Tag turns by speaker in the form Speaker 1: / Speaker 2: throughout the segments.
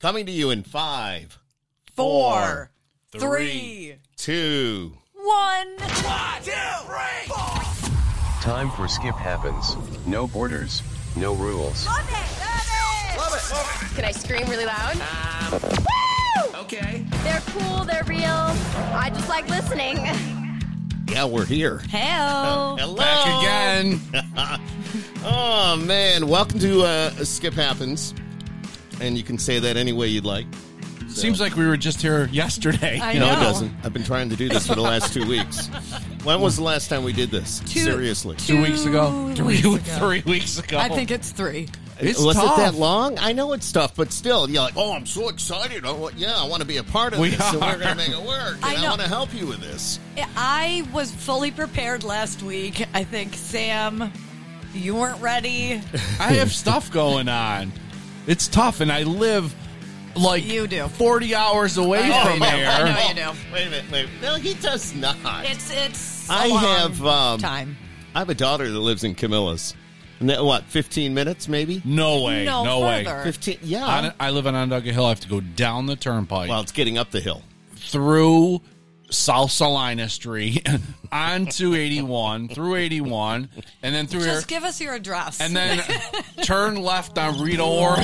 Speaker 1: Coming to you in five,
Speaker 2: Four,
Speaker 1: Four,
Speaker 2: three,
Speaker 1: two.
Speaker 2: one.
Speaker 3: Time for Skip Happens. No borders, no rules.
Speaker 4: Can I scream really loud?
Speaker 5: Okay.
Speaker 4: They're cool, they're real. I just like listening.
Speaker 1: Yeah, we're here.
Speaker 2: Hell.
Speaker 1: Hello.
Speaker 6: Back again.
Speaker 1: Oh man, welcome to uh, Skip Happens, and you can say that any way you'd like.
Speaker 6: Seems like we were just here yesterday.
Speaker 2: I
Speaker 1: No,
Speaker 2: know.
Speaker 1: it doesn't. I've been trying to do this for the last two weeks. When was the last time we did this? Seriously,
Speaker 6: Two weeks ago.
Speaker 2: Two
Speaker 6: Three,
Speaker 2: weeks ago.
Speaker 6: three weeks ago.
Speaker 2: I think it's three.
Speaker 6: it's
Speaker 1: was
Speaker 6: tough.
Speaker 1: it that long? I know it's tough, but still, you're like, oh, I'm so excited. I want, yeah, I want to be a part of
Speaker 6: We
Speaker 1: this, and we're
Speaker 6: are.
Speaker 1: going to make it work. And
Speaker 2: I
Speaker 1: I,
Speaker 2: know.
Speaker 1: want to help you with this.
Speaker 2: I was fully prepared last week. I think, Sam, you weren't ready.
Speaker 6: I have stuff going on. It's tough, and I live like
Speaker 2: You do.
Speaker 6: 40 hours away
Speaker 1: Oh,
Speaker 2: I know
Speaker 6: from
Speaker 2: you do.
Speaker 6: here.
Speaker 2: I know you do.
Speaker 1: Wait a minute, wait. No, he does not.
Speaker 2: It's it's. a
Speaker 1: I
Speaker 2: long
Speaker 1: have, um,
Speaker 2: time.
Speaker 1: I have a daughter that lives in Camilla's. And that, what, 15 minutes maybe?
Speaker 6: No way.
Speaker 2: No
Speaker 6: No, way.
Speaker 2: further.
Speaker 1: 15, yeah.
Speaker 6: On, I live on Onondaga Hill. I have to go down the turnpike
Speaker 1: well, it's getting up the hill.
Speaker 6: through South Salina Street, onto 81, through 81, and then through here.
Speaker 2: Just give us your address.
Speaker 6: and then turn left on Rita Ora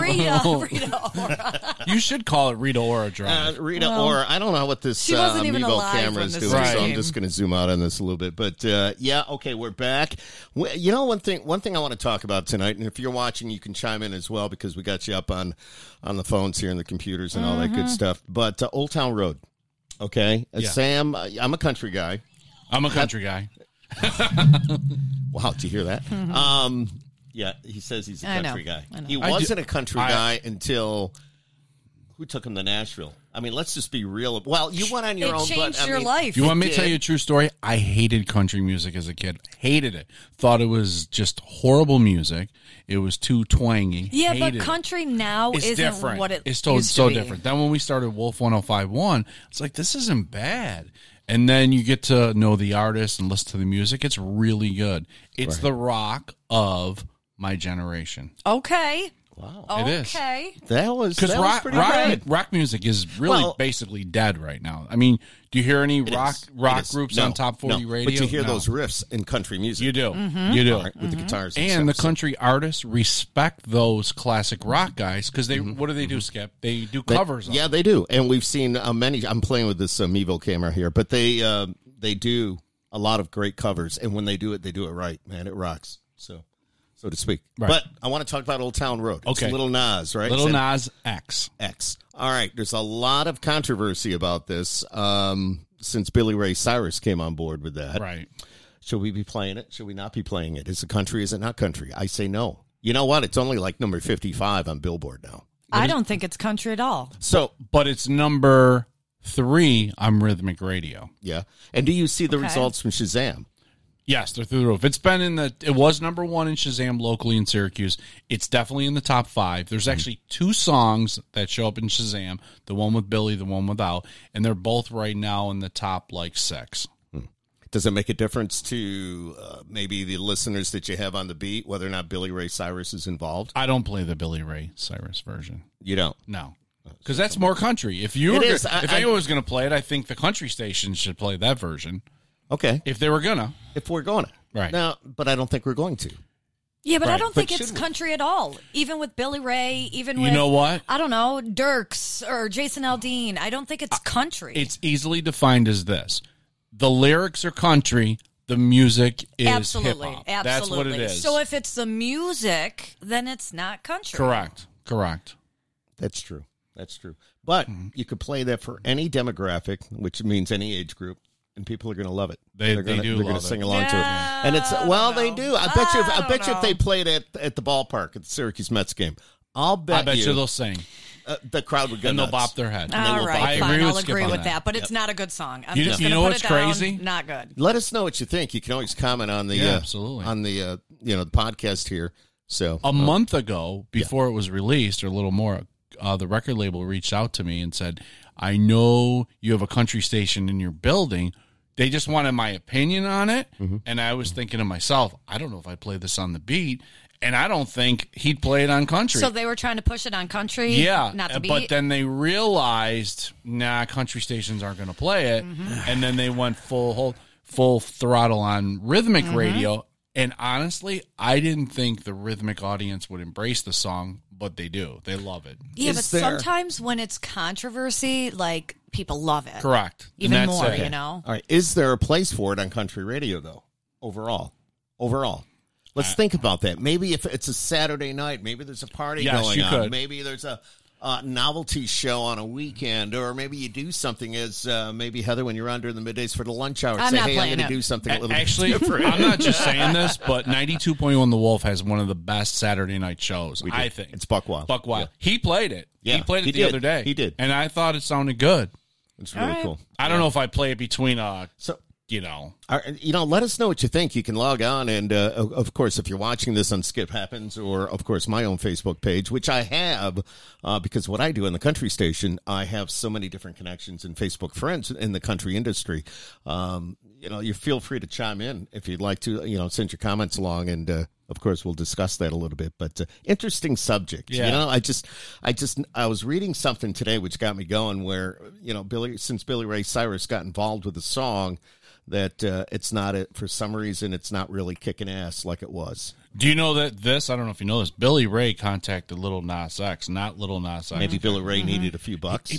Speaker 2: Rita, Rita Ora.
Speaker 6: You should call it Rita Ora Drive.
Speaker 1: Uh, Rita or I don't know what this
Speaker 2: She
Speaker 1: uh,
Speaker 2: wasn't even
Speaker 1: Amiibo
Speaker 2: alive
Speaker 1: camera
Speaker 2: when
Speaker 1: is
Speaker 2: this
Speaker 1: doing,
Speaker 6: was
Speaker 1: so I'm
Speaker 2: made.
Speaker 1: just going to zoom out on this a little bit. But uh, yeah, okay, we're back. We, you know, one thing one thing I want to talk about tonight, and if you're watching, you can chime in as well because we got you up on on the phones here and the computers and all that good stuff. But uh, Old Town Road, okay, uh,
Speaker 6: Yeah.
Speaker 1: Sam, uh, I'm a country guy.
Speaker 2: Uh,
Speaker 6: I'm a country guy.
Speaker 1: Wow, did you hear that? um, yeah, he says he's a
Speaker 2: Mm-hmm. I know,
Speaker 1: country guy.
Speaker 2: I know.
Speaker 1: He
Speaker 6: I do-
Speaker 1: wasn't a country
Speaker 6: I-
Speaker 1: guy until who took him to Nashville. I mean, let's just be real. Well, you went on your
Speaker 2: It
Speaker 1: own.
Speaker 2: changed
Speaker 1: but, I
Speaker 2: your
Speaker 1: mean,
Speaker 2: life.
Speaker 6: You want me
Speaker 1: did.
Speaker 6: to tell you a true story? I hated country music as a kid. Hated it. Thought it was just horrible music. It was too twangy.
Speaker 2: yeah, but
Speaker 6: Hated it.
Speaker 2: country now
Speaker 6: It's
Speaker 2: isn't
Speaker 6: different.
Speaker 2: what it
Speaker 6: it's totally
Speaker 2: used to
Speaker 6: so
Speaker 2: be.
Speaker 6: different. Then when we started Wolf 1051, it's like this isn't bad. And then you get to know the artist and listen to the music. It's really good. It's the rock of my generation.
Speaker 2: Okay. Oh.
Speaker 1: Wow,
Speaker 6: It is.
Speaker 2: Okay.
Speaker 1: that was
Speaker 6: Because
Speaker 1: that was
Speaker 6: rock,
Speaker 1: pretty
Speaker 6: rock,
Speaker 1: good.
Speaker 6: rock music is really
Speaker 1: Well-
Speaker 6: basically dead right now. I mean, do you hear any
Speaker 1: It
Speaker 6: rock
Speaker 1: is. It
Speaker 6: rock
Speaker 1: is.
Speaker 6: groups
Speaker 1: No,
Speaker 6: on top
Speaker 1: no.
Speaker 6: forty radio?
Speaker 1: But you hear
Speaker 6: No.
Speaker 1: those riffs in country music.
Speaker 6: You do. You do.
Speaker 1: All right,
Speaker 2: Mm-hmm.
Speaker 1: with the guitars
Speaker 6: And the
Speaker 1: stuff, so-
Speaker 6: country artists respect those classic rock guys because they. What do they do, Skip? They do
Speaker 1: Mm-hmm. They-
Speaker 6: covers. of
Speaker 1: yeah, they do, and we've seen uh, many. I'm playing with this Amiibo camera here, but they uh, they do a lot of great covers, and when they do it, they do it right, man. It rocks, so so to speak.
Speaker 6: Right.
Speaker 1: But I want to talk about Old Town Road. It's
Speaker 6: Okay.
Speaker 1: Little Nas, right?
Speaker 6: Little
Speaker 1: It's an
Speaker 6: Nas X.
Speaker 1: X. All right, there's a lot of controversy about this um, since Billy Ray Cyrus came on board with that.
Speaker 6: Right.
Speaker 1: Should we be playing it? Should we not be playing it? Is it country? Is it not country? I say no. You know what? It's only like number 55 on Billboard now.
Speaker 2: I don't think it's country at all.
Speaker 1: So,
Speaker 6: But it's number three on Rhythmic Radio.
Speaker 1: yeah. And do you see the
Speaker 2: Okay.
Speaker 1: results from Shazam?
Speaker 6: Yes, they're through the roof. It's been in the. It was number one in Shazam locally in Syracuse. It's definitely in the top five.
Speaker 1: Mhm.
Speaker 6: There's actually two songs that show up in Shazam: the one with Billy, the one without, and they're both right now in the top like six.
Speaker 1: Does it make a difference to uh, maybe the listeners that you have on the beat, whether or not Billy Ray Cyrus is involved?
Speaker 6: I don't play the Billy Ray Cyrus version.
Speaker 1: You don't.
Speaker 6: No, because that's more country. If you, were,
Speaker 1: It
Speaker 6: gonna-
Speaker 1: is. I-
Speaker 6: if
Speaker 1: I-
Speaker 6: anyone was going to play it, I think the country station should play that version.
Speaker 1: Okay.
Speaker 6: If they were gonna,
Speaker 1: If we're going to.
Speaker 6: Right.
Speaker 1: Now, but I don't think we're going to.
Speaker 2: Yeah, but I
Speaker 6: Right.
Speaker 2: don't
Speaker 1: But
Speaker 2: think it's
Speaker 1: shouldn't we?
Speaker 2: country at all. Even with Billy Ray, even
Speaker 6: You
Speaker 2: with
Speaker 6: know what?
Speaker 2: I don't know Dirks or Jason Aldean. I don't think it's country.
Speaker 6: it's easily defined as this: the lyrics are country, the music is
Speaker 2: absolutely,
Speaker 6: hip-hop.
Speaker 2: absolutely.
Speaker 6: That's what it is.
Speaker 2: So if it's the music, then it's not country.
Speaker 6: Correct. Correct.
Speaker 1: That's true. That's true. But
Speaker 6: Mm-hmm.
Speaker 1: you could play that for any demographic, which means any age group, and people are going to love it.
Speaker 6: They-
Speaker 1: They're
Speaker 6: they
Speaker 1: gonna,
Speaker 6: do
Speaker 1: They're going
Speaker 6: love
Speaker 1: to
Speaker 6: it.
Speaker 1: sing along to
Speaker 2: Yeah,
Speaker 1: it. And it's
Speaker 2: I don't
Speaker 1: well, they
Speaker 2: know.
Speaker 1: do. I bet you. If,
Speaker 2: I
Speaker 1: I
Speaker 2: don't
Speaker 1: bet you if
Speaker 2: know.
Speaker 1: they played at at the ballpark at the Syracuse Mets game, I'll bet,
Speaker 6: I bet you, they'll sing
Speaker 1: uh, the crowd would go
Speaker 6: and they'll
Speaker 1: nuts.
Speaker 6: bop their head.
Speaker 1: they
Speaker 2: All
Speaker 1: will
Speaker 2: right,
Speaker 1: buy
Speaker 6: it. I
Speaker 2: fine.
Speaker 6: agree with
Speaker 2: I'll
Speaker 6: Skip
Speaker 2: agree
Speaker 6: on
Speaker 2: with
Speaker 6: that.
Speaker 2: that, but it's not a good song. I'm
Speaker 6: You-
Speaker 2: just
Speaker 6: you
Speaker 2: gonna
Speaker 6: know
Speaker 2: put
Speaker 6: what's
Speaker 2: it down.
Speaker 6: crazy?
Speaker 2: Not good.
Speaker 1: Let us know what you think. You can always comment on the
Speaker 6: Yeah,
Speaker 1: uh,
Speaker 6: absolutely.
Speaker 1: on the uh, you know the podcast here. So
Speaker 2: Um,
Speaker 6: A month ago, before it was released, or a little more, uh, the record label reached out to me and said, "I know you have a country station in your building." They just wanted my opinion on it, and I was thinking to myself, "I don't know if I play this on the beat." and I don't think he'd play it on country.
Speaker 2: So they were trying to push it on country.
Speaker 6: yeah,
Speaker 2: Not to
Speaker 6: uh,
Speaker 2: be.
Speaker 6: but then they realized, nah, country stations aren't going to play it,
Speaker 2: Mm-hmm.
Speaker 6: and then they went full whole, full throttle on rhythmic
Speaker 2: Mm-hmm.
Speaker 6: radio. And honestly, I didn't think the rhythmic audience would embrace the song, but they do. They love it.
Speaker 2: yeah,
Speaker 1: Is
Speaker 2: but
Speaker 1: there-
Speaker 2: sometimes when it's controversy, like people love it.
Speaker 6: Correct. And
Speaker 2: Even
Speaker 6: that's
Speaker 2: more,
Speaker 6: it.
Speaker 2: you know?
Speaker 1: All right. Is there a place for it on country radio though? Overall, overall, let's think about that. Maybe if it's a Saturday night, maybe there's a party
Speaker 6: Yes,
Speaker 1: going
Speaker 6: you
Speaker 1: on.
Speaker 6: could.
Speaker 1: Maybe there's a. Uh, novelty show on a weekend, or maybe you do something as uh, maybe Heather when you're on during the middays for the lunch hour.
Speaker 2: I'm
Speaker 1: say,
Speaker 2: not
Speaker 1: hey, I'm
Speaker 2: playing
Speaker 1: going to
Speaker 2: it.
Speaker 1: do something a
Speaker 6: A-
Speaker 1: little
Speaker 6: Actually,
Speaker 1: bit different.
Speaker 6: I'm not just saying this, but 92.1 The Wolf has one of the best Saturday night shows.
Speaker 1: do.
Speaker 6: I think
Speaker 1: It's Buck Wild.
Speaker 6: Buck Wild. He played it.
Speaker 1: Yeah,
Speaker 6: he played it
Speaker 1: he
Speaker 6: the
Speaker 1: did.
Speaker 6: other day.
Speaker 1: He did.
Speaker 6: and I thought it sounded good.
Speaker 1: It's really
Speaker 2: right.
Speaker 1: cool.
Speaker 6: I don't know if I play it between uh,
Speaker 1: So
Speaker 6: you know,
Speaker 1: All right, you know, let us know what you think. You can log on, and uh, of of course, if you're watching this on Skip Happens, or of course my own Facebook page, which I have, uh, because what I do in the country station, I have so many different connections and Facebook friends in the country industry. Um, you know, you feel free to chime in if you'd like to. You know, send your comments along, and uh, of course, we'll discuss that a little bit. But uh, interesting subject. You
Speaker 6: Yeah.
Speaker 1: know, I just, I just, I was reading something today which got me going. Where you know, Billy, since Billy Ray Cyrus got involved with the song that uh, it's not a, for some reason it's not really kicking ass like it was.
Speaker 6: do you know that this? I don't know if you know this. Billy Ray contacted Little Nas X, not Little Nas X.
Speaker 1: Maybe Billy Ray needed a few bucks.
Speaker 6: He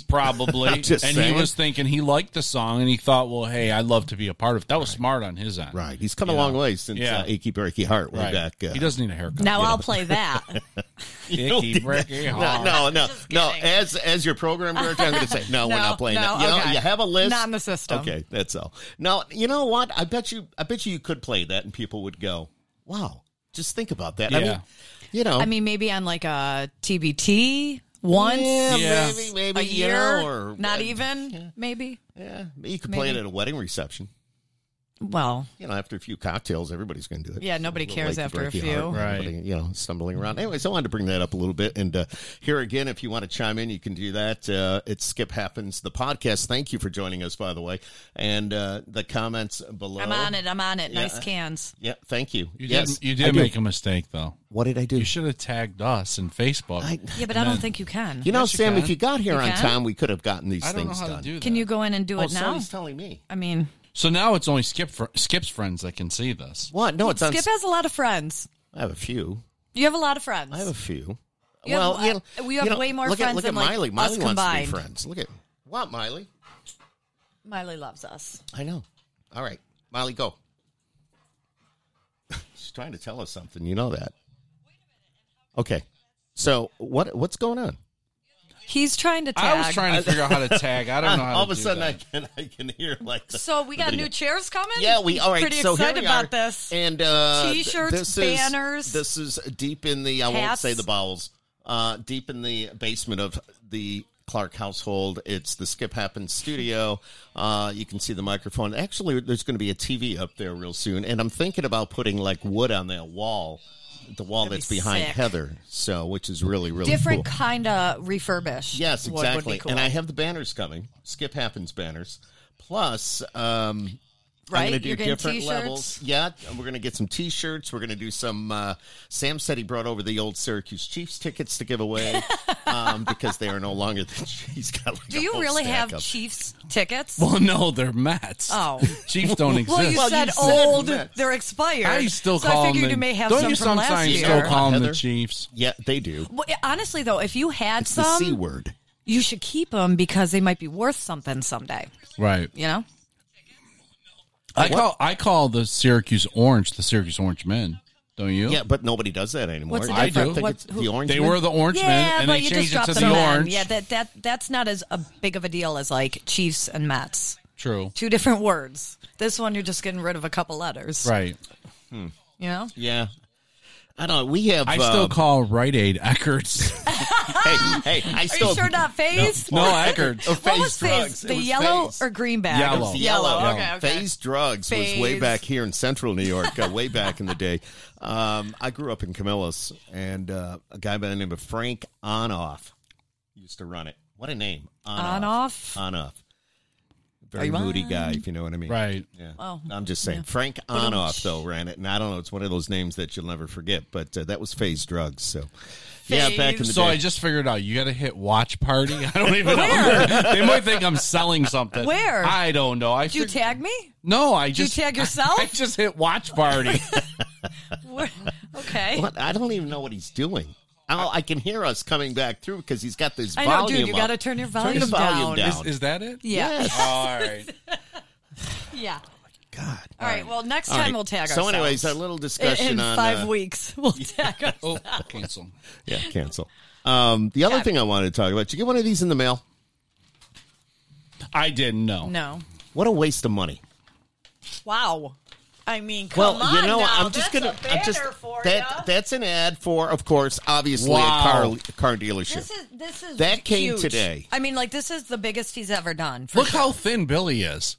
Speaker 6: probably
Speaker 1: I'm
Speaker 6: and
Speaker 1: just
Speaker 6: he
Speaker 1: saying.
Speaker 6: was thinking he liked the song and he thought, well, hey, I'd love to be a part of. That was smart on his end.
Speaker 1: right, he's come a long way since
Speaker 6: Yeah.
Speaker 1: uh, Achy Breaky Heart way
Speaker 6: Right.
Speaker 1: back. Uh,
Speaker 6: he doesn't need a haircut.
Speaker 2: Now I'll play that.
Speaker 1: you don't
Speaker 6: Icky
Speaker 1: think that-
Speaker 6: breaky
Speaker 1: no,
Speaker 6: heart.
Speaker 1: no, no,
Speaker 2: Just
Speaker 1: no.
Speaker 2: kidding.
Speaker 1: As as your program director, I'm going to say no, We're
Speaker 2: No,
Speaker 1: not playing
Speaker 2: no,
Speaker 1: that. You know,
Speaker 2: okay.
Speaker 1: you have a list.
Speaker 2: Not in the system.
Speaker 1: Okay, that's all. Now, you know what? I bet you, I bet you, you could play that, and people would go, "Wow." Just think about that. I
Speaker 6: Yeah.
Speaker 1: mean, you know,
Speaker 2: I mean, maybe on like a TBT once
Speaker 1: yeah,
Speaker 6: Yeah.
Speaker 1: maybe, maybe
Speaker 2: a
Speaker 1: you
Speaker 2: year.
Speaker 1: know, or
Speaker 2: not
Speaker 1: uh,
Speaker 2: even, maybe.
Speaker 1: Yeah, you could play it
Speaker 2: Maybe.
Speaker 1: at a wedding reception.
Speaker 2: Well,
Speaker 1: you know, after a few cocktails, everybody's going to do it.
Speaker 2: Yeah, nobody
Speaker 1: Little
Speaker 2: cares
Speaker 1: late
Speaker 2: after a
Speaker 1: breaky
Speaker 2: few. Mm-hmm.
Speaker 1: heart,
Speaker 6: Right.
Speaker 1: everybody, you know, stumbling around. Anyways, I wanted to bring that up a little bit. And uh, here again, if you want to chime in, you can do that. Uh, it's Skip Happens, the podcast. Thank you for joining us, by the way. And uh, the comments below.
Speaker 2: I'm on it. I'm on it. Nice cans.
Speaker 1: Yeah, thank you.
Speaker 6: You
Speaker 1: yes,
Speaker 6: did, you
Speaker 1: I
Speaker 6: did
Speaker 1: do.
Speaker 6: make a mistake though.
Speaker 1: What did I do?
Speaker 6: You should have tagged us in Facebook.
Speaker 1: I-
Speaker 2: Yeah, but I don't think you can.
Speaker 1: you know,
Speaker 6: Yes, you
Speaker 1: Sam,
Speaker 6: can.
Speaker 1: if you got here on
Speaker 2: can?
Speaker 1: time, we could have gotten these
Speaker 6: I don't know
Speaker 1: things
Speaker 6: how
Speaker 1: done.
Speaker 6: to do that.
Speaker 2: can you go in and do
Speaker 1: oh,
Speaker 2: it now?
Speaker 1: somebody's telling me.
Speaker 2: I mean,
Speaker 6: So now it's only Skip fr- Skip's friends that can see this.
Speaker 1: What? No, it's on.
Speaker 2: Skip has a lot of friends.
Speaker 1: I have a few.
Speaker 2: You have a lot of friends.
Speaker 1: I have a few.
Speaker 2: You have-
Speaker 1: well, you know,
Speaker 2: uh, we have
Speaker 1: you know,
Speaker 2: way more
Speaker 1: look at,
Speaker 2: friends
Speaker 1: look
Speaker 2: than,
Speaker 1: at
Speaker 2: like,
Speaker 1: Miley.
Speaker 2: us
Speaker 1: Miley wants
Speaker 2: combined.
Speaker 1: to be friends. Look at what Miley.
Speaker 2: Miley loves us.
Speaker 1: I know. All right, Miley, go. She's trying to tell us something. You know that. Okay. So what what's going on?
Speaker 2: He's trying to tag.
Speaker 6: I was trying to figure out how to tag. I don't know
Speaker 1: Ah,
Speaker 6: how
Speaker 1: All
Speaker 6: to
Speaker 1: of a
Speaker 6: do
Speaker 1: sudden,
Speaker 6: that.
Speaker 1: I can I can hear like. the-
Speaker 2: So we got new chairs coming.
Speaker 1: yeah, we all right.
Speaker 2: Pretty
Speaker 1: so
Speaker 2: excited
Speaker 1: here we
Speaker 2: about
Speaker 1: are.
Speaker 2: this.
Speaker 1: and uh, th-
Speaker 2: T-shirts,
Speaker 1: this is-
Speaker 2: banners,
Speaker 1: This is deep in the I won't
Speaker 2: hats.
Speaker 1: say the bowels. Uh, deep in the basement of the Clark household. It's the Skip Happens studio. Uh, you can see the microphone. Actually, there's going to be a TV up there real soon, and I'm thinking about putting like wood on that wall, the wall
Speaker 2: That'd
Speaker 1: that's
Speaker 2: be
Speaker 1: behind
Speaker 2: sick.
Speaker 1: Heather. So, which is really really
Speaker 2: Different
Speaker 1: cool.
Speaker 2: kind of refurbish.
Speaker 1: Yes,
Speaker 2: would- would be
Speaker 1: exactly.
Speaker 2: cool.
Speaker 1: And I have the banners coming. Skip happens banners. Plus, um,
Speaker 2: Right?
Speaker 1: I'm going to do
Speaker 2: You're getting
Speaker 1: different
Speaker 2: t-shirts?
Speaker 1: levels. Yeah, we're going to get some T-shirts. We're going to do some. Uh, Sam said he brought over the old Syracuse Chiefs tickets to give away um, because they are no longer. The, he's got. Like
Speaker 2: Do
Speaker 1: a
Speaker 2: you
Speaker 1: whole
Speaker 2: really
Speaker 1: stack
Speaker 2: have
Speaker 1: of-
Speaker 2: Chiefs tickets?
Speaker 6: Well, no, they're Mets.
Speaker 2: Oh.
Speaker 6: Chiefs don't exist.
Speaker 2: Well, you
Speaker 1: Well,
Speaker 2: said
Speaker 1: you said
Speaker 2: old.
Speaker 1: Mets.
Speaker 2: they're expired.
Speaker 6: I still
Speaker 2: so
Speaker 6: call
Speaker 2: I figured
Speaker 6: them.
Speaker 2: you may have
Speaker 6: don't
Speaker 2: some
Speaker 6: you
Speaker 2: from
Speaker 6: sometimes
Speaker 2: last year.
Speaker 6: still call them the
Speaker 1: Heather?
Speaker 6: Chiefs?
Speaker 1: Yeah, they do.
Speaker 2: Well, honestly, though, if you had
Speaker 1: It's the C
Speaker 2: some,
Speaker 1: word.
Speaker 2: you should keep them because they might be worth something someday.
Speaker 6: Right.
Speaker 2: You know,
Speaker 6: I call I call the Syracuse Orange the Syracuse Orange Men. Don't you?
Speaker 1: Yeah, but nobody does that anymore.
Speaker 2: What's the
Speaker 1: I
Speaker 2: difference?
Speaker 1: think
Speaker 2: What-
Speaker 1: it's
Speaker 2: who-
Speaker 1: the orange.
Speaker 6: They
Speaker 1: men.
Speaker 6: were the Orange Men,
Speaker 2: yeah,
Speaker 6: and
Speaker 2: but
Speaker 6: they
Speaker 2: you
Speaker 6: changed
Speaker 2: just dropped
Speaker 6: it to
Speaker 2: them
Speaker 6: the
Speaker 2: in.
Speaker 6: Orange.
Speaker 2: Yeah, that that that's not as a big of a deal as like Chiefs and Mets.
Speaker 6: True.
Speaker 2: Two different words. This one, you're just getting rid of a couple letters.
Speaker 6: Right.
Speaker 2: You know,
Speaker 1: Yeah. I don't. know. We have.
Speaker 6: I still
Speaker 1: um,
Speaker 6: call Rite Aid Eckerd's.
Speaker 1: hey, hey, I
Speaker 2: are
Speaker 1: still.
Speaker 2: you sure not phase?
Speaker 6: no, Eckerd's.
Speaker 2: What
Speaker 1: phase
Speaker 2: was phase?
Speaker 1: drugs. It
Speaker 2: The
Speaker 1: was
Speaker 2: yellow
Speaker 1: phase.
Speaker 2: or greenback?
Speaker 6: Yellow.
Speaker 2: It was Yellow.
Speaker 1: Yellow.
Speaker 2: Okay. okay.
Speaker 1: Phase drugs was way
Speaker 2: Phase.
Speaker 1: back here in central New York, uh, way back in the day. Um, I grew up in Camillus, and uh, a guy by the name of Frank Onoff used to run it. What a name.
Speaker 2: On off.
Speaker 1: Onoff. very
Speaker 2: Are you
Speaker 1: moody
Speaker 2: on?
Speaker 1: guy, if you know what I mean.
Speaker 6: Right.
Speaker 1: Yeah.
Speaker 2: Oh,
Speaker 1: I'm just saying. Frank Onoff, though, ran it. And I don't know. It's one of those names that you'll never forget, but uh, that was phase drugs. So, yeah, back in the
Speaker 6: So
Speaker 1: day.
Speaker 6: I just figured out you got to hit watch party. I don't even know. they might think I'm selling something.
Speaker 2: Where?
Speaker 6: I don't know. I
Speaker 2: Did you
Speaker 6: fig-
Speaker 2: tag me?
Speaker 6: No, I
Speaker 2: Did
Speaker 6: just
Speaker 2: you tag yourself?
Speaker 6: I just hit watch party.
Speaker 2: Where- okay.
Speaker 1: What? I don't even know what he's doing. i I can hear us coming back through because he's got this
Speaker 2: I
Speaker 1: volume
Speaker 2: know, dude. You
Speaker 1: up.
Speaker 2: got to turn your volume,
Speaker 1: the volume
Speaker 2: down.
Speaker 1: down.
Speaker 6: is, is that it?
Speaker 2: Yeah.
Speaker 1: Yes.
Speaker 6: All right.
Speaker 2: Yeah.
Speaker 1: God.
Speaker 2: All right. Well, next
Speaker 1: All
Speaker 2: time
Speaker 1: right.
Speaker 2: we'll tag
Speaker 1: So,
Speaker 2: ourselves.
Speaker 1: anyways, our little discussion
Speaker 2: in, in
Speaker 1: on
Speaker 2: five
Speaker 1: uh,
Speaker 2: weeks we'll tag ourselves.
Speaker 6: Oh, cancel.
Speaker 1: Yeah, cancel. Um, the other
Speaker 2: Got it.
Speaker 1: thing I wanted to talk about. Did you get one of these in the mail?
Speaker 6: I didn't know.
Speaker 2: No.
Speaker 1: What a waste of money.
Speaker 2: Wow. I mean, come on now. That's a banner for
Speaker 1: that
Speaker 2: ya.
Speaker 1: that's an ad for, of course, obviously
Speaker 6: Wow.
Speaker 1: a car car dealership.
Speaker 2: This is this is
Speaker 1: That came
Speaker 2: huge.
Speaker 1: today.
Speaker 2: I mean, like this is the biggest he's ever done. For
Speaker 6: Look how thin Billy is.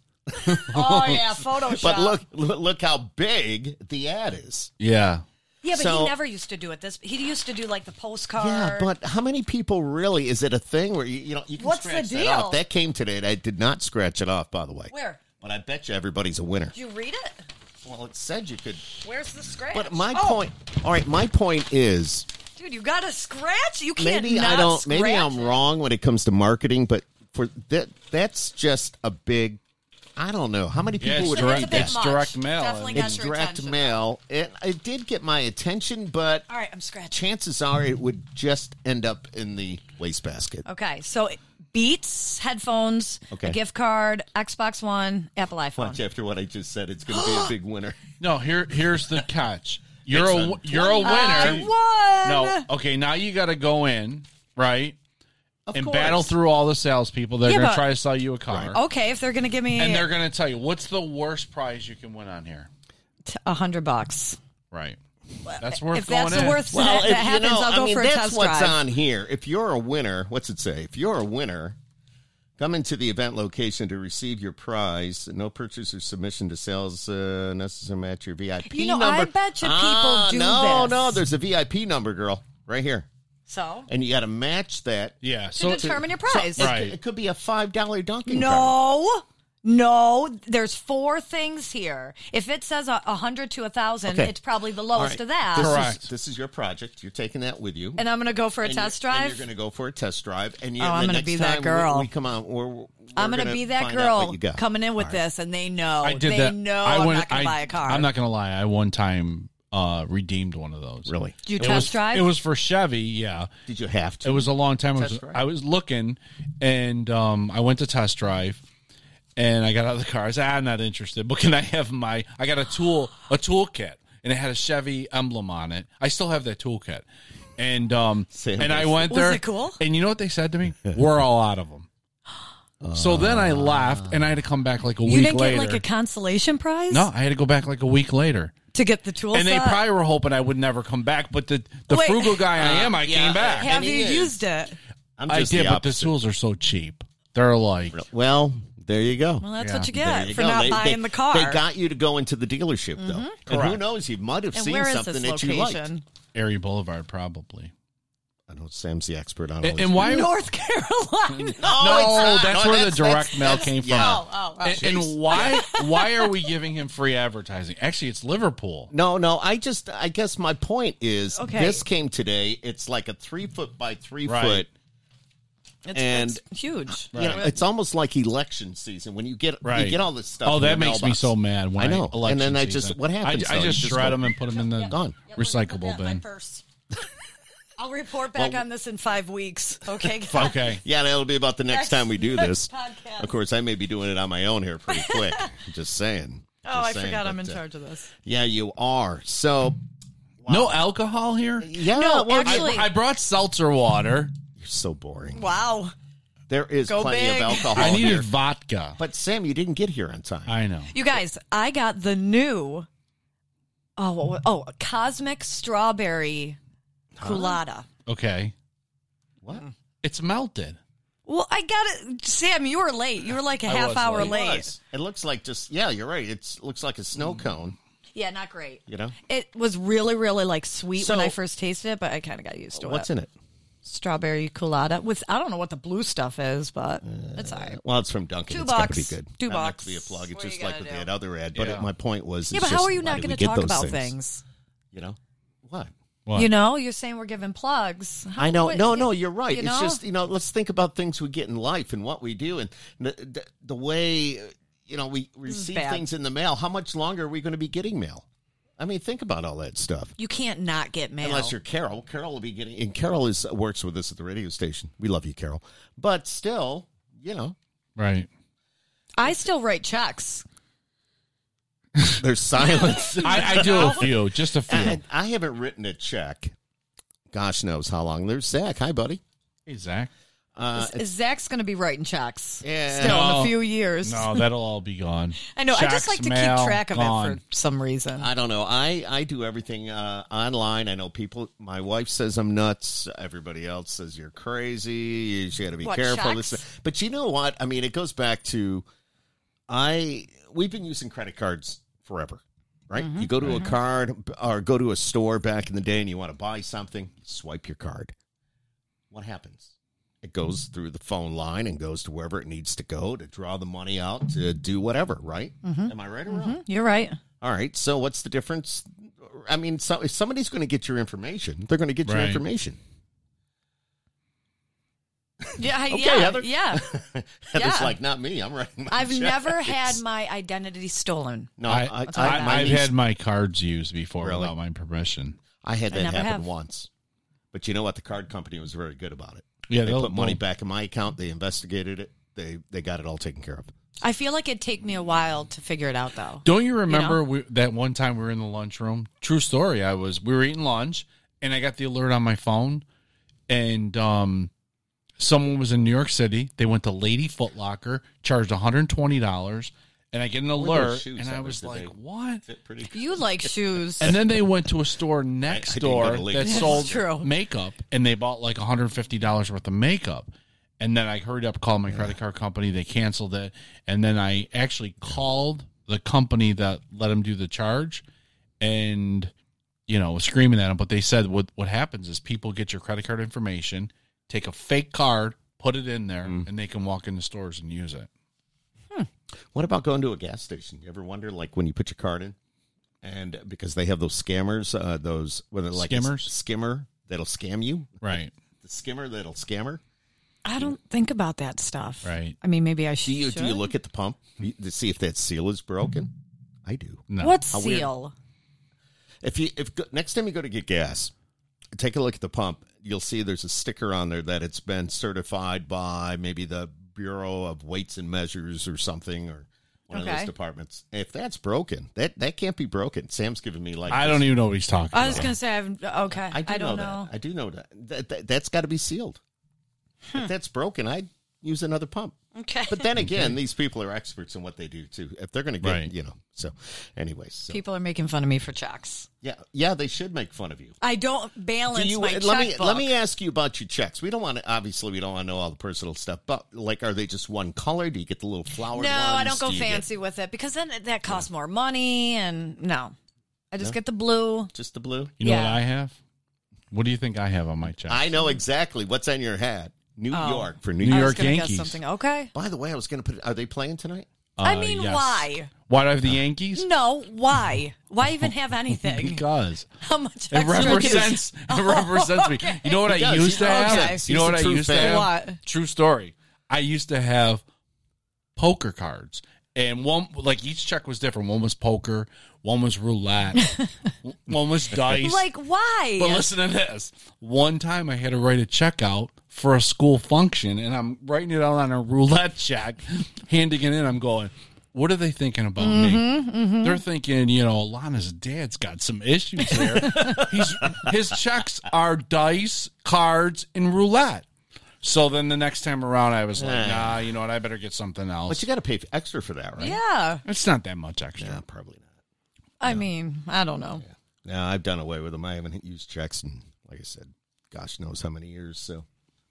Speaker 2: oh yeah, Photoshop.
Speaker 1: but look, look look how big the ad is.
Speaker 6: Yeah.
Speaker 2: yeah, but
Speaker 1: so-
Speaker 2: he never used to do it. This he used to do like the postcard.
Speaker 1: Yeah, but how many people really is it a thing where you you know you can
Speaker 2: What's the
Speaker 1: scratch that
Speaker 2: deal?
Speaker 1: off? That came today, and I did not scratch it off. By the way,
Speaker 2: where
Speaker 1: but I bet you everybody's a winner.
Speaker 2: did you read it?
Speaker 1: Well, it said you could,
Speaker 2: Where's the scratch?
Speaker 1: but my
Speaker 2: Oh,
Speaker 1: point. All right, my point is
Speaker 2: dude, you got to scratch. You can't.
Speaker 1: maybe
Speaker 2: not
Speaker 1: I don't.
Speaker 2: Scratch.
Speaker 1: Maybe I'm wrong when it comes to marketing, but for that, that's just a big. I don't know how many people
Speaker 6: it's
Speaker 1: would
Speaker 2: So
Speaker 1: read
Speaker 2: it's a
Speaker 6: Direct-
Speaker 2: bit
Speaker 1: that.
Speaker 6: it's
Speaker 2: much.
Speaker 6: direct mail. uh,
Speaker 2: Definitely got
Speaker 1: It's
Speaker 2: your
Speaker 1: direct
Speaker 2: attention.
Speaker 1: mail. It, it did get my attention, but
Speaker 2: All right, I'm scratching.
Speaker 1: chances are it would just end up in the wastebasket.
Speaker 2: Okay, so Beats headphones,
Speaker 1: Okay.
Speaker 2: a gift card, Xbox One, Apple iPhone.
Speaker 1: Watch after what I just said, it's going to be a big winner.
Speaker 6: No, here here's the catch. You're
Speaker 1: It's
Speaker 6: a
Speaker 1: a
Speaker 6: w- you're a winner.
Speaker 2: I won.
Speaker 6: No, okay. Now you got to go in right
Speaker 1: Of
Speaker 6: and
Speaker 1: course.
Speaker 6: battle through all the salespeople. They're
Speaker 2: Yeah,
Speaker 6: going
Speaker 2: but- Oh,
Speaker 6: to try to sell you a car,
Speaker 2: Okay, if they're gonna give me
Speaker 6: and they're going to tell you what's the worst prize you can win on here.
Speaker 2: a hundred bucks,
Speaker 6: Right. That's worth
Speaker 2: if
Speaker 6: going
Speaker 2: that's
Speaker 6: in.
Speaker 2: the worst
Speaker 1: Well,
Speaker 2: that,
Speaker 1: if,
Speaker 2: that happens,
Speaker 1: you know,
Speaker 2: I'll go
Speaker 1: I mean,
Speaker 2: for a
Speaker 1: that's
Speaker 2: test
Speaker 1: what's
Speaker 2: drive.
Speaker 1: on here. If you're a winner, what's it say? If you're a winner, come into the event location to receive your prize. No purchase or submission to sales uh, necessary. Match your VIP
Speaker 2: You know,
Speaker 1: number.
Speaker 2: I bet you people
Speaker 1: ah,
Speaker 2: do
Speaker 1: no,
Speaker 2: this.
Speaker 1: no. There's a VIP number, girl, right here,
Speaker 2: So
Speaker 1: and you got to match that.
Speaker 6: Yeah.
Speaker 2: to
Speaker 6: So
Speaker 2: determine your prize.
Speaker 6: so- Right.
Speaker 1: It, could be a five dollar Dunkin' card.
Speaker 2: No, no. There's four things here. If it says a, a hundred to a thousand,
Speaker 1: Okay.
Speaker 2: it's probably the
Speaker 1: All
Speaker 2: lowest
Speaker 1: right.
Speaker 2: of that.
Speaker 1: This is-
Speaker 6: Correct.
Speaker 1: this is your project. You're taking that with you.
Speaker 2: And I'm gonna go for a
Speaker 1: And
Speaker 2: test
Speaker 1: you're- and
Speaker 2: drive.
Speaker 1: You're going to go for a test drive, and you,
Speaker 2: Oh,
Speaker 1: the
Speaker 2: I'm gonna
Speaker 1: next
Speaker 2: be that
Speaker 1: time
Speaker 2: girl.
Speaker 1: We, we come out. We're, we're
Speaker 2: I'm gonna
Speaker 1: gonna
Speaker 2: be that
Speaker 1: find out what
Speaker 2: girl
Speaker 1: you got.
Speaker 2: coming in with this, and they know.
Speaker 6: I did
Speaker 2: they
Speaker 6: that.
Speaker 2: know
Speaker 6: I
Speaker 2: I'm
Speaker 6: went-
Speaker 2: not gonna
Speaker 6: I-
Speaker 2: buy a car.
Speaker 6: I'm not going to lie. I one time uh, redeemed one of those.
Speaker 1: Really?
Speaker 2: Do you
Speaker 6: It
Speaker 2: test
Speaker 6: was-
Speaker 2: drive?
Speaker 6: It was for Chevy. Yeah.
Speaker 1: Did you have to?
Speaker 6: It was a long time. I was,
Speaker 1: Test drive?
Speaker 6: I was looking, and um, I went to test drive, and I got out of the car. I said, "Ah, "I'm not interested, but can I have my? I got a tool, a toolkit, and it had a Chevy emblem on it. I still have that toolkit, and um,
Speaker 1: Same
Speaker 6: and I
Speaker 1: as-
Speaker 6: went
Speaker 2: Was
Speaker 6: there.
Speaker 2: it cool?
Speaker 6: And you know what they said to me? We're all out of them. So then I left, and I had to come back like a
Speaker 2: you
Speaker 6: week
Speaker 2: didn't
Speaker 6: later.
Speaker 2: get like a consolation prize?
Speaker 6: no, I had to go back like a week later.
Speaker 2: To get the tool
Speaker 6: And they
Speaker 2: set?
Speaker 6: probably were hoping I would never come back, but the, the
Speaker 2: Wait.
Speaker 6: frugal guy I am, I came back.
Speaker 2: have
Speaker 1: And he
Speaker 2: you
Speaker 1: is.
Speaker 2: used it?
Speaker 1: I'm
Speaker 6: I
Speaker 1: just
Speaker 6: did,
Speaker 1: the
Speaker 6: but the
Speaker 1: opposite.
Speaker 6: tools are so cheap. They're like,
Speaker 1: Well, there you go.
Speaker 2: Well, that's
Speaker 6: Yeah.
Speaker 2: what you
Speaker 1: There
Speaker 2: get
Speaker 1: you
Speaker 2: for
Speaker 1: go.
Speaker 2: not
Speaker 1: They-
Speaker 2: buying
Speaker 1: they-
Speaker 2: the car. Mm-hmm.
Speaker 1: They got you to go into the dealership, though. And who
Speaker 6: Correct.
Speaker 1: knows? You might have
Speaker 2: and
Speaker 1: seen
Speaker 2: where is
Speaker 1: something
Speaker 2: this
Speaker 1: that you liked.
Speaker 2: location?
Speaker 6: Erie Boulevard, probably.
Speaker 1: I know Sam's the expert on all
Speaker 6: And,
Speaker 1: this.
Speaker 6: and why?
Speaker 2: North Carolina.
Speaker 1: no,
Speaker 6: no,
Speaker 1: it's not.
Speaker 6: that's
Speaker 1: No,
Speaker 6: where
Speaker 1: that's-
Speaker 6: the direct
Speaker 1: that's-
Speaker 6: mail
Speaker 1: that's-
Speaker 6: came from.
Speaker 1: yeah.
Speaker 2: oh, oh.
Speaker 6: and, and why? why are we giving him free advertising? Actually, it's Liverpool.
Speaker 1: No, no. I just, I guess my point is,
Speaker 2: Okay.
Speaker 1: this came today. It's like a three foot by three
Speaker 6: Right.
Speaker 1: foot.
Speaker 2: It's,
Speaker 1: And-
Speaker 2: it's huge.
Speaker 1: You know, it's almost like election season when you get you
Speaker 6: Right.
Speaker 1: get all this stuff.
Speaker 6: Oh,
Speaker 1: in your
Speaker 6: that makes me
Speaker 1: mailbox.
Speaker 6: so mad. When
Speaker 1: I know. and
Speaker 6: election
Speaker 1: then I just,
Speaker 6: season.
Speaker 1: what
Speaker 6: I-
Speaker 1: happens?
Speaker 6: I,
Speaker 1: though? You
Speaker 6: just shred
Speaker 1: go-
Speaker 6: them and put them in the
Speaker 1: Gone.
Speaker 6: recyclable bin.
Speaker 2: purse. I'll report back
Speaker 1: Well-
Speaker 2: on this in five weeks. Okay. guys?
Speaker 6: Okay.
Speaker 1: Yeah, that'll be about the next
Speaker 2: Next-
Speaker 1: time we do
Speaker 2: next
Speaker 1: this.
Speaker 2: podcast.
Speaker 1: Of course, I may be doing it on my own here pretty quick. just saying.
Speaker 2: Oh,
Speaker 1: Just
Speaker 2: I
Speaker 1: saying,
Speaker 2: forgot I'm
Speaker 1: but,
Speaker 2: in
Speaker 1: uh,
Speaker 2: charge of this.
Speaker 1: Yeah, you are. So,
Speaker 6: No alcohol here.
Speaker 1: yeah,
Speaker 2: No,
Speaker 1: well,
Speaker 2: actually-
Speaker 6: I, I brought seltzer water.
Speaker 1: you're so boring.
Speaker 2: Wow.
Speaker 1: There is
Speaker 2: Go
Speaker 1: plenty of
Speaker 2: big.
Speaker 1: alcohol
Speaker 6: I
Speaker 1: here.
Speaker 6: needed vodka.
Speaker 1: But Sam, you didn't get here on time.
Speaker 6: I know.
Speaker 2: You guys, I got the new oh what wa- oh cosmic strawberry culotta.
Speaker 6: Okay.
Speaker 1: what?
Speaker 6: It's melted.
Speaker 2: Well, I got it. Sam, you were late. You were like a
Speaker 6: I
Speaker 2: half
Speaker 6: was
Speaker 2: hour
Speaker 6: late.
Speaker 2: late.
Speaker 1: It looks like just yeah, you're right. It looks like a snow
Speaker 2: Mm.
Speaker 1: cone,
Speaker 2: Yeah, not great.
Speaker 1: you know?
Speaker 2: It was really, really like sweet
Speaker 1: So-
Speaker 2: when I first tasted it, but I kind of got used to
Speaker 1: What's
Speaker 2: it.
Speaker 1: in it?
Speaker 2: strawberry colada with I don't know what the blue stuff is, but it's all right.
Speaker 1: Well, Uh, it's from Dunkin'.
Speaker 2: Two
Speaker 1: it's gotta
Speaker 2: bucks.
Speaker 1: be good.
Speaker 2: Two
Speaker 1: Not meant
Speaker 2: bucks.
Speaker 1: to be a plug.
Speaker 2: What
Speaker 1: It's
Speaker 2: are
Speaker 1: just
Speaker 2: you
Speaker 1: like
Speaker 2: gonna
Speaker 1: with
Speaker 2: do?
Speaker 1: that other ad. But
Speaker 6: Yeah.
Speaker 1: it- my point was,
Speaker 2: Yeah,
Speaker 1: it's
Speaker 2: but how
Speaker 1: just,
Speaker 2: are you
Speaker 1: why
Speaker 2: not
Speaker 1: do we
Speaker 2: going to
Speaker 1: get
Speaker 2: talk
Speaker 1: those
Speaker 2: about things?
Speaker 1: You know what?
Speaker 6: What?
Speaker 2: You know, you're saying we're giving plugs. How-
Speaker 1: I know.
Speaker 2: what-
Speaker 1: no, no, you're right.
Speaker 2: you
Speaker 1: it's
Speaker 2: know?
Speaker 1: just you know, let's think about things we get in life and what we do, and the, the, the way uh, you know we receive
Speaker 2: bad.
Speaker 1: things in the mail. How much longer are we going to be getting mail? I mean, think about all that stuff.
Speaker 2: you can't not get mail.
Speaker 1: Unless you're Carol, Carol will be getting. And Carol is works with us at the radio station. We love you, Carol. But still, you know,
Speaker 6: Right.
Speaker 2: I still write checks.
Speaker 1: there's silence.
Speaker 6: I, I do a few, just a few.
Speaker 1: I, I haven't written a check. Gosh knows how long. There's Zach. Hi, buddy.
Speaker 6: Hey, Zach.
Speaker 1: Uh,
Speaker 2: Zach's going to be writing checks
Speaker 1: Yeah.
Speaker 2: still in
Speaker 6: No.
Speaker 2: a few years.
Speaker 6: No, that'll all be gone.
Speaker 2: I know. I just like to keep track of it for some reason.
Speaker 1: I don't know. I, I do everything uh, online. I know people. My wife says I'm nuts. Everybody else says you're crazy. You got to be
Speaker 2: What,
Speaker 1: careful.
Speaker 2: checks?
Speaker 1: This- but you know what? I mean, it goes back to I. We've been using credit cards forever, right? You go to a card or go to a store back in the day, and you want to buy something. You swipe your card. What happens? It goes through the phone line and goes to wherever it needs to go to draw the money out to do whatever. Right? Am I right or wrong?
Speaker 2: You're right.
Speaker 1: All right. So what's the difference? I mean, so if somebody's going to get your information, they're going to get your
Speaker 6: Right.
Speaker 1: information.
Speaker 2: Yeah,
Speaker 1: Okay,
Speaker 2: yeah,
Speaker 1: Heather.
Speaker 2: yeah.
Speaker 1: Heather's
Speaker 2: Yeah.
Speaker 1: like, not me. I'm writing. my
Speaker 2: I've
Speaker 1: check."
Speaker 2: never had my identity stolen.
Speaker 1: No,
Speaker 6: I,
Speaker 1: I, I,
Speaker 2: all
Speaker 1: my
Speaker 6: have
Speaker 1: niece-
Speaker 6: had my cards used before
Speaker 1: Really?
Speaker 6: without my permission.
Speaker 1: I had
Speaker 2: I
Speaker 1: that
Speaker 2: never
Speaker 1: happen
Speaker 2: have.
Speaker 1: once. But you know what? The card company was very good about it.
Speaker 6: Yeah,
Speaker 1: they
Speaker 6: they'll-
Speaker 1: put money
Speaker 6: they'll-
Speaker 1: back in my account. They investigated it. They they got it all taken care of.
Speaker 2: I feel like it'd take me a while to figure it out, though.
Speaker 6: Don't you remember we, that one time we were in the lunchroom? True story. I was we were eating lunch, and I got the alert on my phone, and um, someone was in New York City. They went to Lady Foot Locker, charged one hundred twenty dollars, and I get an
Speaker 1: What were those
Speaker 6: alert,
Speaker 1: shoes
Speaker 6: and
Speaker 1: that
Speaker 6: I
Speaker 1: were-
Speaker 6: was
Speaker 1: did
Speaker 6: like,
Speaker 1: they-
Speaker 6: "What?"
Speaker 1: Fit pretty.
Speaker 2: You like shoes.
Speaker 6: And then they went to a store next
Speaker 1: I didn't go
Speaker 6: door
Speaker 1: to Lady
Speaker 6: that
Speaker 1: Foot
Speaker 6: sold
Speaker 2: Locker. True.
Speaker 6: makeup, and they bought like one hundred fifty dollars worth of makeup. And then I hurried up, called my credit card company. They canceled it, and then I actually called the company that let them do the charge, and you know, was screaming at them. But they said what what happens is people get your credit card information, take a fake card, put it in there,
Speaker 1: Mm.
Speaker 6: and they can walk into stores and use it.
Speaker 1: What about going to a gas station? You ever wonder, like, when you put your card in, and because they have those scammers, uh, those what are they, like a
Speaker 6: Skimmers?
Speaker 1: skimmer that'll scam you,
Speaker 6: Right,
Speaker 1: the skimmer that'll scammer.
Speaker 2: I don't think about that stuff.
Speaker 6: right.
Speaker 2: I mean, maybe I should.
Speaker 1: Do you do you look at the pump to see if that seal is broken? I do.
Speaker 6: No.
Speaker 2: What
Speaker 1: How weird.
Speaker 2: seal?
Speaker 1: If you if go- next time you go to get gas, take a look at the pump. You'll see there's a sticker on there that it's been certified by maybe the Bureau of Weights and Measures or something or one of
Speaker 2: Okay.
Speaker 1: those departments. If that's broken, that that can't be broken. Sam's giving me like
Speaker 6: I don't even know what he's talking.
Speaker 2: I was
Speaker 6: about.
Speaker 2: gonna say I've okay. I,
Speaker 1: I do know,
Speaker 2: don't know.
Speaker 1: that. I do know that. That, that that's got to be sealed.
Speaker 2: Hmm.
Speaker 1: If that's broken, I'd use another pump.
Speaker 2: Okay.
Speaker 1: But then again, these people are experts in what they do too. If they're going to get,
Speaker 6: Right.
Speaker 1: you know. So, anyways, so,
Speaker 2: People are making fun of me for checks.
Speaker 1: yeah, yeah, they should make fun of you.
Speaker 2: I don't
Speaker 1: Do
Speaker 2: balance
Speaker 1: you
Speaker 2: my
Speaker 1: let me
Speaker 2: checkbook.
Speaker 1: let me ask you about your checks? We don't want to obviously we don't want to know all the personal stuff, but like, are they just one color? Do you get the little flower?
Speaker 2: no, I don't go fancy with it because then that costs more money, and no, I just get the blue.
Speaker 1: just the blue.
Speaker 6: You know
Speaker 2: Yeah.
Speaker 6: what I have? What do you think I have on my check?
Speaker 1: I know exactly what's on your hat. New
Speaker 2: Oh.
Speaker 1: York for New
Speaker 6: New
Speaker 1: York.
Speaker 2: I was
Speaker 6: York
Speaker 2: gonna guess
Speaker 6: Yankees.
Speaker 2: something. Okay.
Speaker 1: By the way, I was going to put. Are they playing tonight?
Speaker 2: I
Speaker 6: Uh,
Speaker 2: mean,
Speaker 6: yes.
Speaker 2: why?
Speaker 6: Why do I have the Yankees?
Speaker 2: No, why? Why even
Speaker 1: Oh
Speaker 2: have anything?
Speaker 6: Because
Speaker 2: How much
Speaker 6: it
Speaker 2: extra do you-
Speaker 6: represents it represents me. You know what I
Speaker 1: does.
Speaker 6: used to
Speaker 1: He
Speaker 6: have?
Speaker 1: represents.
Speaker 6: You know
Speaker 1: He's
Speaker 6: what
Speaker 1: a
Speaker 6: I
Speaker 1: true
Speaker 6: used to
Speaker 1: fan.
Speaker 6: have?
Speaker 2: What?
Speaker 6: True story. I used to have poker cards. And one like each check was different. One was poker, one was roulette, one was dice.
Speaker 2: Like why?
Speaker 6: But listen to this. One time I had to write a check out for a school function, and I'm writing it out on a roulette check, handing it in. I'm going, what are they thinking about me? They're thinking, you know, Alana's dad's got some issues here. He's, his checks are dice, cards, and roulette. So then the next time around, I was like, nah, you know what? I better get something
Speaker 1: But
Speaker 6: else.
Speaker 1: you got to pay extra for that, right?
Speaker 2: yeah.
Speaker 6: It's not that much extra.
Speaker 1: No, probably not.
Speaker 2: I mean, I don't know.
Speaker 1: No, I've done away with them. I haven't used checks in, like I said, gosh knows how many years. So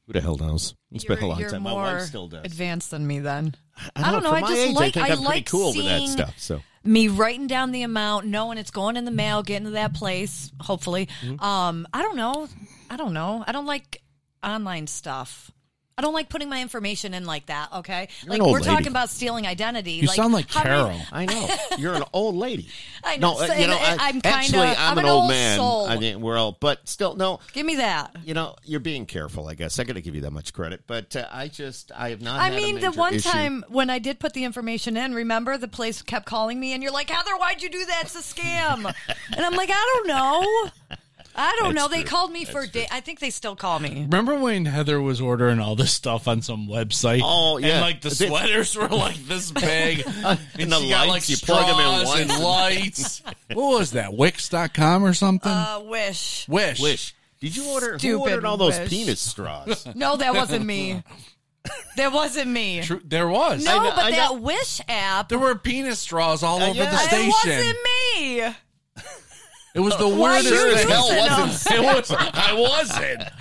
Speaker 1: who the hell knows? It's been a long time. My wife still does.
Speaker 2: advanced than me then.
Speaker 1: don't know,
Speaker 2: know,
Speaker 1: for
Speaker 2: I
Speaker 1: my
Speaker 2: just
Speaker 1: age,
Speaker 2: like-
Speaker 1: I think
Speaker 2: I
Speaker 1: am
Speaker 2: like
Speaker 1: pretty cool with that
Speaker 2: seeing-
Speaker 1: stuff. So
Speaker 2: Me writing down the amount, knowing it's going in the
Speaker 1: Mm-hmm.
Speaker 2: mail, getting to that place, hopefully. Um, I don't know. I don't know. I don't like online stuff. I don't like putting my information in like that. Okay,
Speaker 1: an
Speaker 2: like
Speaker 1: old
Speaker 2: we're
Speaker 1: lady.
Speaker 2: talking about stealing identity.
Speaker 6: You sound like
Speaker 2: how many-
Speaker 6: Carol.
Speaker 1: I know you're an old lady.
Speaker 2: I know,
Speaker 1: uh,
Speaker 2: so- and I- I'm kinda-
Speaker 1: actually I'm, an, old, man.
Speaker 2: soul.
Speaker 1: I mean, we're all, but still, no.
Speaker 2: give me that.
Speaker 1: You know, you're being careful. I guess I got to give you that much credit, but uh, I just I have not.
Speaker 2: I
Speaker 1: had a
Speaker 2: mean, the
Speaker 1: major
Speaker 2: one
Speaker 1: issue.
Speaker 2: time when I did put the information in, remember the place kept calling me, and you're like, "Heather, why'd you do that? It's a scam." and I'm like, "I don't know. I don't know." They called me for. Da- I think they still call me.
Speaker 6: Remember when Heather was ordering all this stuff on some website?
Speaker 1: Oh, yeah.
Speaker 6: and like the
Speaker 1: They-
Speaker 6: sweaters were like this big, and,
Speaker 1: the
Speaker 6: she
Speaker 1: lights, you plug 'em in
Speaker 6: straws and
Speaker 1: once.
Speaker 6: lights. what was that? Wix.com or something?
Speaker 2: Uh, wish.
Speaker 6: Wish.
Speaker 1: wish. Did you order? who
Speaker 2: Stupid
Speaker 1: ordered all those
Speaker 2: wish.
Speaker 1: penis straws?
Speaker 2: No, that wasn't me. that wasn't me.
Speaker 6: True, there was.
Speaker 2: No,
Speaker 1: know-
Speaker 2: but
Speaker 1: I
Speaker 2: that
Speaker 1: know-
Speaker 2: Wish app.
Speaker 6: There were penis straws all over
Speaker 1: Uh, yeah.
Speaker 6: the
Speaker 1: It
Speaker 2: It
Speaker 6: station.
Speaker 2: wasn't me.
Speaker 6: It was the
Speaker 2: Why
Speaker 6: weirdest
Speaker 2: you
Speaker 1: as
Speaker 6: thing.
Speaker 1: hell
Speaker 2: using
Speaker 1: wasn't.
Speaker 2: them?
Speaker 6: It was. I wasn't.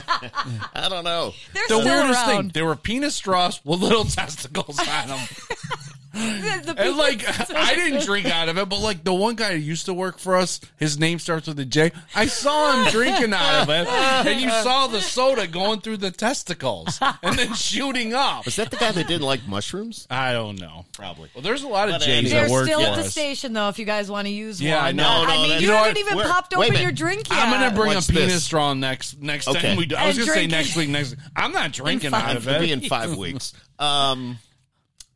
Speaker 1: I don't know.
Speaker 2: They're
Speaker 6: The
Speaker 2: still
Speaker 6: weirdest
Speaker 2: around.
Speaker 6: thing. There were penis straws with little testicles on them.
Speaker 2: The- the
Speaker 6: And
Speaker 2: people-
Speaker 6: like, I didn't drink out of it, but like the one guy who used to work for us, his name starts with a J. I saw him drinking out of it, and you saw the soda going through the testicles and then shooting up.
Speaker 1: Was that the guy that didn't like mushrooms?
Speaker 6: I don't know.
Speaker 1: Probably.
Speaker 6: Well, there's a lot of
Speaker 1: But uh, anyway.
Speaker 6: J's
Speaker 2: they're
Speaker 6: that work
Speaker 2: still
Speaker 6: for
Speaker 2: at the
Speaker 6: us.
Speaker 2: station, though. If you guys want to use
Speaker 6: Yeah,
Speaker 2: one,
Speaker 6: I know.
Speaker 2: I
Speaker 1: No, no,
Speaker 2: mean,
Speaker 1: that-
Speaker 2: you,
Speaker 6: You know
Speaker 2: haven't
Speaker 6: what?
Speaker 2: even
Speaker 1: We're- wait
Speaker 2: popped
Speaker 1: a
Speaker 2: open
Speaker 1: minute.
Speaker 2: your drink yet.
Speaker 6: I'm gonna bring
Speaker 1: What's
Speaker 6: a penis
Speaker 1: this?
Speaker 6: straw next next
Speaker 1: Okay.
Speaker 6: time we do. I was
Speaker 2: And
Speaker 6: gonna
Speaker 2: drink-
Speaker 6: say next week. Next, I'm not drinking
Speaker 2: five-
Speaker 6: out
Speaker 1: I'll
Speaker 6: of it.
Speaker 1: be in five weeks. Um.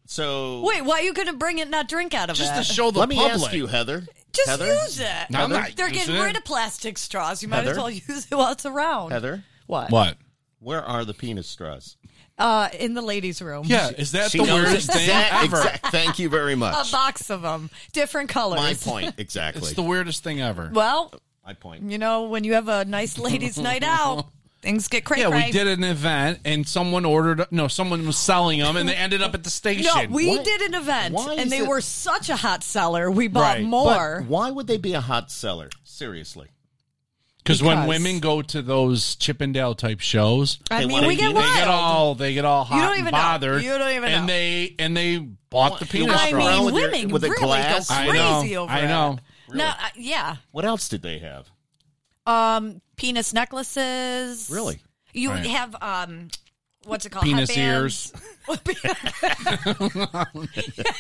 Speaker 1: So
Speaker 2: Wait, why are you gonna bring it? Not drink out of
Speaker 6: just
Speaker 2: it.
Speaker 6: to show the
Speaker 1: let me
Speaker 6: public.
Speaker 1: ask you, Heather.
Speaker 2: Just
Speaker 1: Heather?
Speaker 2: use it.
Speaker 6: No, I'm not
Speaker 2: They're
Speaker 6: using
Speaker 2: getting
Speaker 6: it.
Speaker 2: rid of plastic straws. You might as
Speaker 1: Heather?
Speaker 2: well use it while it's around.
Speaker 1: Heather,
Speaker 2: What?
Speaker 6: what?
Speaker 1: where are the penis straws?
Speaker 2: Uh, in the ladies' room.
Speaker 6: Yeah, is that
Speaker 1: She
Speaker 6: the
Speaker 1: knows
Speaker 6: weirdest thing
Speaker 1: exact-
Speaker 6: ever?
Speaker 1: exact- thank you very
Speaker 2: A
Speaker 1: much.
Speaker 2: box of them, different colors.
Speaker 1: My point exactly.
Speaker 6: It's the weirdest thing ever.
Speaker 2: Well,
Speaker 1: My point.
Speaker 2: you know, when you have a nice ladies' night out, things get crazy.
Speaker 6: Yeah, we did an event and someone ordered. No, someone was selling them and they ended up at the station.
Speaker 2: No, we
Speaker 1: Why-
Speaker 2: did an event,
Speaker 1: why is
Speaker 2: and they
Speaker 1: it-
Speaker 2: were such a hot seller. We bought
Speaker 6: Right,
Speaker 2: more.
Speaker 1: But why would they be a hot seller? Seriously.
Speaker 6: Because when
Speaker 2: Because-
Speaker 6: women go to those Chippendale type shows,
Speaker 2: I
Speaker 1: They
Speaker 2: mean,
Speaker 1: wanna
Speaker 2: we
Speaker 1: eat
Speaker 2: get
Speaker 1: it.
Speaker 6: they
Speaker 2: wild.
Speaker 6: get all they get all hot
Speaker 2: don't
Speaker 6: and
Speaker 2: even know.
Speaker 6: bothered.
Speaker 2: You don't even
Speaker 6: and
Speaker 2: know.
Speaker 6: they and they bought the penis
Speaker 2: I
Speaker 1: Restaurant.
Speaker 6: straw.
Speaker 2: mean,
Speaker 1: With your-
Speaker 2: women
Speaker 1: with a
Speaker 2: really
Speaker 1: glass?
Speaker 2: go
Speaker 6: I
Speaker 2: crazy
Speaker 6: know,
Speaker 2: over
Speaker 6: I
Speaker 2: it.
Speaker 6: know.
Speaker 2: No, I- yeah.
Speaker 1: What else did they have?
Speaker 2: Um, penis necklaces.
Speaker 1: Really?
Speaker 2: You
Speaker 6: Right.
Speaker 2: have um, what's it called?
Speaker 6: Penis
Speaker 2: Headbands.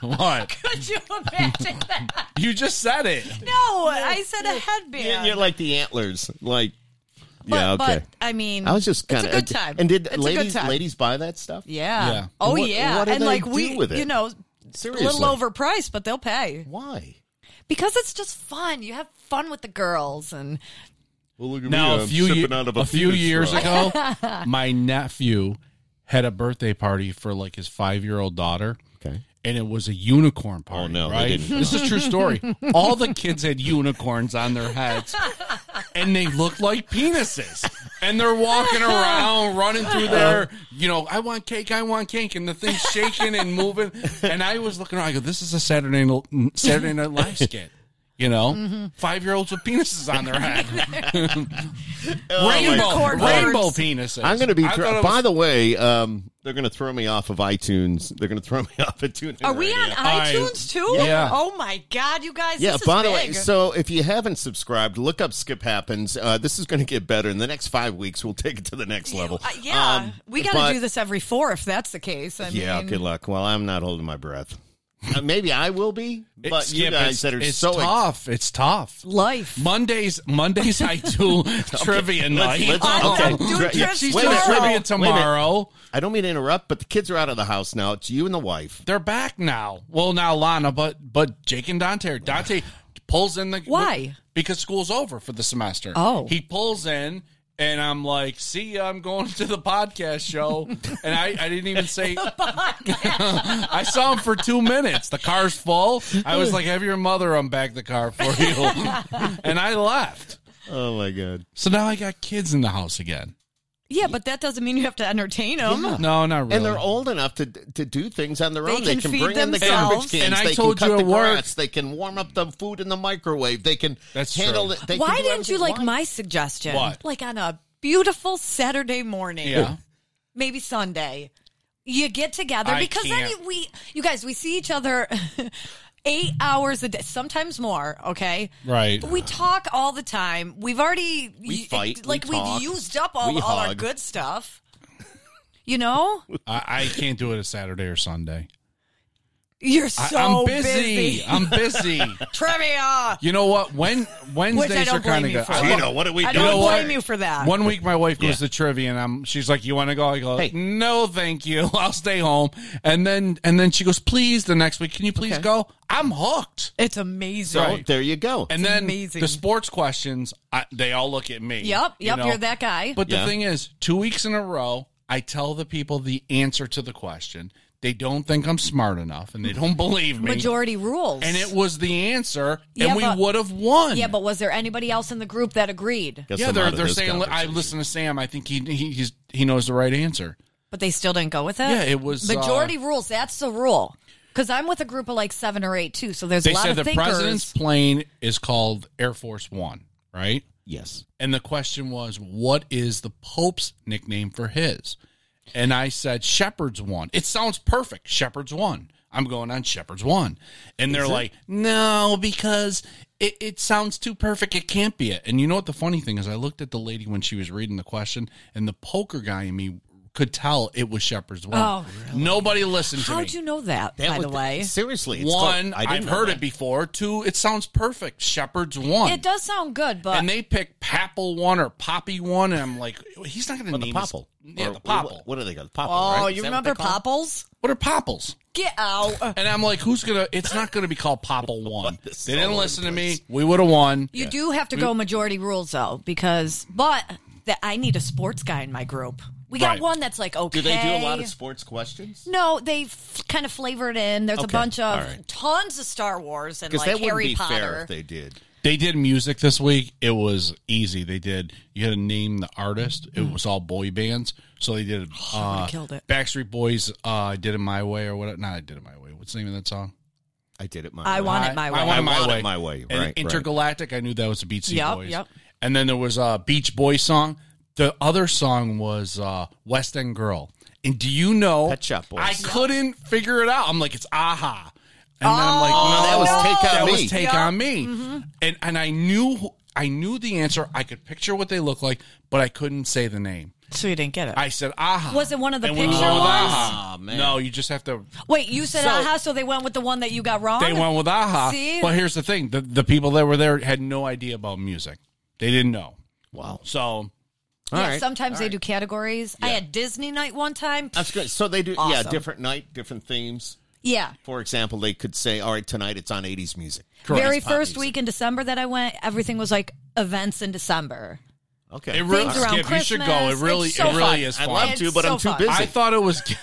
Speaker 6: what?
Speaker 2: Could you imagine that?
Speaker 6: You just said it.
Speaker 2: No, I said a headband.
Speaker 1: Yeah, You're like the antlers. Like,
Speaker 2: but,
Speaker 1: yeah, okay.
Speaker 2: But, I mean,
Speaker 1: I was just kind of
Speaker 2: It's a good time.
Speaker 1: And did
Speaker 2: It's a good
Speaker 1: ladies
Speaker 2: time.
Speaker 1: ladies buy that stuff?
Speaker 2: Yeah.
Speaker 6: Yeah.
Speaker 2: Oh
Speaker 1: What-
Speaker 2: yeah.
Speaker 1: what do
Speaker 2: and
Speaker 1: they
Speaker 2: like
Speaker 1: do
Speaker 2: we,
Speaker 1: with it?
Speaker 2: you know,
Speaker 1: Seriously.
Speaker 2: a little overpriced, but they'll pay
Speaker 1: Why?
Speaker 2: because it's just fun. You have fun with the girls, and
Speaker 1: Well, look at
Speaker 6: Now a few ye- a few years ago, my nephew had a birthday party for like his five year old daughter.
Speaker 1: Okay.
Speaker 6: and it was a unicorn party.
Speaker 1: Oh, no, they
Speaker 6: right?
Speaker 1: didn't.
Speaker 6: This is a true story. All the kids had unicorns on their heads, and they looked like penises. And they're walking around, running through their, you know, I want cake, I want cake, and the thing's shaking and moving. And I was looking around. I go, this is a Saturday Night- Saturday Night Live skit. You know, five year olds with penises on their head, rainbow,
Speaker 2: Oh Unicorn
Speaker 6: rainbow
Speaker 2: horns.
Speaker 6: penises.
Speaker 1: I'm going to be.
Speaker 6: I thought
Speaker 1: Dr-
Speaker 6: it
Speaker 1: by
Speaker 6: was-
Speaker 1: the way, um, they're going to throw me off of iTunes. They're going to throw me off of TuneIn.
Speaker 2: are we on
Speaker 1: Radio.
Speaker 6: I-
Speaker 2: iTunes too?
Speaker 6: Yeah.
Speaker 2: Oh my God, you guys!
Speaker 1: Yeah,
Speaker 2: This is
Speaker 1: by the way,
Speaker 2: big.
Speaker 1: so if you haven't subscribed, look up Skip Happens. Uh, this is going to get better. In the next five weeks, we'll take it to the next level.
Speaker 2: Uh, yeah,
Speaker 1: Um,
Speaker 2: we got
Speaker 1: but-
Speaker 2: to do this every four if that's the case. I
Speaker 1: Yeah,
Speaker 2: mean,
Speaker 1: good luck. Well, I'm not holding my breath. Uh, maybe I will be, but
Speaker 6: Skip,
Speaker 1: you guys
Speaker 6: it's-
Speaker 1: that are
Speaker 6: it's
Speaker 1: so
Speaker 6: tough. It's tough.
Speaker 2: life.
Speaker 6: Mondays, Mondays I do trivia night.
Speaker 1: let's-
Speaker 2: Oh,
Speaker 1: okay.
Speaker 2: I'm doing
Speaker 1: Tri- yeah,
Speaker 2: trivia
Speaker 6: She's
Speaker 1: wait a minute, wait
Speaker 6: doing
Speaker 1: a
Speaker 6: trivia
Speaker 1: minute, wait a minute.
Speaker 6: tomorrow.
Speaker 1: I don't mean to interrupt, but the kids are out of the house now. It's you and the wife.
Speaker 6: They're back now. Well, now Lana, but but Jake and Dante. Are, Dante pulls in the
Speaker 2: Why?
Speaker 6: Because school's over for the semester.
Speaker 2: Oh.
Speaker 6: he pulls in. And I'm like, see, ya, I'm going to the podcast show, and I, I didn't even say. I saw him for two minutes. The car's full. I was like, have your mother unbag the car for you, and I left.
Speaker 1: Oh my god!
Speaker 6: So now I got kids in the house again.
Speaker 2: Yeah, but that doesn't mean you have to entertain them.
Speaker 6: No, not really.
Speaker 1: And they're old enough to to do things on their
Speaker 2: They
Speaker 1: own. They
Speaker 2: can
Speaker 1: can
Speaker 2: feed
Speaker 1: bring in the
Speaker 2: themselves.
Speaker 1: garbage cans.
Speaker 6: And I
Speaker 1: they
Speaker 6: told
Speaker 1: can
Speaker 6: you
Speaker 1: cut the
Speaker 6: at work-
Speaker 1: grass. They can warm up the food in the microwave. They can
Speaker 6: That's
Speaker 1: handle
Speaker 6: true.
Speaker 1: it. They can
Speaker 2: Why
Speaker 1: do
Speaker 2: didn't you
Speaker 1: everything.
Speaker 2: like
Speaker 1: Why?
Speaker 2: my suggestion?
Speaker 6: What?
Speaker 2: Like on a beautiful Saturday morning,
Speaker 6: yeah.
Speaker 2: maybe Sunday, you get together
Speaker 6: I
Speaker 2: because then
Speaker 6: can't.
Speaker 2: you, we, you guys, we see each other eight hours a day, sometimes more. Okay,
Speaker 6: Right.
Speaker 2: We talk all the time. We've already
Speaker 1: We fight,
Speaker 2: like
Speaker 1: we talk,
Speaker 2: have used up all,
Speaker 1: we
Speaker 2: all our
Speaker 1: hug.
Speaker 2: good stuff. You know,
Speaker 6: I, I can't do it a Saturday or Sunday.
Speaker 2: you're
Speaker 6: I,
Speaker 2: so
Speaker 6: I'm busy. I'm busy.
Speaker 2: Trivia.
Speaker 6: You know what? When Wednesdays
Speaker 2: don't
Speaker 6: are kind
Speaker 2: blame
Speaker 6: of
Speaker 2: you
Speaker 6: good.
Speaker 2: for.
Speaker 6: I
Speaker 2: Gino,
Speaker 6: love-
Speaker 1: what are we
Speaker 2: I
Speaker 6: You
Speaker 2: don't
Speaker 6: know what?
Speaker 2: blame you for that.
Speaker 6: One week my wife goes to trivia and I'm she's like, You wanna go? I go,
Speaker 1: Hey.
Speaker 6: No, thank you. I'll stay home. And then and then she goes, Please the next week, can you please go? I'm hooked.
Speaker 2: it's amazing.
Speaker 1: So there you go.
Speaker 6: And then
Speaker 2: amazing.
Speaker 6: the sports questions, I, they all look at me.
Speaker 2: Yep,
Speaker 6: you
Speaker 2: yep,
Speaker 6: know?
Speaker 2: you're that guy.
Speaker 6: But
Speaker 1: Yeah.
Speaker 6: the thing is, two weeks in a row, I tell the people the answer to the question. They don't think I'm smart enough and they don't believe me.
Speaker 2: Majority rules.
Speaker 6: and it was the answer,
Speaker 2: Yeah,
Speaker 6: and we
Speaker 2: but-
Speaker 6: would have won.
Speaker 2: yeah, but was there anybody else in the group that agreed?
Speaker 1: Guess
Speaker 6: yeah,
Speaker 1: I'm
Speaker 6: they're
Speaker 1: out of
Speaker 6: they're
Speaker 1: this
Speaker 6: saying. li- I
Speaker 1: conversation.
Speaker 6: listen to Sam. I think he, he he's he knows the right answer.
Speaker 2: But they still didn't go with it.
Speaker 6: Yeah, it was, uh,
Speaker 2: majority rules. That's the rule. Because I'm with a group of like seven or eight too, so there's
Speaker 6: They
Speaker 2: a lot
Speaker 6: said
Speaker 2: of
Speaker 6: the
Speaker 2: thinkers.
Speaker 6: president's plane is called Air Force One, right?
Speaker 1: Yes.
Speaker 6: And the question was, what is the Pope's nickname for his? And I said Shepherd's One. It sounds perfect, Shepherd's One. I'm going on Shepherd's One, and they're like, no, because. It, it sounds too perfect. It can't be it. And you know what the funny thing is? I looked at the lady when she was reading the question, and the poker guy in me could tell it was Shepherd's One.
Speaker 2: Oh,
Speaker 6: Nobody listened to me.
Speaker 2: How'd you know that?
Speaker 1: That
Speaker 2: by
Speaker 1: was-
Speaker 2: the way,
Speaker 1: seriously, it's
Speaker 6: One,
Speaker 1: called- I
Speaker 6: I've
Speaker 1: didn't know
Speaker 6: heard
Speaker 1: that.
Speaker 6: it before. Two, it sounds perfect. Shepherd's one.
Speaker 2: it does sound good, but
Speaker 6: And they pick Papal one or Poppy one, and I'm like, he's not going to
Speaker 1: Well,
Speaker 6: name
Speaker 1: the popple.
Speaker 6: His, yeah,
Speaker 1: Or
Speaker 6: the popple.
Speaker 1: What, what are they called? Popple.
Speaker 2: oh,
Speaker 1: right? Is
Speaker 2: you
Speaker 1: that what they
Speaker 2: remember
Speaker 1: call it?
Speaker 2: Popples?
Speaker 6: What are popples?
Speaker 2: Get out.
Speaker 6: And I'm like, who's gonna? It's not going to be called Popple one.
Speaker 1: This is
Speaker 6: they
Speaker 1: all
Speaker 6: didn't
Speaker 1: over
Speaker 6: listen
Speaker 1: the
Speaker 6: to me.
Speaker 1: place.
Speaker 6: We would have won.
Speaker 2: You do have to go majority rules though, because but that I need a sports guy in my group. We got
Speaker 6: Right.
Speaker 2: one that's like okay.
Speaker 1: Do they do a lot of sports questions?
Speaker 2: No, they f- kind of flavored in. There's a
Speaker 1: Okay,
Speaker 2: bunch of
Speaker 1: all right.
Speaker 2: tons of Star Wars and
Speaker 1: Because
Speaker 2: like
Speaker 1: that wouldn't
Speaker 2: Harry
Speaker 1: be
Speaker 2: Potter.
Speaker 1: fair if they did.
Speaker 6: They did music this week. It was easy. They did. You had to name the artist.
Speaker 2: Mm.
Speaker 6: It was all boy bands. So they did. Uh,
Speaker 2: killed it.
Speaker 6: Backstreet Boys. Uh, did it my way or what? Not I did it my way. What's the name of that song?
Speaker 1: I did it my
Speaker 2: I
Speaker 1: way.
Speaker 2: want it my way.
Speaker 6: I want it
Speaker 1: I
Speaker 6: my
Speaker 1: want it
Speaker 6: way.
Speaker 1: my way,
Speaker 6: And
Speaker 1: right,
Speaker 6: Intergalactic. I knew that was the Beach Sea
Speaker 2: Yep,
Speaker 6: Boys.
Speaker 2: yep.
Speaker 6: And then there was a Beach Boy song. The other song was uh, West End Girl. And do you know?
Speaker 1: Pet Shop Boys.
Speaker 6: I couldn't figure it out. I'm like, it's Aha. And then I'm like,
Speaker 1: Oh,
Speaker 6: no,
Speaker 1: that was Take On
Speaker 6: that
Speaker 1: Me.
Speaker 6: was Take
Speaker 2: Yep.
Speaker 6: on me.
Speaker 2: Mm-hmm.
Speaker 6: And and I knew I knew the answer. I could picture what they looked like, but I couldn't say the name.
Speaker 2: So you didn't get it.
Speaker 6: I said Aha.
Speaker 2: Was it one of the
Speaker 6: And we
Speaker 2: picture
Speaker 6: went with
Speaker 2: ones?
Speaker 6: Aha.
Speaker 1: Ah, man.
Speaker 6: No, you just have to
Speaker 2: Wait, you said aha, so they went with the one that you got wrong.
Speaker 6: They went with AHA.
Speaker 2: See?
Speaker 6: But here's the thing: the, the people that were there had no idea about music. They didn't know.
Speaker 1: Wow.
Speaker 6: So
Speaker 2: yeah,
Speaker 1: right.
Speaker 2: Sometimes they do categories. I had Disney night one time.
Speaker 1: That's good. So they do, yeah,
Speaker 2: Awesome.
Speaker 1: different night, different themes.
Speaker 2: Yeah.
Speaker 1: For example, they could say, all right, tonight it's on 80s music.
Speaker 2: Very
Speaker 1: Pop
Speaker 2: first
Speaker 1: music.
Speaker 2: week in December that I went, everything was like events in December.
Speaker 1: Okay.
Speaker 6: it really,
Speaker 2: Things around
Speaker 6: Skip, you should go. It
Speaker 2: Christmas.
Speaker 6: really,
Speaker 2: It's so
Speaker 6: it really
Speaker 2: fun.
Speaker 6: is
Speaker 1: I'd
Speaker 6: fun.
Speaker 1: love
Speaker 2: It's
Speaker 1: to, but I'm too
Speaker 2: so fun.
Speaker 1: busy.
Speaker 6: I thought it was.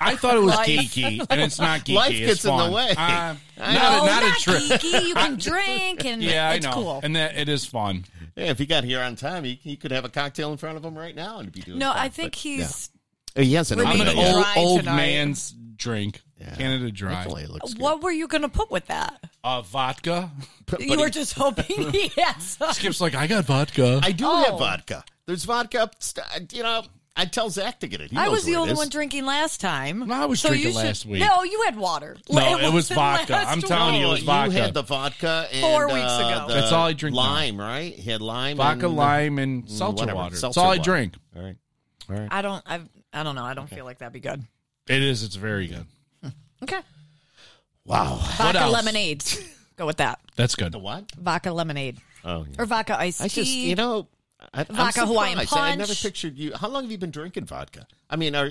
Speaker 6: I thought it was
Speaker 2: Life.
Speaker 6: geeky, and it's not geeky.
Speaker 1: Life
Speaker 6: It's
Speaker 1: gets in the
Speaker 6: fun.
Speaker 1: way.
Speaker 6: Uh, not,
Speaker 1: I
Speaker 6: a,
Speaker 2: no,
Speaker 6: not,
Speaker 2: not
Speaker 6: a trip.
Speaker 2: geeky. You can drink and
Speaker 6: Yeah,
Speaker 2: it's
Speaker 6: I know,
Speaker 2: cool.
Speaker 6: and that it is fun.
Speaker 1: Hey, if he got here on time, he, he could have a cocktail in front of him right now and be doing
Speaker 2: No,
Speaker 1: fine,
Speaker 2: I think
Speaker 1: but,
Speaker 2: he's
Speaker 1: yeah. He has an
Speaker 2: I'm
Speaker 6: I'm
Speaker 2: an
Speaker 1: idea.
Speaker 6: an
Speaker 2: Canada
Speaker 6: old
Speaker 2: Dry
Speaker 6: old
Speaker 2: tonight.
Speaker 6: man's drink.
Speaker 1: Yeah.
Speaker 6: Canada Dry.
Speaker 1: Definitely looks good.
Speaker 2: What were you going to put with that?
Speaker 6: Uh, vodka.
Speaker 2: you were just hoping he had some.
Speaker 6: Skip's like, I got vodka.
Speaker 1: I do
Speaker 2: Oh.
Speaker 1: have vodka. There's vodka. up st- You know, I tell Zach to get it. He
Speaker 2: I
Speaker 1: knows
Speaker 2: was the
Speaker 1: where it
Speaker 2: only
Speaker 1: is.
Speaker 2: one drinking last time.
Speaker 6: No, I was
Speaker 2: so
Speaker 6: drinking
Speaker 2: you should-
Speaker 6: last week.
Speaker 2: No, you had water.
Speaker 6: No, it was
Speaker 2: wasn't
Speaker 6: vodka.
Speaker 2: last
Speaker 6: I'm
Speaker 2: week.
Speaker 6: telling you, it
Speaker 1: Oh,
Speaker 6: was
Speaker 1: you
Speaker 6: vodka.
Speaker 1: had the vodka and,
Speaker 2: Four weeks
Speaker 1: uh,
Speaker 2: ago.
Speaker 1: the
Speaker 6: That's all I drink now.
Speaker 1: Lime, right? He had lime,
Speaker 6: vodka,
Speaker 1: and,
Speaker 6: lime, and seltzer
Speaker 1: Mm, whatever,
Speaker 6: water. That's
Speaker 1: seltzer
Speaker 6: all I
Speaker 1: water.
Speaker 6: drink.
Speaker 1: All right.
Speaker 2: I don't. I've, I don't know. I don't feel like that'd be good.
Speaker 6: It is. It's very good.
Speaker 2: Okay.
Speaker 1: Wow.
Speaker 2: Vodka
Speaker 6: else?
Speaker 2: lemonade. Go with that.
Speaker 6: That's good.
Speaker 1: The what?
Speaker 2: Vodka lemonade
Speaker 1: Oh, yeah.
Speaker 2: or vodka iced tea.
Speaker 1: I just, you know, I, I'm
Speaker 2: Vodka, Hawaiian
Speaker 1: surprised. I never
Speaker 2: punch.
Speaker 1: pictured you. How long have you been drinking vodka? I mean, are,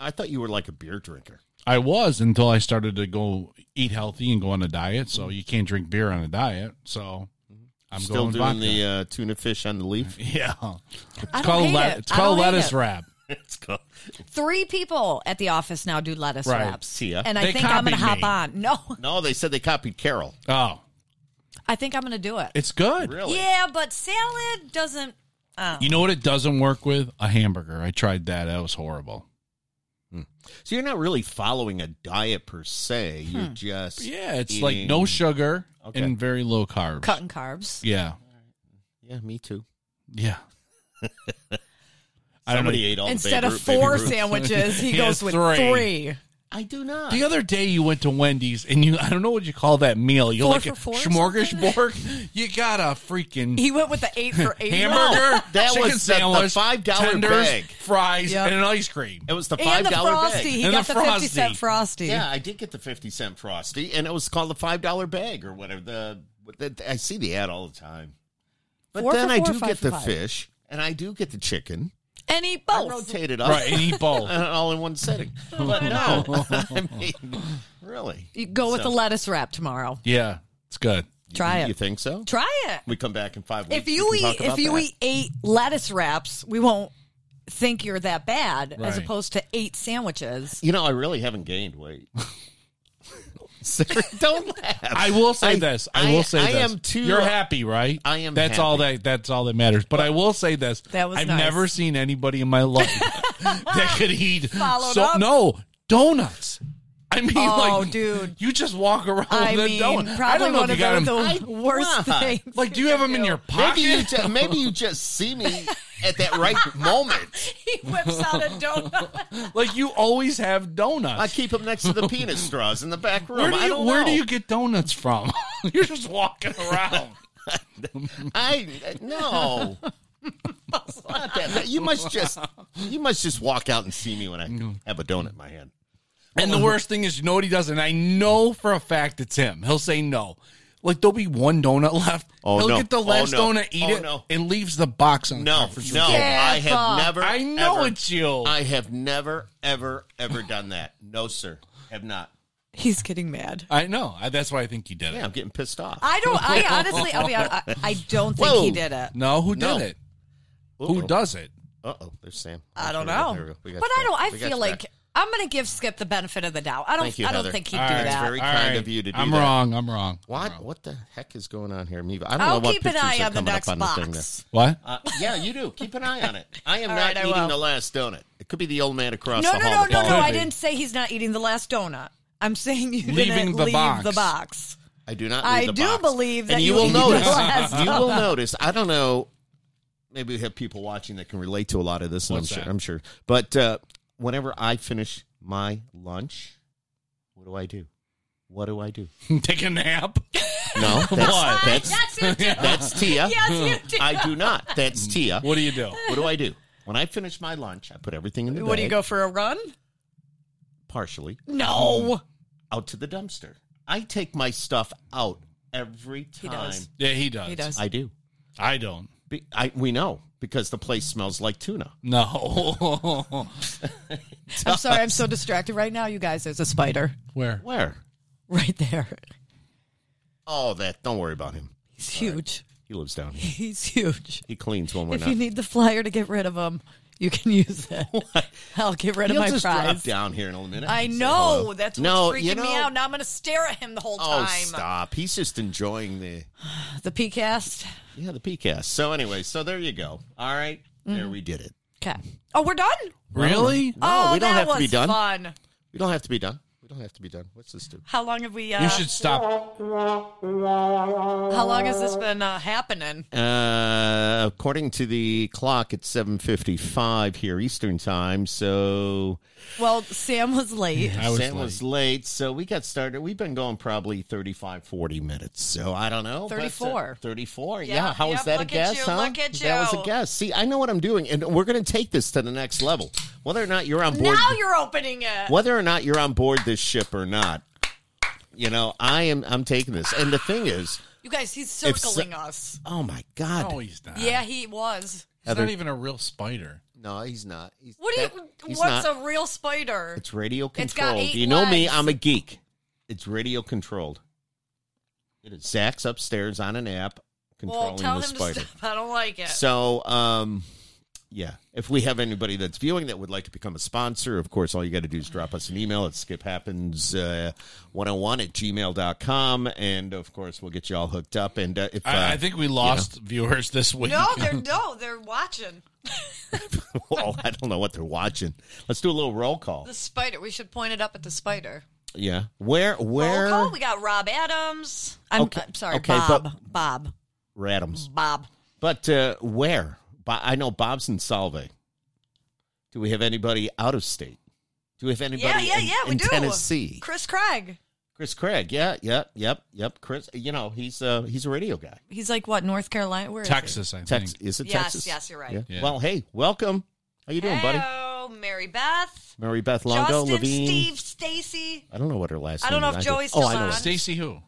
Speaker 1: I thought you were like a beer drinker.
Speaker 6: I was until I started to go eat healthy and go on a diet. So you can't drink beer on a diet. So I'm
Speaker 1: Mm-hmm. Still
Speaker 6: going
Speaker 1: doing
Speaker 6: vodka.
Speaker 1: the uh, tuna fish on the leaf.
Speaker 6: yeah. It's
Speaker 2: I don't
Speaker 6: called
Speaker 2: hate
Speaker 6: le-
Speaker 2: it.
Speaker 6: it's
Speaker 2: I
Speaker 6: called
Speaker 2: don't hate
Speaker 6: lettuce
Speaker 2: it.
Speaker 6: wrap.
Speaker 1: Let's go.
Speaker 2: Three people at the office now do lettuce
Speaker 6: Right.
Speaker 2: wraps,
Speaker 1: See ya.
Speaker 2: and I
Speaker 6: They
Speaker 2: think I'm going to
Speaker 6: copied
Speaker 2: hop
Speaker 6: me.
Speaker 2: on. No,
Speaker 1: No, they said they copied Carol.
Speaker 6: Oh,
Speaker 2: I think I'm going to do it.
Speaker 6: it's good.
Speaker 1: Really?
Speaker 2: Yeah, but salad doesn't.
Speaker 6: You know what it doesn't work with? A hamburger. I tried that. That was horrible.
Speaker 1: So you're not really following a diet per se. You're
Speaker 2: Hmm.
Speaker 1: just
Speaker 6: Yeah, it's
Speaker 1: eating-
Speaker 6: like no sugar
Speaker 1: Okay.
Speaker 6: and very low carbs.
Speaker 2: Cutting carbs.
Speaker 6: Yeah.
Speaker 1: Yeah, me too.
Speaker 6: Yeah. I don't know.
Speaker 1: Somebody ate all the
Speaker 2: Instead
Speaker 1: Babe
Speaker 2: of
Speaker 1: Ruth- Baby
Speaker 2: four
Speaker 1: Ruth.
Speaker 2: sandwiches, he
Speaker 6: He
Speaker 2: goes
Speaker 6: has
Speaker 2: with
Speaker 6: three.
Speaker 2: three.
Speaker 1: I do not.
Speaker 6: The other day you went to Wendy's and you I don't know what you call that meal. You
Speaker 2: Four
Speaker 6: like
Speaker 2: for
Speaker 6: a
Speaker 2: four or
Speaker 6: smorgasbord. you got a freaking
Speaker 2: He went with the eight for eight.
Speaker 6: hamburger,
Speaker 1: that
Speaker 6: chicken
Speaker 1: was the- the
Speaker 6: sandwich,
Speaker 1: $5
Speaker 6: tenders,
Speaker 1: bag.
Speaker 6: fries,
Speaker 2: Yep.
Speaker 6: and an ice cream.
Speaker 1: it was the five
Speaker 2: And the
Speaker 1: dollar
Speaker 2: frosty.
Speaker 1: bag.
Speaker 2: He
Speaker 6: And
Speaker 2: got
Speaker 6: the
Speaker 2: the,
Speaker 6: Frosty.
Speaker 2: fifty cent frosty.
Speaker 1: Yeah, I did get the fifty cent frosty, and it was called the five dollar bag or whatever. The, the I see the ad all the time, but
Speaker 2: Four
Speaker 1: then
Speaker 2: for
Speaker 1: I
Speaker 2: four,
Speaker 1: do
Speaker 2: five
Speaker 1: get
Speaker 2: for
Speaker 1: the
Speaker 2: five. Oh,
Speaker 1: fish, and I do get the chicken.
Speaker 2: And he
Speaker 1: I
Speaker 2: both.
Speaker 1: rotate it up,
Speaker 6: Right, and eat both.
Speaker 1: all in one sitting. But no, I mean, really,
Speaker 2: You go with
Speaker 1: So-
Speaker 2: the lettuce wrap tomorrow.
Speaker 6: Yeah, it's good.
Speaker 2: Try
Speaker 1: You
Speaker 2: it.
Speaker 1: think so?
Speaker 2: Try it.
Speaker 1: We come back in five weeks.
Speaker 2: If you
Speaker 1: we can
Speaker 2: eat
Speaker 1: talk
Speaker 2: if
Speaker 1: about
Speaker 2: you
Speaker 1: that.
Speaker 2: eat eight lettuce wraps, we won't think you're that bad as
Speaker 6: Right.
Speaker 2: opposed to eight sandwiches.
Speaker 1: you know, I really haven't gained weight. Sarah, don't laugh.
Speaker 6: I will say this. I, will say
Speaker 1: I
Speaker 6: this.
Speaker 1: am too.
Speaker 6: You're happy, right?
Speaker 1: I am
Speaker 6: That's all
Speaker 1: happy.
Speaker 6: that. That's all that matters. But I will say this.
Speaker 2: That was
Speaker 6: I've
Speaker 2: nice.
Speaker 6: never seen anybody in my life that could eat.
Speaker 2: Followed
Speaker 6: so
Speaker 2: up.
Speaker 6: no donuts. I mean,
Speaker 2: Oh,
Speaker 6: like,
Speaker 2: dude.
Speaker 6: you just walk around
Speaker 2: I
Speaker 6: with
Speaker 2: mean,
Speaker 6: a Oh, donut. I
Speaker 2: probably
Speaker 6: don't know
Speaker 2: one
Speaker 6: if
Speaker 2: of
Speaker 6: you got them.
Speaker 2: the worst
Speaker 1: Why?
Speaker 2: things.
Speaker 6: like, do you have them in your pocket?
Speaker 1: Maybe you, ju- maybe you just see me at that right moment.
Speaker 2: He whips out a donut.
Speaker 6: like, you always have donuts.
Speaker 1: I keep them next to the peanut straws in the back room.
Speaker 6: where do
Speaker 1: I
Speaker 6: you
Speaker 1: don't
Speaker 6: Where
Speaker 1: know.
Speaker 6: do you get donuts from? You're just walking around.
Speaker 1: I no. It's not that bad. You must just you must just walk out and see me when I have a donut in my hand.
Speaker 6: And the worst thing is, you know what he does, and I know for a fact it's him. He'll say no. Like therell be one donut left.
Speaker 1: Oh,
Speaker 6: He'll
Speaker 1: no.
Speaker 6: get the
Speaker 1: Oh,
Speaker 6: last
Speaker 1: no.
Speaker 6: donut, eat
Speaker 1: Oh,
Speaker 6: it,
Speaker 1: no.
Speaker 6: and leaves the box on. the
Speaker 1: No,
Speaker 6: conference
Speaker 1: no,
Speaker 6: table.
Speaker 1: I
Speaker 2: Careful.
Speaker 1: have never.
Speaker 6: I know
Speaker 1: ever- Uh,
Speaker 6: it's you.
Speaker 1: I have never, ever, ever done that. No, sir, have not.
Speaker 2: He's getting mad.
Speaker 6: I know. I, that's why I think he did it.
Speaker 1: Yeah, I'm getting pissed off.
Speaker 2: I don't. I honestly, I'll be honest. I, I don't think he
Speaker 1: Whoa.
Speaker 2: did it.
Speaker 6: No, who did
Speaker 1: No.
Speaker 6: it? Who does it?
Speaker 1: Uh oh, there's Sam.
Speaker 2: I don't
Speaker 1: There we go,
Speaker 2: know.
Speaker 1: there we go. We got
Speaker 2: But
Speaker 1: you
Speaker 2: I don't.
Speaker 1: back.
Speaker 2: I
Speaker 1: We got
Speaker 2: feel
Speaker 1: you back.
Speaker 2: like I'm going to give Skip the benefit of the doubt. I
Speaker 1: Thank
Speaker 2: don't.
Speaker 1: you,
Speaker 2: I don't
Speaker 1: Heather.
Speaker 2: think he'd
Speaker 6: All
Speaker 2: do
Speaker 6: right.
Speaker 2: that.
Speaker 1: Very kind of you to do
Speaker 6: I'm
Speaker 1: that.
Speaker 6: wrong. I'm wrong.
Speaker 1: What? What the heck is going on here, Miva? I don't know
Speaker 2: I'll
Speaker 1: what
Speaker 2: keep an
Speaker 1: pictures
Speaker 2: eye
Speaker 1: are
Speaker 2: on the
Speaker 1: coming up
Speaker 2: next
Speaker 1: on the thing there.
Speaker 2: box.
Speaker 6: What?
Speaker 1: Uh, yeah, you do. Keep an eye on it. I am
Speaker 2: All
Speaker 1: not
Speaker 2: right, I
Speaker 1: eating
Speaker 2: will.
Speaker 1: the last donut. It could be the old man across
Speaker 2: No,
Speaker 1: the
Speaker 2: no,
Speaker 1: hall.
Speaker 2: no,
Speaker 1: that
Speaker 2: no,
Speaker 1: called
Speaker 2: no.
Speaker 1: me.
Speaker 2: I
Speaker 6: be.
Speaker 2: didn't say he's not eating the last donut. I'm saying you're gonna
Speaker 6: Leaving the
Speaker 2: leave
Speaker 6: box.
Speaker 2: the box.
Speaker 1: I do not.
Speaker 2: I
Speaker 1: leave the
Speaker 2: do
Speaker 1: box.
Speaker 2: believe that
Speaker 1: and you
Speaker 2: you
Speaker 1: will
Speaker 2: eat the
Speaker 1: notice.
Speaker 2: last
Speaker 1: you will notice. I don't know. Maybe we have people watching that can relate to a lot of this. And I'm
Speaker 6: What's
Speaker 1: sure.
Speaker 6: that?
Speaker 1: I'm sure. But uh, whenever I finish my lunch, what do I do? What do I do?
Speaker 6: Take a nap.
Speaker 1: No, that's
Speaker 6: What?
Speaker 1: that's,
Speaker 2: you do.
Speaker 1: that's Tia.
Speaker 2: Yes, you do.
Speaker 1: I do not. That's Tia.
Speaker 6: Mm. What do you do?
Speaker 1: What do I do? When I finish my lunch, I put everything in the
Speaker 2: What do you
Speaker 1: bag,
Speaker 2: go for a run?
Speaker 1: partially
Speaker 2: No.
Speaker 1: out to the dumpster. I take my stuff out every time.
Speaker 2: does.
Speaker 6: Yeah, he does.
Speaker 2: He does.
Speaker 1: I do.
Speaker 6: I don't.
Speaker 1: Be- I, we know because the place smells like tuna.
Speaker 6: No.
Speaker 2: I'm sorry. I'm so distracted right now, you guys. There's a spider
Speaker 6: Where?
Speaker 1: Where?
Speaker 2: right there.
Speaker 1: Oh, that. Don't worry about him.
Speaker 2: He's huge.
Speaker 1: He lives down here.
Speaker 2: He's huge.
Speaker 1: He cleans when we're
Speaker 2: if
Speaker 1: not.
Speaker 2: you need the flyer to get rid of him, you can use it. I'll get rid
Speaker 1: He'll
Speaker 2: of my
Speaker 1: just drop
Speaker 2: prize.
Speaker 1: down here in a minute.
Speaker 2: I
Speaker 1: and say
Speaker 2: know.
Speaker 1: hello.
Speaker 2: That's what's
Speaker 1: No,
Speaker 2: freaking
Speaker 1: you
Speaker 2: me
Speaker 1: know-
Speaker 2: out. Now I'm going to stare at him the whole
Speaker 1: Oh,
Speaker 2: time.
Speaker 1: stop! He's just enjoying the
Speaker 2: The PCAST.
Speaker 1: yeah the PCAST. So anyway, so there you go. All right,
Speaker 2: Mm-hmm.
Speaker 1: there we did it.
Speaker 2: Okay. Oh, we're done?
Speaker 6: Really?
Speaker 1: No,
Speaker 2: oh,
Speaker 1: we don't
Speaker 2: that
Speaker 1: have to be
Speaker 2: was
Speaker 1: done.
Speaker 2: fun.
Speaker 1: We don't have to be done. We don't have to be done. What's this do?
Speaker 2: How long have we? Uh,
Speaker 6: You should stop.
Speaker 2: How long has this been uh, happening?
Speaker 1: Uh, according to the clock, it's seven fifty-five here Eastern time. So
Speaker 2: Well, Sam was late.
Speaker 6: I was
Speaker 1: Sam
Speaker 6: late.
Speaker 1: was late, so we got started. We've been going probably 35, 40 minutes. So I don't know. but, uh,
Speaker 2: 34.
Speaker 1: 34, yeah.
Speaker 2: Yeah,
Speaker 1: How was
Speaker 2: yep,
Speaker 1: that a
Speaker 2: look at
Speaker 1: guess,
Speaker 2: you,
Speaker 1: huh?
Speaker 2: look at
Speaker 1: That was
Speaker 2: you.
Speaker 1: a guess. See, I know what I'm doing, and we're going to take this to the next level. Whether or not you're on board,
Speaker 2: Now you're opening it.
Speaker 1: whether or not you're on board this ship or not, you know, I am. I'm taking this. And the thing is,
Speaker 2: You guys, he's
Speaker 1: If so-
Speaker 2: circling us.
Speaker 1: oh my god,
Speaker 6: No, he's not.
Speaker 2: Yeah, he was.
Speaker 6: He's
Speaker 1: Heather-
Speaker 6: not even a real spider.
Speaker 1: no, he's not. He's,
Speaker 2: What do you?
Speaker 1: that- he's
Speaker 2: what's
Speaker 1: not.
Speaker 2: a real spider?
Speaker 1: It's radio
Speaker 2: It's got
Speaker 1: controlled.
Speaker 2: eight
Speaker 1: you know me,
Speaker 2: legs.
Speaker 1: I'm a geek. It's radio controlled. It is Zach's upstairs on an app controlling
Speaker 2: Well, tell
Speaker 1: the
Speaker 2: him
Speaker 1: spider.
Speaker 2: to stop. I don't like it.
Speaker 1: So, um, yeah, if we have anybody that's viewing that would like to become a sponsor, of course, all you got to do is drop us an email at uh, skiphappens101 at gmail.com. And, of course, we'll get you all hooked up. And uh, if uh,
Speaker 6: I, I think we lost viewers this week.
Speaker 2: no, they're no, they're watching
Speaker 1: well, I don't know what they're watching. Let's do a little roll call.
Speaker 2: the spider. We should point it up at the spider.
Speaker 1: Yeah. Where, where?
Speaker 2: Roll call. We got Rob Adams. I'm,
Speaker 1: Okay,
Speaker 2: I'm sorry,
Speaker 1: okay,
Speaker 2: Bob.
Speaker 1: but-
Speaker 2: Bob.
Speaker 1: Radams.
Speaker 2: Bob.
Speaker 1: But uh, where? Bo- I know Bob's in Salve. Do we have anybody out of state? Do we have anybody
Speaker 2: Yeah, yeah,
Speaker 1: in,
Speaker 2: yeah. We
Speaker 1: in
Speaker 2: do.
Speaker 1: Tennessee?
Speaker 2: Chris Craig.
Speaker 1: Chris Craig. Yeah, yeah, yep, yep. Chris, you know, he's uh, he's a radio guy.
Speaker 2: He's like what? North Carolina? Where is he?
Speaker 6: Texas, I think.
Speaker 1: Texas is it
Speaker 2: Yes,
Speaker 1: Texas?
Speaker 2: yes, you're right.
Speaker 6: Yeah.
Speaker 1: Well, hey, welcome. How you doing, buddy?
Speaker 2: Hello, Mary Beth,
Speaker 1: Mary Beth Longo
Speaker 2: Justin,
Speaker 1: Levine.
Speaker 2: Steve, Stacy,
Speaker 1: I don't know what her last.
Speaker 2: I don't
Speaker 1: name
Speaker 2: know
Speaker 1: is.
Speaker 2: if Joey's
Speaker 1: oh,
Speaker 2: still
Speaker 1: I know.
Speaker 2: on.
Speaker 1: her.
Speaker 6: Stacy who?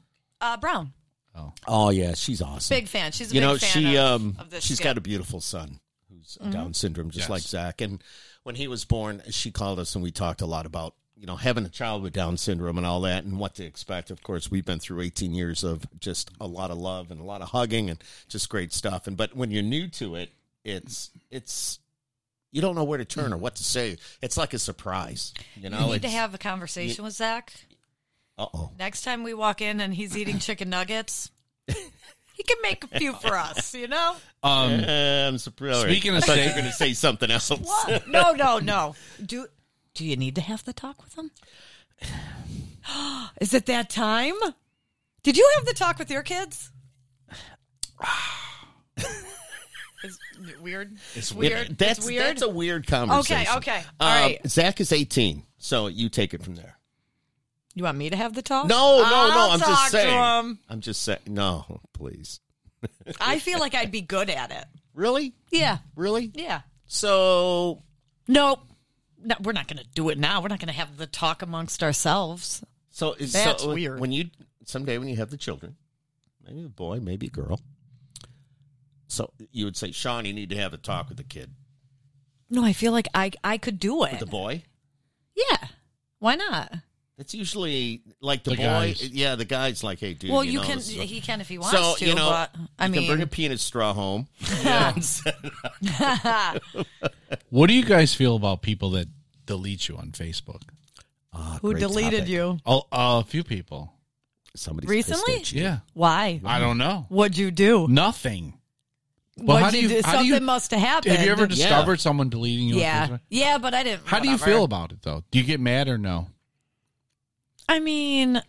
Speaker 2: uh, Brown.
Speaker 6: Oh.
Speaker 1: Oh yeah, she's awesome.
Speaker 2: Big fan. She's a
Speaker 1: you
Speaker 2: big
Speaker 1: know,
Speaker 2: fan
Speaker 1: she
Speaker 2: of,
Speaker 1: um,
Speaker 2: of this. Mm-hmm.
Speaker 1: she's
Speaker 2: skit.
Speaker 1: got a beautiful son who's uh, Down syndrome, just
Speaker 6: Yes.
Speaker 1: like Zach. And when he was born, she called us and we talked a lot about you know having a child with Down syndrome and all that, and what to expect. Of course, we've been through 18 years of just a lot of love and a lot of hugging and just great stuff. And but when you're new to it, it's it's. You don't know where to turn or what to say. It's like a surprise, you know.
Speaker 2: You need to
Speaker 1: It's-
Speaker 2: have a conversation with Zach
Speaker 1: uh-oh.
Speaker 2: next time we walk in and he's eating chicken nuggets. he can make a few for us, you know.
Speaker 6: Um,
Speaker 1: Uh, I'm surprised.
Speaker 6: Speaking of
Speaker 1: I thought you were
Speaker 6: steak-
Speaker 1: going to say something else.
Speaker 2: What? No, no, no. Do do you need to have the talk with him? Is it that time? Did you have the talk with your kids? Is it weird. It's weird.
Speaker 1: It- that's
Speaker 2: it's weird.
Speaker 1: that's a weird conversation.
Speaker 2: Okay, okay.
Speaker 1: All
Speaker 2: All
Speaker 1: right.
Speaker 2: right.
Speaker 1: Zach is eighteen, so you take it from there.
Speaker 2: you want me to have the talk?
Speaker 1: No, no, no.
Speaker 2: Oh, I'll
Speaker 1: I'm
Speaker 2: talk
Speaker 1: just
Speaker 2: to
Speaker 1: saying.
Speaker 2: him.
Speaker 1: I'm just saying. No, please.
Speaker 2: I feel like I'd be good at it.
Speaker 1: Really,
Speaker 2: Yeah.
Speaker 1: really.
Speaker 2: Yeah.
Speaker 1: So
Speaker 2: Nope. No, we're not going to do it now. We're not going to have the talk amongst ourselves.
Speaker 1: So is
Speaker 2: That's
Speaker 1: so
Speaker 2: weird.
Speaker 1: When you someday when you have the children, maybe a boy, maybe a girl. So you would say, Sean, you need to have a talk with the kid,
Speaker 2: No, I feel like I I could do it.
Speaker 1: with the boy.
Speaker 2: Yeah. Why not?
Speaker 1: That's usually like the,
Speaker 6: The
Speaker 1: boy.
Speaker 6: guys.
Speaker 1: Yeah, the guy's like, hey, dude.
Speaker 2: well,
Speaker 1: you,
Speaker 2: you,
Speaker 1: know,
Speaker 2: can.
Speaker 1: this is what-
Speaker 2: He can if he wants to. but I
Speaker 1: you
Speaker 2: mean,
Speaker 1: can bring a peanut straw home.
Speaker 6: What do you guys feel about people that delete you on Facebook?
Speaker 2: who
Speaker 1: Great
Speaker 2: deleted
Speaker 1: topic.
Speaker 2: you
Speaker 6: Oh, a few people.
Speaker 1: Somebody's pissed
Speaker 2: recently?
Speaker 1: at you.
Speaker 6: Yeah.
Speaker 2: Why?
Speaker 6: I don't know.
Speaker 2: What'd you do?
Speaker 6: Nothing. Well,
Speaker 2: What'd
Speaker 6: how do you- how
Speaker 2: Something
Speaker 6: do you-
Speaker 2: must have happened.
Speaker 6: Have you ever
Speaker 1: Yeah.
Speaker 6: discovered someone deleting you on
Speaker 2: Yeah,
Speaker 6: Facebook?
Speaker 2: yeah, but I didn't.
Speaker 6: How do you
Speaker 2: whatever.
Speaker 6: feel about it though? Do you get mad or no?
Speaker 2: I mean,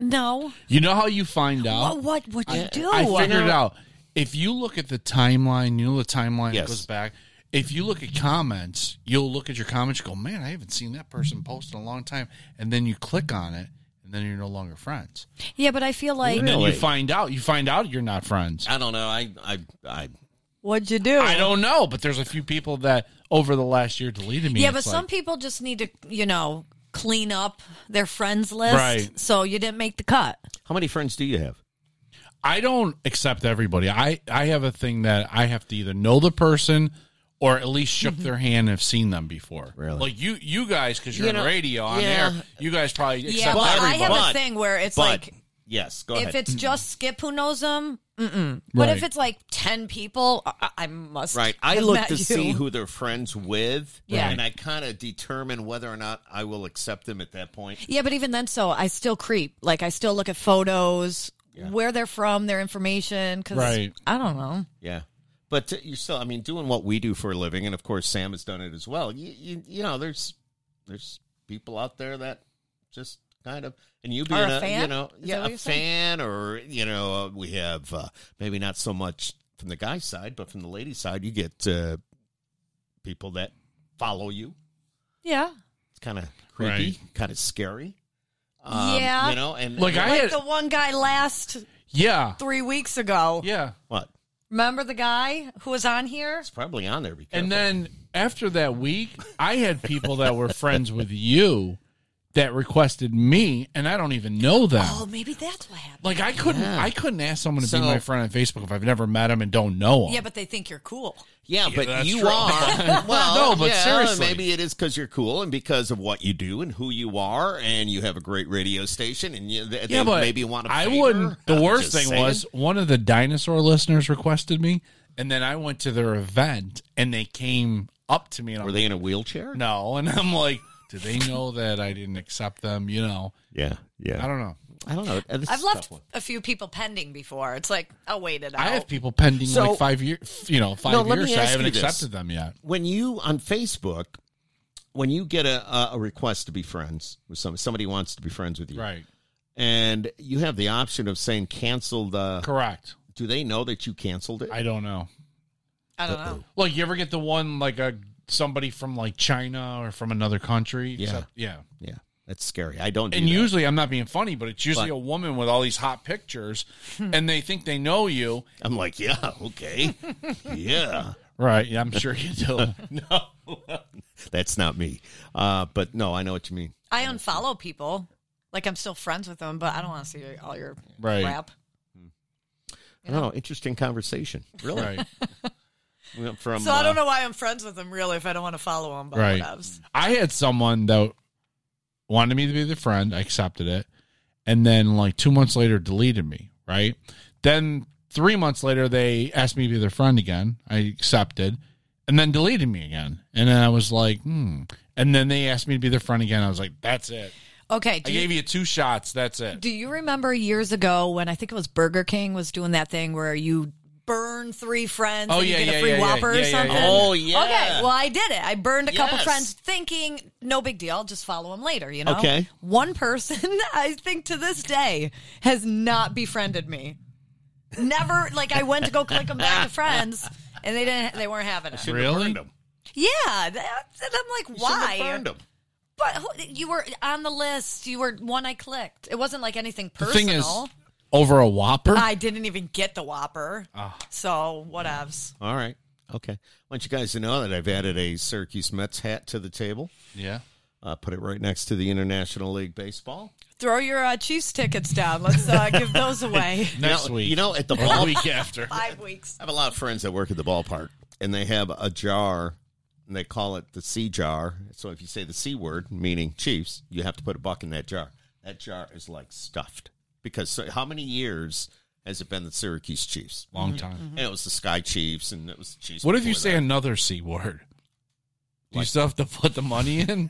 Speaker 2: no.
Speaker 6: You know how you find out?
Speaker 2: What? What? What'd you do?
Speaker 6: Oh, I figured out. If you look at the timeline, you know the timeline
Speaker 1: Yes.
Speaker 6: that goes back. If you look at comments, you'll look at your comments, you go, Man, I haven't seen that person post in a long time and then you click on it and then you're no longer friends.
Speaker 2: Yeah, but I feel like
Speaker 6: And then you
Speaker 1: Really?
Speaker 6: find out you find out you're not friends.
Speaker 1: I don't know. I I I
Speaker 2: what'd you do?
Speaker 6: I don't know, but there's a few people that over the last year deleted me.
Speaker 2: Yeah,
Speaker 6: It's
Speaker 2: but some
Speaker 6: like,
Speaker 2: people just need to, you know, clean up their friends list.
Speaker 6: Right.
Speaker 2: So you didn't make the cut.
Speaker 1: How many friends do you have?
Speaker 6: I don't accept everybody. I I have a thing that I have to either know the person or at least shook
Speaker 2: Mm-hmm.
Speaker 6: their hand and have seen them before.
Speaker 1: Really?
Speaker 6: Like you you guys because you're
Speaker 1: You
Speaker 6: on
Speaker 1: know,
Speaker 6: radio on
Speaker 1: yeah.
Speaker 6: air. You guys probably accept
Speaker 2: Yeah, but I
Speaker 6: everybody.
Speaker 2: have
Speaker 1: But-
Speaker 2: a thing where it's
Speaker 1: But
Speaker 2: like
Speaker 1: yes, go
Speaker 2: if
Speaker 1: ahead.
Speaker 2: it's just Skip who knows them, mm-mm. But
Speaker 6: Right.
Speaker 2: if it's like ten people, I, I must
Speaker 1: right, I
Speaker 2: have
Speaker 1: look
Speaker 2: met
Speaker 1: to
Speaker 2: you.
Speaker 1: see who they're friends with,
Speaker 2: Yeah.
Speaker 1: and I kind of determine whether or not I will accept them at that point.
Speaker 2: Yeah, but even then, so I still creep. Like I still look at photos, where they're from, their information. Because
Speaker 6: Right.
Speaker 2: I don't know.
Speaker 1: Yeah. But uh, you still, I mean, doing what we do for a living, and of course Sam has done it as well. You, you, you know, there's there's people out there that just kind of, and you being
Speaker 2: Are a
Speaker 1: a, you
Speaker 2: fan?
Speaker 1: know,
Speaker 2: Is that
Speaker 1: yeah,
Speaker 2: what
Speaker 1: a
Speaker 2: you're saying?
Speaker 1: fan, or you know, uh, we have uh, maybe not so much from the guy's side, but from the lady's side, you get uh, people that follow you.
Speaker 2: Yeah.
Speaker 1: It's kind of creepy, kind of scary. Um,
Speaker 2: Yeah.
Speaker 1: you know, and
Speaker 6: Like, I
Speaker 2: Like
Speaker 6: had-
Speaker 2: the one guy last
Speaker 6: yeah,
Speaker 2: three weeks ago.
Speaker 6: yeah.
Speaker 1: what?
Speaker 2: Remember the guy who was on here?
Speaker 1: It's probably on there. Be careful.
Speaker 6: And then after that week, I had people that were friends with you that requested me, and I don't even know them.
Speaker 2: Oh, maybe that's what happened.
Speaker 6: Like I couldn't, I couldn't ask someone to
Speaker 1: So-
Speaker 6: be my friend on Facebook if I've never met them and don't know them.
Speaker 2: Yeah, but they think you're cool.
Speaker 1: Yeah, but
Speaker 6: that's
Speaker 1: you
Speaker 6: true.
Speaker 1: are. well,
Speaker 6: No, but
Speaker 1: yeah,
Speaker 6: seriously.
Speaker 1: maybe it is because you're cool and because of what you do and who you are, and you have a great radio station, and you, they,
Speaker 6: yeah,
Speaker 1: they
Speaker 6: but
Speaker 1: maybe want to.
Speaker 6: I wouldn't. The worst thing was one of the dinosaur listeners requested me, and then I went to their event, and they came up to me, and
Speaker 1: were
Speaker 6: I'm
Speaker 1: they in a wheelchair?
Speaker 6: like, no, and I'm like, do they know that I didn't accept them? You know,
Speaker 1: Yeah, yeah.
Speaker 6: I don't know.
Speaker 1: I don't know. Uh, this
Speaker 2: I've
Speaker 1: is a tough
Speaker 2: left
Speaker 1: one.
Speaker 2: a few people pending before. It's like, I'll wait it out.
Speaker 6: I have people pending
Speaker 1: So-
Speaker 6: like five years, you know, five
Speaker 1: No, let
Speaker 6: years.
Speaker 1: me
Speaker 6: that I
Speaker 1: ask
Speaker 6: haven't
Speaker 1: you this.
Speaker 6: accepted them yet.
Speaker 1: when you on Facebook, when you get a a- a request to be friends with somebody, somebody wants to be friends with you,
Speaker 6: Right.
Speaker 1: And you have the option of saying cancel the.
Speaker 6: Correct.
Speaker 1: Do they know that you canceled it?
Speaker 6: I don't know.
Speaker 2: I don't know.
Speaker 6: Like, you ever get the one like a somebody from like China or from another country. except- yeah.
Speaker 1: Yeah, that's scary. I don't. Do
Speaker 6: And
Speaker 1: that.
Speaker 6: usually I'm not being funny, but it's usually
Speaker 1: But-
Speaker 6: a woman with all these hot pictures,
Speaker 2: Hmm.
Speaker 6: and they think they know you.
Speaker 1: I'm like, yeah, okay, yeah.
Speaker 6: Right? Yeah, I'm sure you do.
Speaker 1: That's not me. Uh, but no, I know what you mean.
Speaker 2: I unfollow people. Like I'm still friends with them, but I don't want to see all your
Speaker 6: Right.
Speaker 2: crap.
Speaker 1: No, interesting conversation. Really,
Speaker 6: right.
Speaker 1: We went from
Speaker 2: So I don't
Speaker 1: uh,
Speaker 2: know why I'm friends with them really if I don't want to follow them. But
Speaker 6: Right.
Speaker 2: whatevs.
Speaker 6: I had someone that wanted me to be their friend. I accepted it. And then, like, two months later, deleted me. Right. Then, three months later, they asked me to be their friend again. I accepted and then deleted me again. And then I was like, hmm. And then they asked me to be their friend again. I was like, that's it.
Speaker 2: Okay.
Speaker 6: I
Speaker 2: Do you,
Speaker 6: gave you two shots. That's it.
Speaker 2: do you remember years ago when I think it was Burger King was doing that thing where you burn three friends
Speaker 6: Oh,
Speaker 2: and
Speaker 6: yeah,
Speaker 2: you get
Speaker 6: yeah,
Speaker 2: a free
Speaker 6: yeah, yeah.
Speaker 2: Whopper
Speaker 6: Yeah,
Speaker 2: or
Speaker 6: yeah,
Speaker 2: something?
Speaker 6: yeah.
Speaker 1: Oh, yeah.
Speaker 2: Okay. Well, I did it. I burned a couple
Speaker 1: Yes.
Speaker 2: friends thinking no big deal. Just follow them later. You know.
Speaker 1: Okay.
Speaker 2: One person I think to this day has not befriended me. Never. Like I went to go click them back to friends, and they didn't. They weren't having it.
Speaker 6: Really?
Speaker 1: burned 'em.
Speaker 2: Yeah, that, and I'm like,
Speaker 1: You shouldn't have
Speaker 2: why?
Speaker 1: burned 'em.
Speaker 2: But who- you were on the list. You were one I clicked. It wasn't like anything
Speaker 6: The
Speaker 2: personal.
Speaker 6: thing is, over a Whopper?
Speaker 2: I didn't even get the Whopper. So whatevs.
Speaker 1: All right. Okay. want you guys to know that I've added a Syracuse Mets hat to the table.
Speaker 6: yeah.
Speaker 1: Uh, put it right next to the International League Baseball.
Speaker 2: Throw your uh, Chiefs tickets down. Let's uh, give those away.
Speaker 6: Next
Speaker 1: you know,
Speaker 6: week.
Speaker 1: You know, at the
Speaker 6: Or the
Speaker 1: ball,
Speaker 6: week after.
Speaker 2: Five weeks.
Speaker 1: I have a lot of friends that work at the ballpark, and they have a jar, and they call it the C jar. So if you say the C word, meaning Chiefs, you have to put a buck in that jar. That jar is like stuffed because so, how many years has it been the Syracuse Chiefs? Mm-hmm.
Speaker 6: Long time.
Speaker 1: And it was the Sky Chiefs, and it was the Chiefs.
Speaker 6: What if you
Speaker 1: before
Speaker 6: say another C word? Do you still have to put the money in?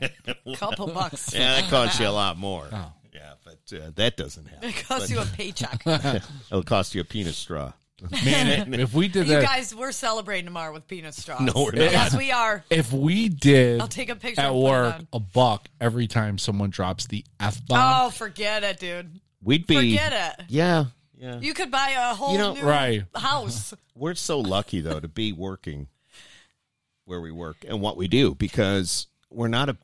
Speaker 2: Couple bucks.
Speaker 1: that? Yeah, that costs you a lot more.
Speaker 6: Oh.
Speaker 1: Yeah, but uh, that doesn't happen.
Speaker 2: It costs you a paycheck.
Speaker 1: It'll cost you a penis straw.
Speaker 6: Man, if we did
Speaker 2: you
Speaker 6: that,
Speaker 2: guys, we're celebrating tomorrow with peanut straws.
Speaker 1: No, we're not.
Speaker 2: Yes, we are.
Speaker 6: if we did
Speaker 2: I'll take a picture
Speaker 6: at
Speaker 2: and put it
Speaker 6: work
Speaker 2: on.
Speaker 6: a buck every time someone drops the f bomb,
Speaker 2: Oh, forget it, dude.
Speaker 1: We'd be
Speaker 2: Forget it.
Speaker 1: Yeah, yeah.
Speaker 2: You could buy a whole
Speaker 1: You know-
Speaker 2: new
Speaker 6: right?
Speaker 2: house.
Speaker 1: We're so lucky though to be working where we work and what we do because we're not a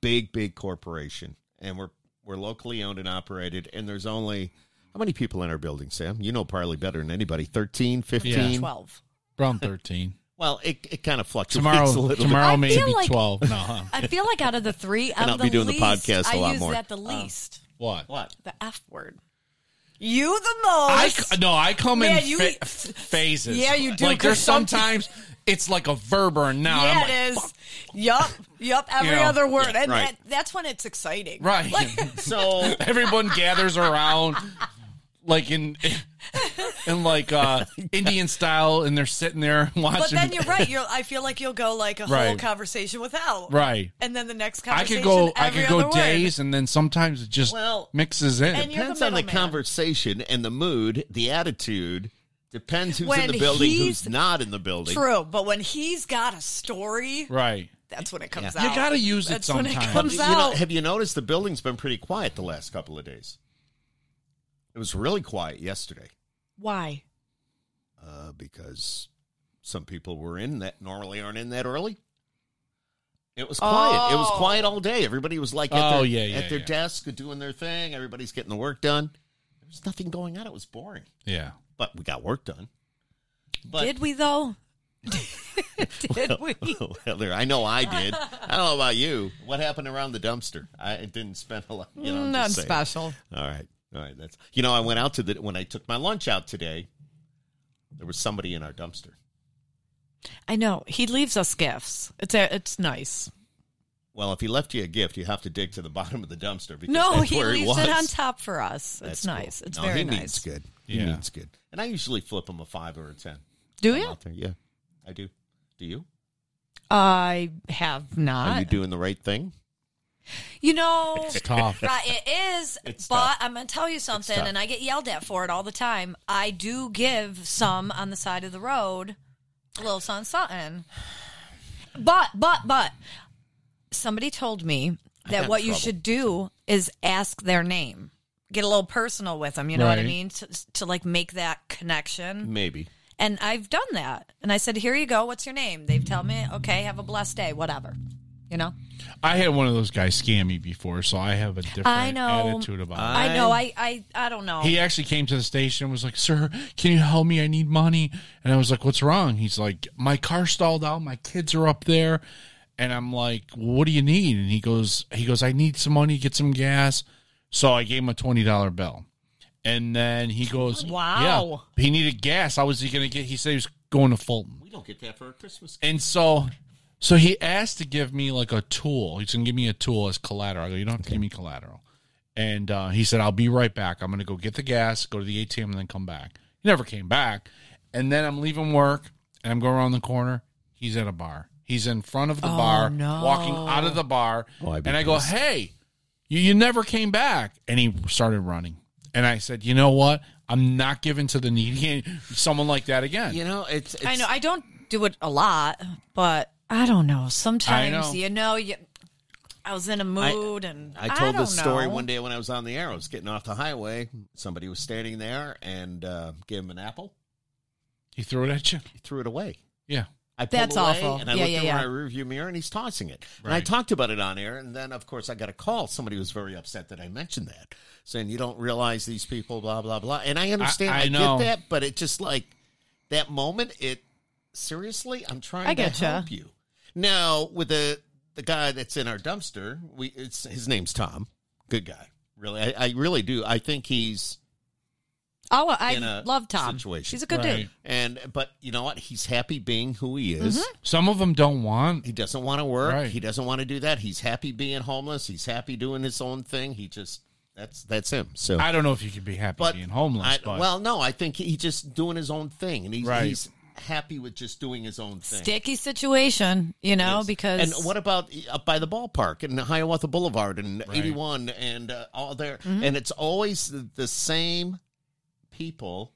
Speaker 1: big big corporation and we're we're locally owned and operated and there's only how many people in our building, Sam? You know probably better than anybody. 13, 15?
Speaker 6: Yeah.
Speaker 2: 12.
Speaker 6: Around thirteen
Speaker 1: Well, it, it kind of fluctuates a
Speaker 6: tomorrow.
Speaker 1: little
Speaker 6: Tomorrow
Speaker 2: I
Speaker 6: may
Speaker 2: feel
Speaker 6: be
Speaker 2: like-
Speaker 6: twelve. No, huh?
Speaker 2: I feel like out of the three, I'm
Speaker 1: I'll
Speaker 2: the
Speaker 1: be doing the
Speaker 2: least,
Speaker 1: podcast a
Speaker 2: I
Speaker 1: lot
Speaker 2: use
Speaker 1: more.
Speaker 2: that the least.
Speaker 6: what?
Speaker 1: bit. What?
Speaker 2: Oh. the F word. You the
Speaker 6: I
Speaker 2: most.
Speaker 6: c- no, I come
Speaker 2: Man,
Speaker 6: in
Speaker 2: Oh, you-
Speaker 6: fa- phases.
Speaker 2: Yeah, you do,
Speaker 6: Like there's
Speaker 2: 'cause some-
Speaker 6: sometimes it's like a verb or a noun. I'm
Speaker 2: yeah,
Speaker 6: like,
Speaker 2: it is. Yup, yup. Every
Speaker 6: know,
Speaker 2: other word, and
Speaker 1: right.
Speaker 2: that, that's when it's exciting.
Speaker 6: Right.
Speaker 1: So
Speaker 6: Everyone gathers around, like in, in like uh Indian style, and they're sitting there watching.
Speaker 2: But then you're right. You're. I feel like you'll go like a whole
Speaker 6: Right.
Speaker 2: conversation without.
Speaker 6: Right.
Speaker 2: And then the next
Speaker 6: I
Speaker 2: conversation.
Speaker 6: could go. I
Speaker 2: Every
Speaker 6: could go
Speaker 2: other
Speaker 6: days, and then sometimes it just
Speaker 1: Well,
Speaker 6: mixes in.
Speaker 2: and you're
Speaker 1: depends on the
Speaker 2: middleman.
Speaker 1: conversation and the mood, the attitude. Depends who's in
Speaker 2: When
Speaker 1: the building,
Speaker 2: he's-
Speaker 1: who's not in the building.
Speaker 2: Word. True, but when he's got a story,
Speaker 6: right.
Speaker 2: that's when it comes
Speaker 1: Yeah.
Speaker 2: out.
Speaker 6: You got to use it
Speaker 2: That's when it
Speaker 6: sometimes.
Speaker 2: comes
Speaker 1: you
Speaker 2: out.
Speaker 1: know, have you noticed the building's been pretty quiet the last couple of days? It was really quiet yesterday
Speaker 2: Why?
Speaker 1: uh, because some people were in that normally aren't in that early. It was quiet. It was
Speaker 2: Oh.
Speaker 1: quiet all day. Everybody was like at
Speaker 6: Oh,
Speaker 1: their,
Speaker 6: yeah, yeah,
Speaker 1: at their
Speaker 6: yeah.
Speaker 1: desk doing their thing. Everybody's getting the work done. There was nothing going on. It was boring,
Speaker 6: Yeah.
Speaker 1: but we got work done. But
Speaker 2: Did we though? Did we?
Speaker 1: Heather, I know I did. I don't know about you. What happened around the dumpster? I didn't spend a lot. You know, I'm
Speaker 2: Not
Speaker 1: just saying.
Speaker 2: special.
Speaker 1: All right. All right. That's you know, I went out to the when I took my lunch out today, there was somebody in our dumpster.
Speaker 2: I know he leaves us gifts. It's a, it's nice.
Speaker 1: Well, if he left you a gift, you have to dig to the bottom of the dumpster because
Speaker 2: No,
Speaker 1: that's
Speaker 2: he
Speaker 1: where he
Speaker 2: leaves
Speaker 1: was.
Speaker 2: it on top for us.
Speaker 1: That's
Speaker 2: It's
Speaker 1: cool.
Speaker 2: nice. It's
Speaker 1: No,
Speaker 2: very
Speaker 1: he
Speaker 2: nice.
Speaker 1: means good. He
Speaker 6: Yeah.
Speaker 1: means good. And I usually flip him a five or a ten.
Speaker 2: Do
Speaker 1: I'm
Speaker 2: you?
Speaker 1: out there. Yeah. I do. Do you?
Speaker 2: I have not.
Speaker 1: Are you doing the right thing?
Speaker 2: You know,
Speaker 6: It's tough.
Speaker 2: right, it is,
Speaker 1: It's
Speaker 2: but
Speaker 1: tough.
Speaker 2: I'm going to tell you something,
Speaker 1: tough.
Speaker 2: and I get yelled at for it all the time. I do give some on the side of the road a little something, something. But, but, but, somebody told me
Speaker 1: got
Speaker 2: that
Speaker 1: in
Speaker 2: what you
Speaker 1: trouble.
Speaker 2: should do is ask their name. Get a little personal with them, you know what I
Speaker 6: Right.
Speaker 2: mean? To, to like make that connection.
Speaker 1: Maybe.
Speaker 2: And I've done that. And I said, here you go. What's your name? They've tell me, okay, have a blessed day, whatever. You know?
Speaker 6: I had one of those guys scam me before, so I have a different
Speaker 2: I know.
Speaker 6: attitude about it.
Speaker 2: I, know. I, I, I don't know.
Speaker 6: He actually came to the station and was like, Sir, can you help me? I need money. And I was like, What's wrong? He's like, My car stalled out. My kids are up there. And I'm like, What do you need? And he goes, He goes, I need some money, get some gas. So I gave him a $20 bill. And then he goes,
Speaker 2: Wow.
Speaker 6: Yeah, he needed gas. How was he going to get? He said he was going to Fulton.
Speaker 1: We don't get that for our Christmas.
Speaker 6: And so. So he asked to give me like a tool. He's gonna give me a tool as collateral. I go, you don't have to give me collateral. And uh, he said, I'll be right back. I'm going to go get the gas, go to the ATM, and then come back. He never came back. And then I'm leaving work and I'm going around the corner. He's at a bar. He's in front of the bar, walking out of the bar.
Speaker 1: Oh, I'd be
Speaker 6: and I go, Hey, you, you never came back. And he started running. And I said, You know what? I'm not giving to the needy, someone like that again.
Speaker 1: You know, it's, it's
Speaker 2: I know. I don't do it a lot, but I don't know. Sometimes,
Speaker 6: know.
Speaker 2: you know, you, I was in a mood and
Speaker 1: I told
Speaker 2: don't
Speaker 1: this story
Speaker 2: know.
Speaker 1: one day when I was on the arrows getting off the highway. Somebody was standing there and uh, gave him an apple.
Speaker 6: He threw it at you.
Speaker 1: He threw it away.
Speaker 6: Yeah.
Speaker 1: I pulled
Speaker 2: That's
Speaker 1: away,
Speaker 2: awful.
Speaker 1: And I
Speaker 2: Yeah,
Speaker 1: looked
Speaker 2: yeah,
Speaker 1: over
Speaker 2: yeah.
Speaker 1: my rearview mirror, and he's tossing it. And I
Speaker 6: Right.
Speaker 1: talked about it on air, and then of course I got a call. Somebody was very upset that I mentioned that, saying you don't realize these people, blah blah blah. And I understand,
Speaker 6: I
Speaker 1: I,
Speaker 6: know.
Speaker 1: get that, but it just like that moment. It seriously, I'm trying
Speaker 2: I
Speaker 1: to
Speaker 2: getcha.
Speaker 1: help you. Now with the the guy that's in our dumpster, we it's his name's Tom. Good guy, really. I, I really do. I think he's
Speaker 2: Oh, I
Speaker 1: in a
Speaker 2: love Tom.
Speaker 1: situation.
Speaker 2: He's a good
Speaker 6: Right.
Speaker 2: dude.
Speaker 1: and but you know what? He's happy being who he
Speaker 2: Mm-hmm.
Speaker 1: is.
Speaker 6: Some of them don't want
Speaker 1: He doesn't want to work.
Speaker 6: Right.
Speaker 1: He doesn't want to do that. He's happy being homeless. He's happy doing his own thing. He just that's that's him. So
Speaker 6: I don't know if you could be happy
Speaker 1: but
Speaker 6: being homeless,
Speaker 1: I-
Speaker 6: but
Speaker 1: well, no, I think he's just doing his own thing, and he's,
Speaker 6: Right.
Speaker 1: he's happy with just doing his own thing.
Speaker 2: Sticky situation, you know, because
Speaker 1: And what about up by the ballpark and Hiawatha Boulevard and
Speaker 6: Right.
Speaker 1: 81 and uh, all there? And it's always the, the same people.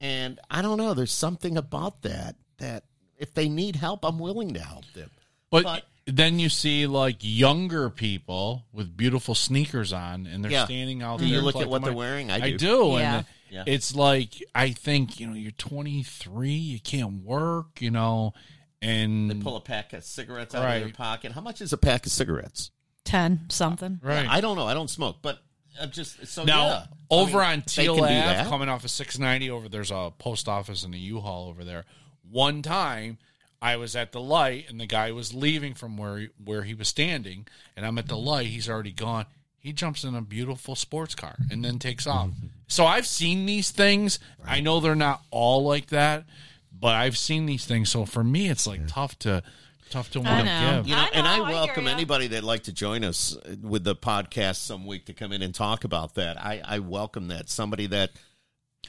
Speaker 1: And I don't know. There's something about that that if they need help, I'm willing to help them.
Speaker 6: but,
Speaker 1: but-
Speaker 6: then you see like younger people with beautiful sneakers on, and they're
Speaker 1: Yeah.
Speaker 6: standing out
Speaker 1: Do
Speaker 6: there.
Speaker 1: you look
Speaker 6: collecting
Speaker 1: at what they're
Speaker 6: money.
Speaker 1: wearing? I
Speaker 6: I do,
Speaker 1: do.
Speaker 2: Yeah.
Speaker 6: and
Speaker 1: Yeah.
Speaker 6: it's like I think you know you're 23, you can't work, you know, and
Speaker 1: They pull a pack of cigarettes out of their
Speaker 6: Right.
Speaker 1: pocket. How much is a pack of cigarettes?
Speaker 2: 10 something.
Speaker 6: right.
Speaker 1: I don't know. I don't smoke, but I'm just so
Speaker 6: now
Speaker 1: yeah.
Speaker 6: over
Speaker 1: I mean,
Speaker 6: on
Speaker 1: they can
Speaker 6: Teal
Speaker 1: do
Speaker 6: Ave,
Speaker 1: that.
Speaker 6: coming off of 690 over there's a post office and a U-Haul over there. One time I was at the light and the guy was leaving from where he, where he was standing and I'm at the light, he's already gone. He jumps in a beautiful sports car and then takes off. So I've seen these things. I know they're not all like that, but I've seen these things. So for me it's like tough to tough to want
Speaker 2: know.
Speaker 6: to give.
Speaker 1: You know,
Speaker 2: I
Speaker 1: and
Speaker 2: know,
Speaker 1: I
Speaker 2: I hear
Speaker 1: welcome
Speaker 2: ya.
Speaker 1: anybody that'd like to join us uh, with the podcast some week to come in and talk about that. I, I welcome that. Somebody that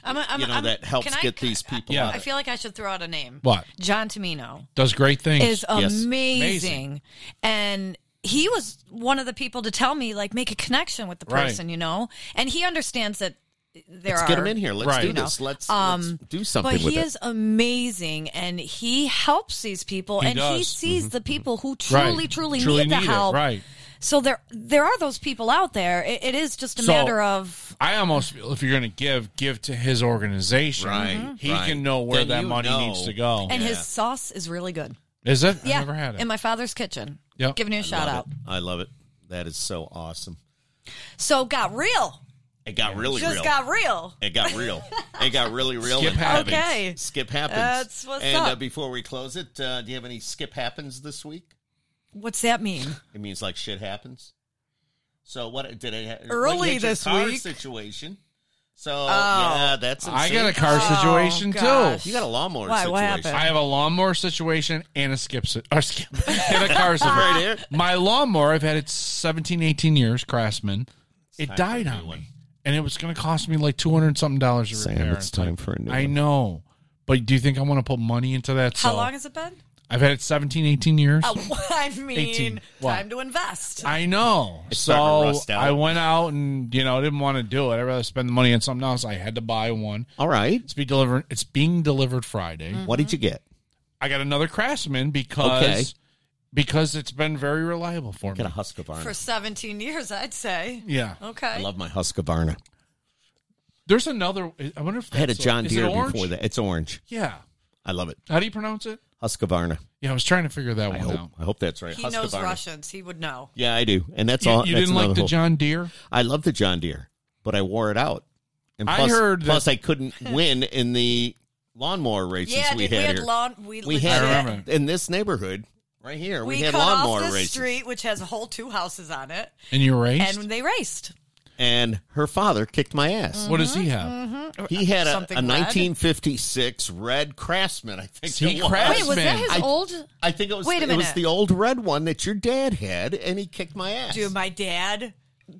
Speaker 2: I'm, I'm,
Speaker 1: you know
Speaker 2: I'm-
Speaker 1: that helps
Speaker 2: can I-
Speaker 1: get these people
Speaker 6: Yeah.
Speaker 1: out.
Speaker 2: I
Speaker 1: of-
Speaker 2: feel like I should throw out a name.
Speaker 6: What?
Speaker 2: John Tomino
Speaker 6: Does great things.
Speaker 2: is
Speaker 1: Yes.
Speaker 2: amazing.
Speaker 6: Amazing.
Speaker 2: And he was one of the people to tell me, like, make a connection with the
Speaker 6: Right.
Speaker 2: person, you know? And he understands that there
Speaker 1: Let's
Speaker 2: are.
Speaker 1: get them in here. Let's
Speaker 6: Right.
Speaker 1: do
Speaker 6: You know,
Speaker 1: this. Let's,
Speaker 2: um,
Speaker 1: let's do something
Speaker 2: But
Speaker 1: with
Speaker 2: he
Speaker 1: it.
Speaker 2: is amazing, and he helps these people,
Speaker 6: He
Speaker 2: and he
Speaker 6: does. Mm-hmm.
Speaker 2: sees the people who
Speaker 6: Right.
Speaker 2: truly, truly, need the
Speaker 6: it.
Speaker 2: help.
Speaker 6: Right.
Speaker 2: So there, there are those people out there. It, it is just a
Speaker 6: So-
Speaker 2: matter of
Speaker 6: I almost feel if you're going to give, give to his organization.
Speaker 1: Right, Mhm.
Speaker 6: He
Speaker 1: right.
Speaker 6: can know where
Speaker 1: Then
Speaker 6: that
Speaker 1: you
Speaker 6: money
Speaker 1: know.
Speaker 6: needs to go.
Speaker 2: and
Speaker 1: Yeah.
Speaker 2: his sauce is really good.
Speaker 6: Is it?
Speaker 2: Yeah,
Speaker 6: I never had it.
Speaker 2: in my father's kitchen.
Speaker 6: Yep.
Speaker 2: giving you a shout
Speaker 1: Love
Speaker 2: out.
Speaker 1: it. I love it. That is so awesome.
Speaker 2: So got real,
Speaker 1: It got really
Speaker 2: just
Speaker 1: real.
Speaker 2: got real.
Speaker 1: It got real. it got really real.
Speaker 6: Skip
Speaker 1: and
Speaker 6: happens.
Speaker 2: Okay.
Speaker 1: Skip happens.
Speaker 2: That's what's
Speaker 1: and,
Speaker 2: up.
Speaker 1: Uh, before we close it, uh, do you have any skip happens this week?
Speaker 2: What's that mean?
Speaker 1: It means like shit happens. So what did I like,
Speaker 2: Early
Speaker 1: hit your
Speaker 2: this
Speaker 1: car
Speaker 2: week.
Speaker 1: situation? So yeah, that's
Speaker 6: I got a
Speaker 1: insane.
Speaker 6: car
Speaker 2: Oh,
Speaker 6: situation
Speaker 2: gosh.
Speaker 6: too.
Speaker 1: You got a lawnmower
Speaker 2: Why,
Speaker 1: situation.
Speaker 2: what happened?
Speaker 6: I have a lawnmower situation and a skip, si- or skip and a car situation.
Speaker 1: Right here.
Speaker 6: My lawnmower, I've had it 17, 18 years, Craftsman. It
Speaker 1: time for
Speaker 6: died
Speaker 1: a new
Speaker 6: on
Speaker 1: one.
Speaker 6: me. And it was going to cost me like 200 something dollars to repair.
Speaker 1: it's time for a new
Speaker 6: I
Speaker 1: one.
Speaker 6: know. But do you think I want to put money into that?
Speaker 2: How
Speaker 6: So
Speaker 2: long has it been?
Speaker 6: I've had it 17, 18 years.
Speaker 2: Oh, I mean,
Speaker 6: 18. What?
Speaker 2: time to invest.
Speaker 6: I know.
Speaker 1: starting to
Speaker 6: So
Speaker 1: rust out.
Speaker 6: I went out and you know I didn't want to do it. I'd rather spend the money on something else. I had to buy one.
Speaker 1: All right.
Speaker 6: It's be delivered. It's being delivered Friday.
Speaker 2: Mm.
Speaker 1: What did you
Speaker 6: Mm-hmm.
Speaker 1: get?
Speaker 6: I got another Craftsman because
Speaker 1: Okay.
Speaker 6: because it's been very reliable for
Speaker 1: Got
Speaker 6: me.
Speaker 1: a Husqvarna.
Speaker 2: For 17 years, I'd say.
Speaker 6: Yeah.
Speaker 2: Okay.
Speaker 1: I love my Husqvarna.
Speaker 6: There's another. I wonder if
Speaker 1: I had a
Speaker 6: that's
Speaker 1: John
Speaker 6: is it
Speaker 1: Deere
Speaker 6: orange?
Speaker 1: before that. It's orange.
Speaker 6: Yeah.
Speaker 1: I love it.
Speaker 6: How do you pronounce it?
Speaker 1: Husqvarna.
Speaker 6: Yeah, I was trying to figure that
Speaker 1: I
Speaker 6: one
Speaker 1: hope.
Speaker 6: out.
Speaker 1: I hope that's right.
Speaker 2: He knows
Speaker 1: Husqvarna.
Speaker 2: Russians. He would know.
Speaker 1: Yeah, I do, and that's
Speaker 6: You,
Speaker 1: all.
Speaker 6: you
Speaker 1: that's
Speaker 6: didn't like
Speaker 1: another
Speaker 6: the
Speaker 1: whole-
Speaker 6: John Deere?
Speaker 1: I love the John Deere, but I wore it out. And
Speaker 6: I
Speaker 1: plus,
Speaker 6: heard that-
Speaker 1: plus I couldn't win in the lawnmower races
Speaker 2: Yeah,
Speaker 1: we
Speaker 2: dude,
Speaker 1: had
Speaker 2: we had
Speaker 1: here.
Speaker 2: lawn. We,
Speaker 1: we
Speaker 2: legit-
Speaker 1: had
Speaker 6: I remember.
Speaker 1: in this neighborhood right here. We,
Speaker 2: we,
Speaker 1: had
Speaker 2: cut
Speaker 1: lawnmower
Speaker 2: off this
Speaker 1: races,
Speaker 2: street, which has a whole two houses on it,
Speaker 6: And you raced?
Speaker 2: and they raced.
Speaker 1: and her father kicked my ass.
Speaker 6: what does
Speaker 2: mm-hmm,
Speaker 6: he have?
Speaker 1: He had a, a
Speaker 2: Mm. Something red?
Speaker 1: 1956 red Craftsman. I think
Speaker 6: See,
Speaker 1: it was.
Speaker 6: Craftsman.
Speaker 2: Wait, was that
Speaker 6: man.
Speaker 2: his
Speaker 1: I-
Speaker 2: old?
Speaker 1: I think it was.
Speaker 2: Wait a
Speaker 1: It was
Speaker 2: minute.
Speaker 1: the old red one that your dad had, and he kicked my ass.
Speaker 2: Dude, my dad b-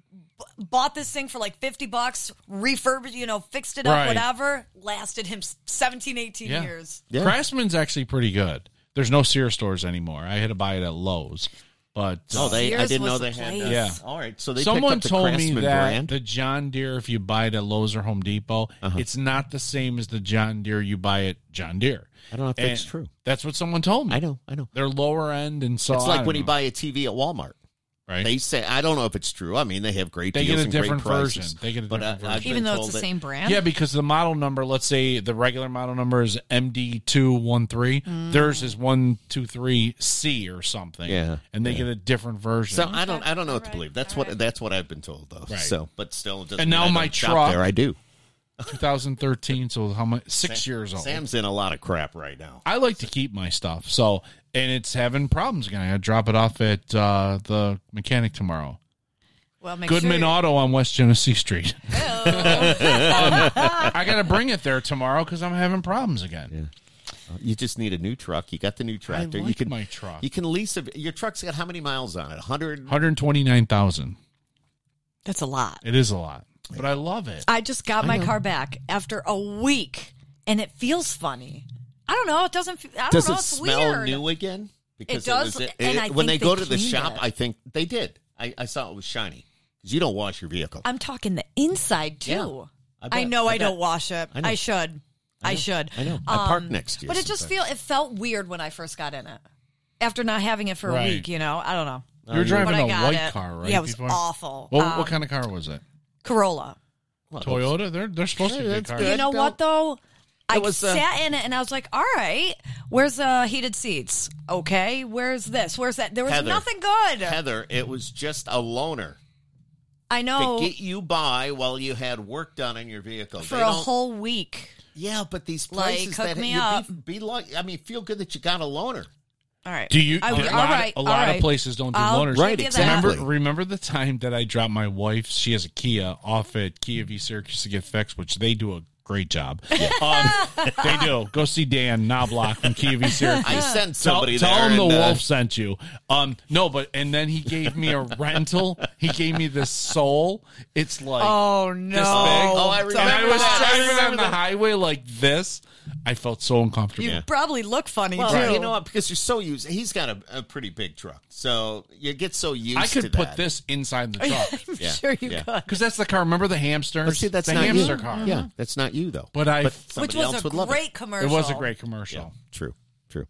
Speaker 2: bought this thing for like 50 bucks, refurbished, you know, fixed it up,
Speaker 6: Right.
Speaker 2: whatever. Lasted him s- 17, 18
Speaker 6: Yeah.
Speaker 2: years.
Speaker 1: Yeah.
Speaker 6: Craftsman's actually pretty good. There's no Sears stores anymore. I had to buy it at Lowe's. But uh,
Speaker 1: oh, they! I
Speaker 2: Sears
Speaker 1: didn't know
Speaker 2: was the
Speaker 1: they had.
Speaker 2: place.
Speaker 1: that.
Speaker 6: Yeah.
Speaker 1: All right, so they
Speaker 6: someone
Speaker 1: picked up the
Speaker 6: told me
Speaker 1: Craftsman
Speaker 6: that
Speaker 1: brand. Uh-huh.
Speaker 6: the John Deere, if you buy it at Lowe's or Home Depot, it's not the same as the John Deere you buy at John Deere.
Speaker 1: I don't know if that's true.
Speaker 6: That's what someone told me.
Speaker 1: I know. I know.
Speaker 6: They're lower end, and so
Speaker 1: It's
Speaker 6: I
Speaker 1: like
Speaker 6: don't
Speaker 1: when you
Speaker 6: know,
Speaker 1: buy a TV at Walmart.
Speaker 6: right?
Speaker 1: They say I don't know if it's true. I mean, they have great
Speaker 6: They
Speaker 1: deals
Speaker 6: get a
Speaker 1: and
Speaker 6: different
Speaker 1: great prices.
Speaker 6: version. They get a
Speaker 1: But
Speaker 6: different
Speaker 1: I- I've
Speaker 6: version.
Speaker 1: been
Speaker 2: Even though it's
Speaker 1: told
Speaker 2: the
Speaker 1: that-
Speaker 2: same brand.
Speaker 6: Yeah, because the model number, let's say the regular model number is MD213,
Speaker 1: Mm.
Speaker 6: theirs is 123C or something.
Speaker 1: Yeah,
Speaker 6: And they get a different version.
Speaker 1: So I don't. I don't know what to believe. That's what. That's what I've been told though.
Speaker 6: Right.
Speaker 1: So, but still, it doesn't
Speaker 6: And
Speaker 1: mean
Speaker 6: now
Speaker 1: I
Speaker 6: my
Speaker 1: don't shop
Speaker 6: truck-
Speaker 1: There, I do.
Speaker 6: 2013, so how much? Six years old.
Speaker 1: Sam's in a lot of crap right now.
Speaker 6: I like to keep my stuff. So, and it's having problems again. I gotta drop it off at uh, the mechanic tomorrow.
Speaker 2: Well, make
Speaker 6: Goodman
Speaker 2: sure
Speaker 6: Auto on West Genesee Street. Um,
Speaker 2: Oh.
Speaker 6: I gotta bring it there tomorrow because I'm having problems again.
Speaker 1: You just need a new truck. You got the new tractor. you
Speaker 6: like
Speaker 1: can
Speaker 6: my truck.
Speaker 1: You can lease a. Your truck's got how many miles on it? Hundred.
Speaker 6: 129,000.
Speaker 2: That's a lot.
Speaker 6: It is a lot, but I love it.
Speaker 2: I just got my car back after a week, and it feels funny. I don't know. It doesn't. Fe- I don't
Speaker 1: Does
Speaker 2: know.
Speaker 1: it
Speaker 2: it's
Speaker 1: smell
Speaker 2: weird.
Speaker 1: new again? Because
Speaker 2: does,
Speaker 1: was-
Speaker 2: and I
Speaker 1: when
Speaker 2: think
Speaker 1: they
Speaker 2: they
Speaker 1: go to the
Speaker 2: cleaned
Speaker 1: shop,
Speaker 2: it.
Speaker 1: I think they did. I, I saw it was shiny. 'Cause You don't wash your vehicle.
Speaker 2: I'm talking the inside too.
Speaker 1: Yeah. I
Speaker 2: I,
Speaker 1: bet.
Speaker 2: know
Speaker 1: I
Speaker 2: I, don't
Speaker 1: bet.
Speaker 2: wash it.
Speaker 1: I
Speaker 2: I,
Speaker 1: know.
Speaker 2: should. I, should. Um,
Speaker 1: I know. I park next year
Speaker 2: But it just feel it felt weird when I first got in it. After not having it for
Speaker 6: Right.
Speaker 2: a week, you know, I don't know.
Speaker 6: you were driving
Speaker 2: But
Speaker 6: a
Speaker 2: I got
Speaker 6: white
Speaker 2: it.
Speaker 6: car, right?
Speaker 2: Yeah, it was
Speaker 6: before?
Speaker 2: awful.
Speaker 6: What,
Speaker 2: Um,
Speaker 6: what kind of car was it?
Speaker 2: Corolla.
Speaker 6: Toyota. They're they're supposed to be good
Speaker 1: that's
Speaker 6: cars.
Speaker 1: good.
Speaker 2: You know
Speaker 1: Bill.
Speaker 2: what though? I
Speaker 1: was, uh,
Speaker 2: sat in it and I was like, "All right, where's the heated seats? Okay, where's this? Where's that? There was
Speaker 1: Heather.
Speaker 2: nothing good.
Speaker 1: Heather, it was just a loner
Speaker 2: I know
Speaker 1: to get you by while you had work done on your vehicle.
Speaker 2: Oh. for
Speaker 1: They
Speaker 2: a
Speaker 1: don't-
Speaker 2: whole week.
Speaker 1: yeah, but these
Speaker 2: Like,
Speaker 1: places
Speaker 2: hook
Speaker 1: that
Speaker 2: me
Speaker 1: you'd
Speaker 2: up.
Speaker 1: Be, be like, I mean, feel good that you got a loner.
Speaker 2: All right.
Speaker 6: Do you?
Speaker 2: I,
Speaker 6: a
Speaker 2: all
Speaker 6: lot,
Speaker 2: right,
Speaker 6: a
Speaker 2: all
Speaker 6: lot of
Speaker 2: right.
Speaker 6: places don't do
Speaker 2: I'll
Speaker 6: loaners.
Speaker 2: give
Speaker 1: Right,
Speaker 2: you that.
Speaker 1: exactly.
Speaker 6: Remember, remember the time that I dropped my wife? She has a Kia off at Kia V Syracuse to get fixed, which they do a great job. Um, they do. Go see Dan Knobloch from Kia V Syracuse.
Speaker 1: I sent
Speaker 6: Tell,
Speaker 1: somebody
Speaker 6: tell
Speaker 1: there.
Speaker 6: him the
Speaker 1: and, uh,
Speaker 6: wolf sent you. Um, no, but and then he gave me a rental. He gave me this soul. It's like
Speaker 2: Oh
Speaker 6: this big.
Speaker 2: no!
Speaker 1: Oh, I
Speaker 6: and
Speaker 1: remember
Speaker 6: I was
Speaker 1: that. I
Speaker 6: driving on
Speaker 1: remember
Speaker 6: the
Speaker 1: that.
Speaker 6: highway like this. I felt so uncomfortable.
Speaker 2: You probably look funny
Speaker 1: Well,
Speaker 2: too.
Speaker 1: you know what? Because you're so used. He's got a, a pretty big truck, so you get so used.
Speaker 6: I
Speaker 1: to
Speaker 6: could put
Speaker 1: that.
Speaker 6: this inside the truck.
Speaker 2: I'm
Speaker 1: Yeah,
Speaker 2: sure you
Speaker 1: yeah.
Speaker 2: could.
Speaker 6: Because that's the car. Remember the hamster?
Speaker 1: But see, that's
Speaker 6: the
Speaker 1: not
Speaker 6: hamster
Speaker 1: you.
Speaker 6: car.
Speaker 1: Yeah, that's not you though.
Speaker 6: But I-
Speaker 2: Which
Speaker 1: somebody
Speaker 2: was
Speaker 1: else
Speaker 2: a
Speaker 1: would love
Speaker 2: great
Speaker 1: it.
Speaker 2: commercial.
Speaker 6: It was a great
Speaker 1: Yeah,
Speaker 6: commercial.
Speaker 1: true, true.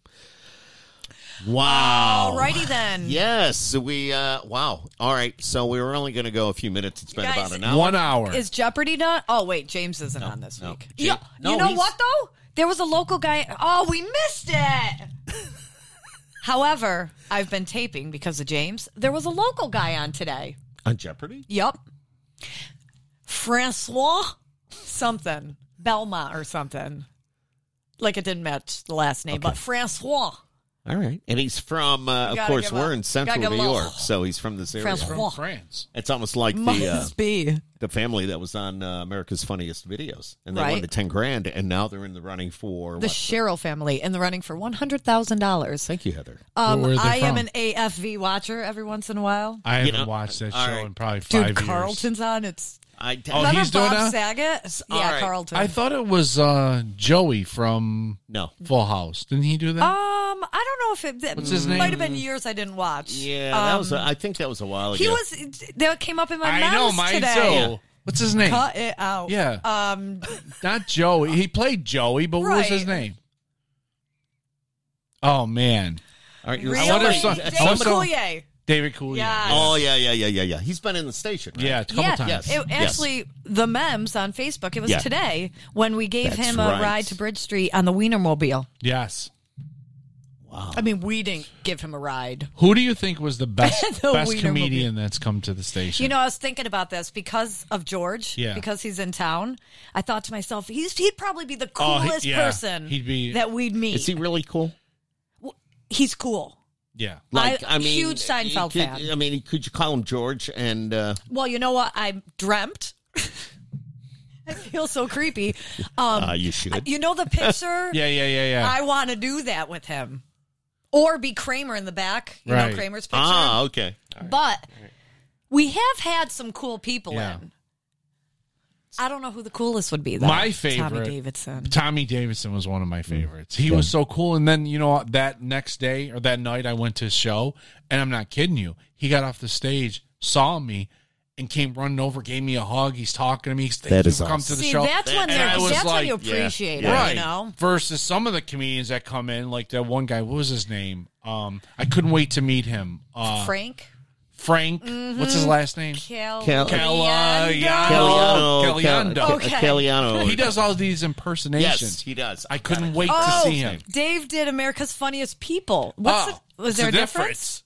Speaker 1: Wow.
Speaker 2: Alrighty then.
Speaker 1: Yes, we. uh Wow. All right. So we were only going to go a few minutes. It's been
Speaker 2: guys,
Speaker 1: about an hour.
Speaker 6: One hour.
Speaker 2: Is Jeopardy done? Oh wait, James isn't on this
Speaker 1: no.
Speaker 2: week.
Speaker 1: Ja-
Speaker 2: Yeah,
Speaker 1: no,
Speaker 2: you know
Speaker 1: he's-
Speaker 2: what though? There was a local guy. Oh, we missed it. However, I've been taping because of James. There was a local guy on today.
Speaker 1: on Jeopardy.
Speaker 2: Yep. Francois something. Belma or something. Like it didn't match the last name, but Francois.
Speaker 1: All right. And he's from, uh, of
Speaker 2: gotta
Speaker 1: course,
Speaker 2: give
Speaker 1: we're
Speaker 2: up.
Speaker 1: in central
Speaker 2: Gotta
Speaker 1: New
Speaker 2: give up.
Speaker 1: York, so he's from this area.
Speaker 2: Francois.
Speaker 6: from France.
Speaker 1: It's almost like the uh,
Speaker 2: Must be.
Speaker 1: the family that was on uh, America's Funniest Videos, and they won
Speaker 2: Right.
Speaker 1: the ten grand, and now they're in the running for.
Speaker 2: The
Speaker 1: what?
Speaker 2: Cheryl family in the running for one hundred thousand dollars.
Speaker 1: Thank you, Heather.
Speaker 2: Um,
Speaker 6: Where are they
Speaker 2: I am
Speaker 6: from?
Speaker 2: an AFV watcher every once in a while.
Speaker 6: I haven't
Speaker 1: know,
Speaker 6: watched that show
Speaker 1: all right.
Speaker 6: in probably
Speaker 2: Dude,
Speaker 6: five years.
Speaker 2: Carlton's on. It's
Speaker 1: I,
Speaker 6: Oh,
Speaker 2: remember
Speaker 6: he's doing
Speaker 2: Bob
Speaker 6: that?
Speaker 2: Saget. S-
Speaker 1: All
Speaker 2: yeah,
Speaker 1: right.
Speaker 2: Carlton.
Speaker 6: I thought it was uh, Joey from
Speaker 1: no.
Speaker 6: Full House. Didn't he do that?
Speaker 2: um, I don't know if it that
Speaker 6: What's his
Speaker 2: might
Speaker 6: name?
Speaker 2: have been years I didn't watch. Um,
Speaker 1: Yeah, that was. A, I think that was a while ago.
Speaker 2: He was. That came up in Oh, my
Speaker 6: I
Speaker 2: mouse
Speaker 6: know, mine
Speaker 2: today.
Speaker 6: too. What's his name?
Speaker 2: Cut it out.
Speaker 6: Yeah.
Speaker 2: Um.
Speaker 6: Not Joey. He played Joey, but what was his
Speaker 2: Right.
Speaker 6: name? Oh man,
Speaker 1: All right,
Speaker 2: Really?
Speaker 6: I wonder if some-
Speaker 2: Dave
Speaker 6: I wonder-
Speaker 2: Coulier.
Speaker 6: David Cooley.
Speaker 2: Yeah.
Speaker 1: Oh yeah, yeah, yeah, yeah, yeah. He's been in the station. Right?
Speaker 6: Yeah, a couple
Speaker 2: yeah,
Speaker 6: times.
Speaker 1: Yes.
Speaker 2: It, actually, the memes on Facebook. It was
Speaker 1: Yeah.
Speaker 2: today when we gave
Speaker 1: That's
Speaker 2: him
Speaker 1: right.
Speaker 2: a ride to Bridge Street on the Wienermobile.
Speaker 6: Yes.
Speaker 2: I mean, we didn't give him a ride.
Speaker 6: Who do you think was the best
Speaker 2: The
Speaker 6: best
Speaker 2: wiener
Speaker 6: comedian that's come to the station?
Speaker 2: You know, I was thinking about this because of George,
Speaker 6: Yeah.
Speaker 2: because he's in town. I thought to myself, he's, he'd probably be the
Speaker 6: Oh, he-
Speaker 2: coolest
Speaker 6: yeah.
Speaker 2: person
Speaker 6: He'd be-
Speaker 2: that we'd meet.
Speaker 1: Is he really cool?
Speaker 2: he's cool.
Speaker 6: yeah.
Speaker 1: Like I,
Speaker 2: I-
Speaker 1: mean,
Speaker 2: huge Seinfeld
Speaker 1: could-
Speaker 2: fan.
Speaker 1: I mean, could you call him George? And uh,
Speaker 2: Well, you know what? I dreamt. I feel so creepy. Um,
Speaker 6: Ah,
Speaker 1: uh, you should.
Speaker 2: you know the picture?
Speaker 6: Yeah, yeah, yeah, yeah.
Speaker 2: I want to do that with him. Or be Kramer in the back. You
Speaker 6: Right.
Speaker 2: know Kramer's picture.
Speaker 1: Ah, okay.
Speaker 2: But we have had some cool people
Speaker 6: Yeah.
Speaker 2: in. I don't know who the coolest would be, though.
Speaker 6: My favorite-
Speaker 2: Tommy Davidson.
Speaker 6: Tommy Davidson was one of
Speaker 1: Mm.
Speaker 6: my favorites. He was so cool. And then, you know, that next day or that night I went to his show, and I'm not kidding you. He got off the stage, saw me, and came running over, gave me a hug. He's talking to me. He's thank
Speaker 1: That
Speaker 6: you
Speaker 1: is
Speaker 6: for coming to
Speaker 1: awesome.
Speaker 6: the
Speaker 2: See,
Speaker 6: show.
Speaker 2: that's when
Speaker 6: And
Speaker 2: they're-
Speaker 6: I was
Speaker 2: that's when
Speaker 6: like,
Speaker 2: you appreciate
Speaker 1: yeah.
Speaker 2: it,
Speaker 6: Right.
Speaker 2: you know?
Speaker 6: Versus some of the comedians that come in, like that one guy, what was his name? Um, I couldn't wait to meet him. Uh,
Speaker 2: Frank
Speaker 6: Frank. What's
Speaker 2: Mm-hmm.
Speaker 6: his last name?
Speaker 2: Cal-
Speaker 1: Cal-
Speaker 6: uh, Caliano.
Speaker 1: Caliano.
Speaker 6: Caliando.
Speaker 2: Okay.
Speaker 1: Caliano.
Speaker 6: He does all these impersonations.
Speaker 1: Yes, he does.
Speaker 6: I couldn't wait
Speaker 2: Oh,
Speaker 6: to see him.
Speaker 2: Dave did America's Funniest People. What's
Speaker 6: Oh,
Speaker 2: the, was
Speaker 6: it's
Speaker 2: there a difference?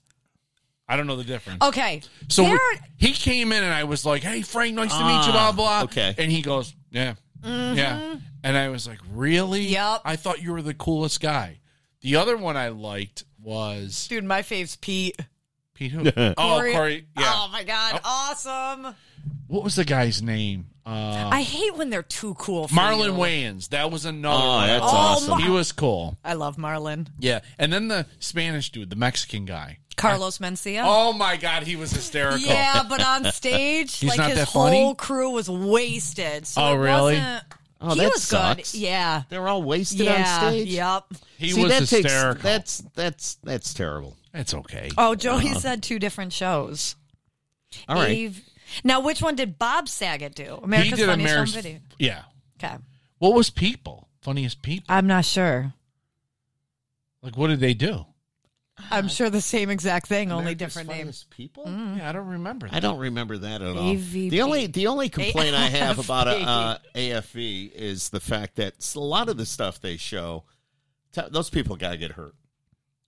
Speaker 6: I don't know the difference.
Speaker 2: Okay.
Speaker 6: So
Speaker 2: There-
Speaker 6: we- he came in and I was like, "Hey Frank, nice to meet you."
Speaker 1: Ah,
Speaker 6: Blah blah.
Speaker 1: okay.
Speaker 6: And he goes, "Yeah,
Speaker 2: Mm-hmm.
Speaker 6: yeah." And I was like, "Really?
Speaker 2: Yep.
Speaker 6: I thought you were the coolest guy." The other one I liked was
Speaker 2: dude, my fave's Pete.
Speaker 6: Pete. Who? oh, Corey. Yeah.
Speaker 2: Oh, my God. Awesome.
Speaker 6: what was the guy's name? Uh,
Speaker 2: I hate when they're too cool for
Speaker 6: Marlon
Speaker 2: you.
Speaker 6: Wayans. That was another.
Speaker 1: Oh,
Speaker 6: one.
Speaker 1: that's
Speaker 2: Oh, awesome.
Speaker 6: He was cool.
Speaker 2: I love Marlon.
Speaker 6: Yeah. And then the Spanish dude, the Mexican guy.
Speaker 2: Carlos Mencia.
Speaker 6: Oh my God, he was hysterical.
Speaker 2: Yeah, but on stage, like
Speaker 6: not
Speaker 2: his
Speaker 6: that
Speaker 2: whole
Speaker 6: funny?
Speaker 2: crew was wasted. So
Speaker 6: Oh,
Speaker 2: it
Speaker 6: really?
Speaker 2: wasn't-
Speaker 1: Oh,
Speaker 2: he
Speaker 1: that
Speaker 2: was
Speaker 1: sucks.
Speaker 2: good. Yeah.
Speaker 1: They're all wasted
Speaker 2: Yeah.
Speaker 1: on stage.
Speaker 2: Yep.
Speaker 6: He
Speaker 1: See,
Speaker 6: was
Speaker 1: that takes-
Speaker 6: hysterical.
Speaker 1: that's that's that's terrible.
Speaker 6: That's okay.
Speaker 2: Oh, Joey said two different shows.
Speaker 1: Uh-huh. All right.
Speaker 2: Eve- Now, which one did Bob Saget do? America's Funniest
Speaker 6: America's-
Speaker 2: Home Video.
Speaker 6: Yeah.
Speaker 2: Okay.
Speaker 6: What was people? Funniest people.
Speaker 2: I'm not sure.
Speaker 6: Like, what did they do?
Speaker 2: I'm sure the same exact thing, only
Speaker 1: America's
Speaker 2: different Mm. names.
Speaker 1: Funniest People.
Speaker 2: Hmm.
Speaker 6: Yeah, I don't remember.
Speaker 1: I don't remember that at all.
Speaker 2: AVP.
Speaker 1: The only the only complaint I have about
Speaker 2: AFV.
Speaker 1: uh, AFV is the fact that s- a lot of the stuff they show, t- those people gotta get hurt.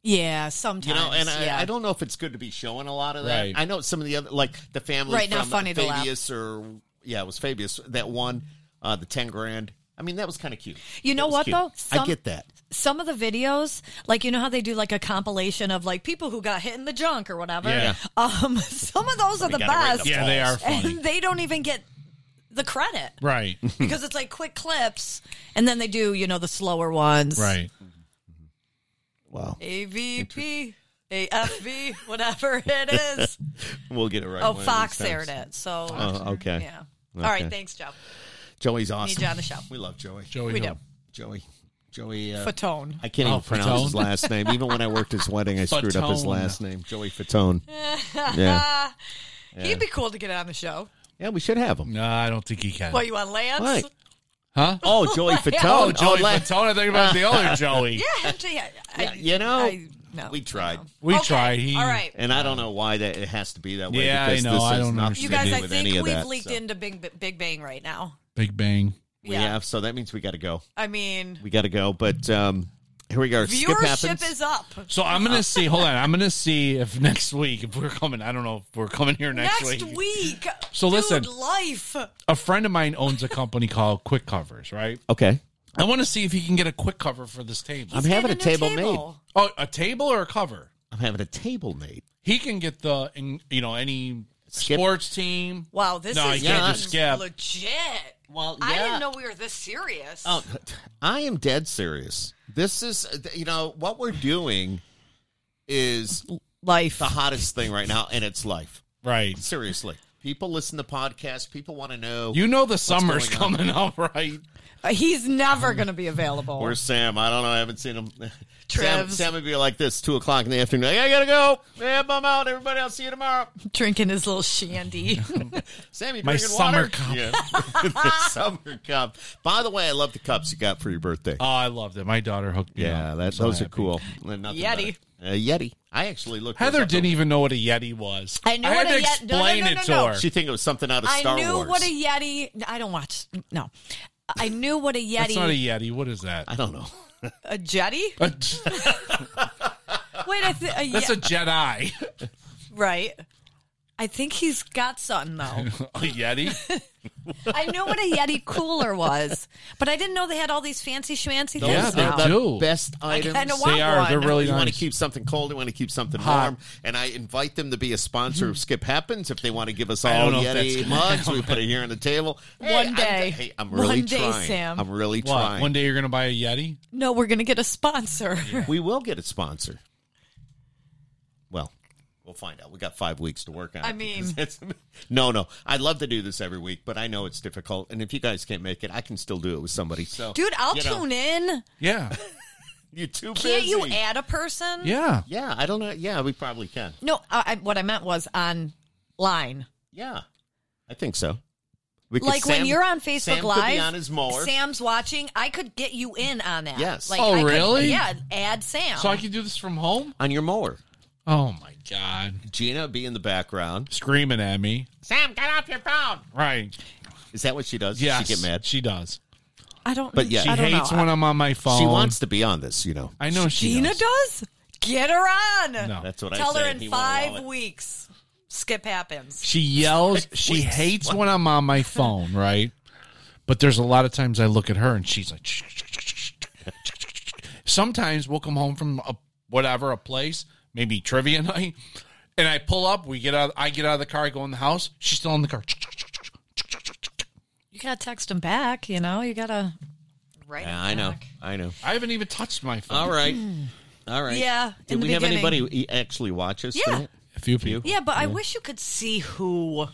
Speaker 2: Yeah, sometimes.
Speaker 1: You know, and
Speaker 2: yeah.
Speaker 1: I, I don't know if it's good to be showing a lot of that.
Speaker 6: Right.
Speaker 1: I know some of the other, like the family
Speaker 2: Right, not
Speaker 1: from
Speaker 2: funny to laugh.
Speaker 1: Fabius or yeah, it was Fabius that won uh, the ten grand. I mean, that was kind of cute.
Speaker 2: You
Speaker 1: That
Speaker 2: know
Speaker 1: was
Speaker 2: what,
Speaker 1: cute.
Speaker 2: though?
Speaker 1: I
Speaker 2: Some-
Speaker 1: get that.
Speaker 2: some of the videos, like you know how they do like a compilation of like people who got hit in the junk or whatever.
Speaker 6: Yeah.
Speaker 2: Um, some of those are the
Speaker 1: gotta rate
Speaker 2: best.
Speaker 1: the
Speaker 6: Yeah, they are funny.
Speaker 2: and they don't even get the credit
Speaker 6: Right.
Speaker 2: because it's like quick clips, and then they do you know the slower ones.
Speaker 6: Right.
Speaker 1: Wow,
Speaker 2: AVP, AFV, whatever it is.
Speaker 1: we'll get it right.
Speaker 2: Oh,
Speaker 1: one of
Speaker 2: Fox
Speaker 1: these times.
Speaker 2: aired it. So uh,
Speaker 1: Oh, okay.
Speaker 2: yeah. All right,
Speaker 1: Okay.
Speaker 2: thanks, Joe.
Speaker 1: Joey's awesome.
Speaker 2: you on the show.
Speaker 1: We love Joey.
Speaker 6: Joey.
Speaker 2: We
Speaker 6: Hill.
Speaker 2: do.
Speaker 1: Joey. Joey. Uh,
Speaker 2: Fatone.
Speaker 1: I can't
Speaker 6: Oh,
Speaker 1: even pronounce
Speaker 6: Fatone.
Speaker 1: his last name. Even when I worked his wedding, I screwed up his
Speaker 6: Fatone.
Speaker 1: last name. Joey Fatone. yeah.
Speaker 2: He'd be cool to get on the show.
Speaker 1: Yeah, we should have him.
Speaker 6: No, I don't think he can.
Speaker 2: What you on Lance?
Speaker 1: Why?
Speaker 6: Huh?
Speaker 1: Oh, Joey Fatone.
Speaker 6: Oh, Joey
Speaker 1: la-
Speaker 6: Fatone. I think about the other Joey.
Speaker 2: Yeah, actually, I- I-
Speaker 1: Yeah, you know,
Speaker 2: I- no,
Speaker 1: we tried.
Speaker 2: no.
Speaker 6: We
Speaker 2: Okay,
Speaker 6: tried. He,
Speaker 2: All right.
Speaker 1: And I don't know why that it has to be that way.
Speaker 6: Yeah, I
Speaker 1: because
Speaker 6: know.
Speaker 1: This
Speaker 6: I
Speaker 1: has
Speaker 6: don't
Speaker 1: nothing
Speaker 2: You
Speaker 1: to
Speaker 2: guys,
Speaker 1: do
Speaker 2: I
Speaker 1: with
Speaker 2: think
Speaker 1: any of
Speaker 2: we've
Speaker 1: that,
Speaker 2: leaked
Speaker 1: so.
Speaker 2: into Big Big Bang right now.
Speaker 6: Big Bang.
Speaker 1: We have, so that means we got to go.
Speaker 2: I mean,
Speaker 1: We got to go. But um, here we go. Skip happens.
Speaker 2: viewership is up.
Speaker 6: So I'm
Speaker 2: Oh.
Speaker 6: gonna see. Hold on. I'm gonna see if next week if we're coming. I don't know if we're coming here next,
Speaker 2: Next week.
Speaker 6: So
Speaker 2: Dude,
Speaker 6: listen.
Speaker 2: life.
Speaker 6: A friend of mine owns a company called Quick Covers. Right.
Speaker 1: okay.
Speaker 6: I want to see if he can get a quick cover for this table.
Speaker 1: I'm having a
Speaker 2: Getting
Speaker 1: table, made.
Speaker 6: Oh, a table or a cover?
Speaker 1: I'm having a table made.
Speaker 6: He can get the in- you know any
Speaker 1: Skip.
Speaker 6: sports team.
Speaker 2: Wow, this
Speaker 6: No,
Speaker 2: is
Speaker 6: you can't just skip.
Speaker 2: legit.
Speaker 1: Well,
Speaker 2: I
Speaker 1: yeah.
Speaker 2: didn't know we were this serious.
Speaker 1: Oh, I am dead serious. This is, you know, what we're doing is
Speaker 2: life.
Speaker 1: the hottest thing right now, and it's life.
Speaker 6: Right.
Speaker 1: Seriously. People listen to podcasts. People want to know.
Speaker 6: You know the summer's
Speaker 1: going on?
Speaker 6: coming up, right?
Speaker 2: Uh, He's never going to be available.
Speaker 1: Where's Sam? I don't know. I haven't seen him. Sam,
Speaker 2: Trevs.
Speaker 1: Sam would be like this, 2 o'clock in the afternoon. Like, I got to go. Yeah, I'm out. Everybody, I'll see you tomorrow.
Speaker 2: drinking his little shandy.
Speaker 1: Sam, you
Speaker 6: My
Speaker 1: drinking
Speaker 6: summer
Speaker 1: water?
Speaker 6: cup.
Speaker 1: Yeah. The summer cup. By the way, I love the cups you got for your birthday.
Speaker 6: Oh, I loved it. My daughter hooked me up.
Speaker 1: yeah,
Speaker 6: I'm
Speaker 1: that,
Speaker 6: Oh, so
Speaker 1: those are
Speaker 6: happy.
Speaker 1: cool. They're nothing
Speaker 2: Yeti.
Speaker 1: better. Uh, Yeti. I actually looked. those
Speaker 6: Heather
Speaker 1: up.
Speaker 6: didn't even know what a Yeti was.
Speaker 2: I knew
Speaker 6: had
Speaker 2: what
Speaker 6: to
Speaker 2: a Yet- no, no,
Speaker 6: explain
Speaker 2: no, no,
Speaker 6: it
Speaker 2: no.
Speaker 6: to her.
Speaker 1: She think it was something out of
Speaker 2: I
Speaker 1: Star
Speaker 2: knew
Speaker 1: Wars.
Speaker 2: what a Yeti. I don't watch. No, I knew what a
Speaker 6: That's
Speaker 2: Yeti.
Speaker 6: not a Yeti. What is that?
Speaker 1: I don't know.
Speaker 2: a jetty.
Speaker 6: A j-
Speaker 2: Wait, I th- a
Speaker 6: That's
Speaker 2: Ye-
Speaker 6: a Jedi.
Speaker 2: right. I think he's got something though.
Speaker 6: a Yeti.
Speaker 2: I knew what a Yeti cooler was, but I didn't know they had all these fancy schmancy things.
Speaker 6: Yeah,
Speaker 1: Those
Speaker 2: now.
Speaker 1: are the
Speaker 6: do.
Speaker 1: best items.
Speaker 2: kinda want
Speaker 6: They are.
Speaker 2: one.
Speaker 6: They're really
Speaker 1: you want
Speaker 6: nice.
Speaker 1: to keep something cold. You want to keep something
Speaker 6: Hot. Mm-hmm.
Speaker 1: warm. And I invite them to be a sponsor of Skip Happens if they want to give us
Speaker 6: don't
Speaker 1: all
Speaker 6: know if that's
Speaker 1: Yeti
Speaker 6: gonna
Speaker 1: mugs. We put it here on the table. Hey,
Speaker 2: One
Speaker 1: I'm-
Speaker 2: day.
Speaker 1: hey, I'm
Speaker 2: One
Speaker 1: really
Speaker 2: day,
Speaker 1: trying.
Speaker 2: Sam.
Speaker 1: I'm really
Speaker 6: What?
Speaker 1: trying.
Speaker 6: One day you're going to buy a Yeti?
Speaker 2: No, we're gonna get a sponsor.
Speaker 1: we will get a sponsor. Well, we'll find out. We got five weeks to work on.
Speaker 2: I
Speaker 1: it
Speaker 2: mean-
Speaker 1: because it's- no, no. I'd love to do this every week, but I know it's difficult. And if you guys can't make it, I can still do it with somebody. So,
Speaker 2: Dude, I'll
Speaker 1: you know,
Speaker 2: tune in.
Speaker 6: Yeah.
Speaker 1: You too busy.
Speaker 2: Can't you add a person?
Speaker 6: Yeah.
Speaker 1: Yeah, I don't know. Yeah, we probably can.
Speaker 2: No, I, I, what I meant was online.
Speaker 1: Yeah, I think so. We could-
Speaker 2: Like when
Speaker 1: Sam-
Speaker 2: you're on Facebook
Speaker 1: Sam
Speaker 2: Live,
Speaker 1: could be on his mower.
Speaker 2: Sam's watching. I could get you in on that.
Speaker 1: Yes.
Speaker 2: Like,
Speaker 6: Oh,
Speaker 2: I could-
Speaker 6: really?
Speaker 2: yeah. Add Sam.
Speaker 6: So I can do this from home?
Speaker 1: on your mower,
Speaker 6: Oh, my God.
Speaker 1: Gina would be in the background.
Speaker 6: Screaming at me.
Speaker 1: Sam, get off your phone.
Speaker 6: Right.
Speaker 1: Is that what she does?
Speaker 6: Yeah.
Speaker 1: She get mad.
Speaker 6: She does.
Speaker 2: I don't.
Speaker 1: But yeah.
Speaker 6: She
Speaker 2: I don't
Speaker 6: hates
Speaker 2: know.
Speaker 6: when I'm on my phone.
Speaker 1: She wants to be on this, you know.
Speaker 6: I know she
Speaker 2: Gina
Speaker 6: does.
Speaker 2: does. Get her on.
Speaker 6: No.
Speaker 1: That's what I
Speaker 2: Tell
Speaker 1: say.
Speaker 2: her in
Speaker 1: He won't allow
Speaker 2: five
Speaker 1: it.
Speaker 2: weeks. Skip happens.
Speaker 6: She yells. She hates when I'm on my phone, right? But there's a lot of times I look at her and she's like. Sometimes we'll come home from a, whatever a place, maybe trivia night, and I pull up. We get out. I get out of the car. I go in the house. She's still in the car.
Speaker 2: You gotta text him back. You know. You gotta. Right.
Speaker 1: Yeah, I know. I know.
Speaker 6: I haven't even touched my phone.
Speaker 1: All right. All right.
Speaker 2: Yeah,
Speaker 1: Did
Speaker 2: in the
Speaker 1: we have
Speaker 2: beginning.
Speaker 1: anybody who actually watch us?
Speaker 2: Yeah.
Speaker 1: tonight?
Speaker 6: a few people.
Speaker 2: Yeah, but I wish you could see who
Speaker 1: All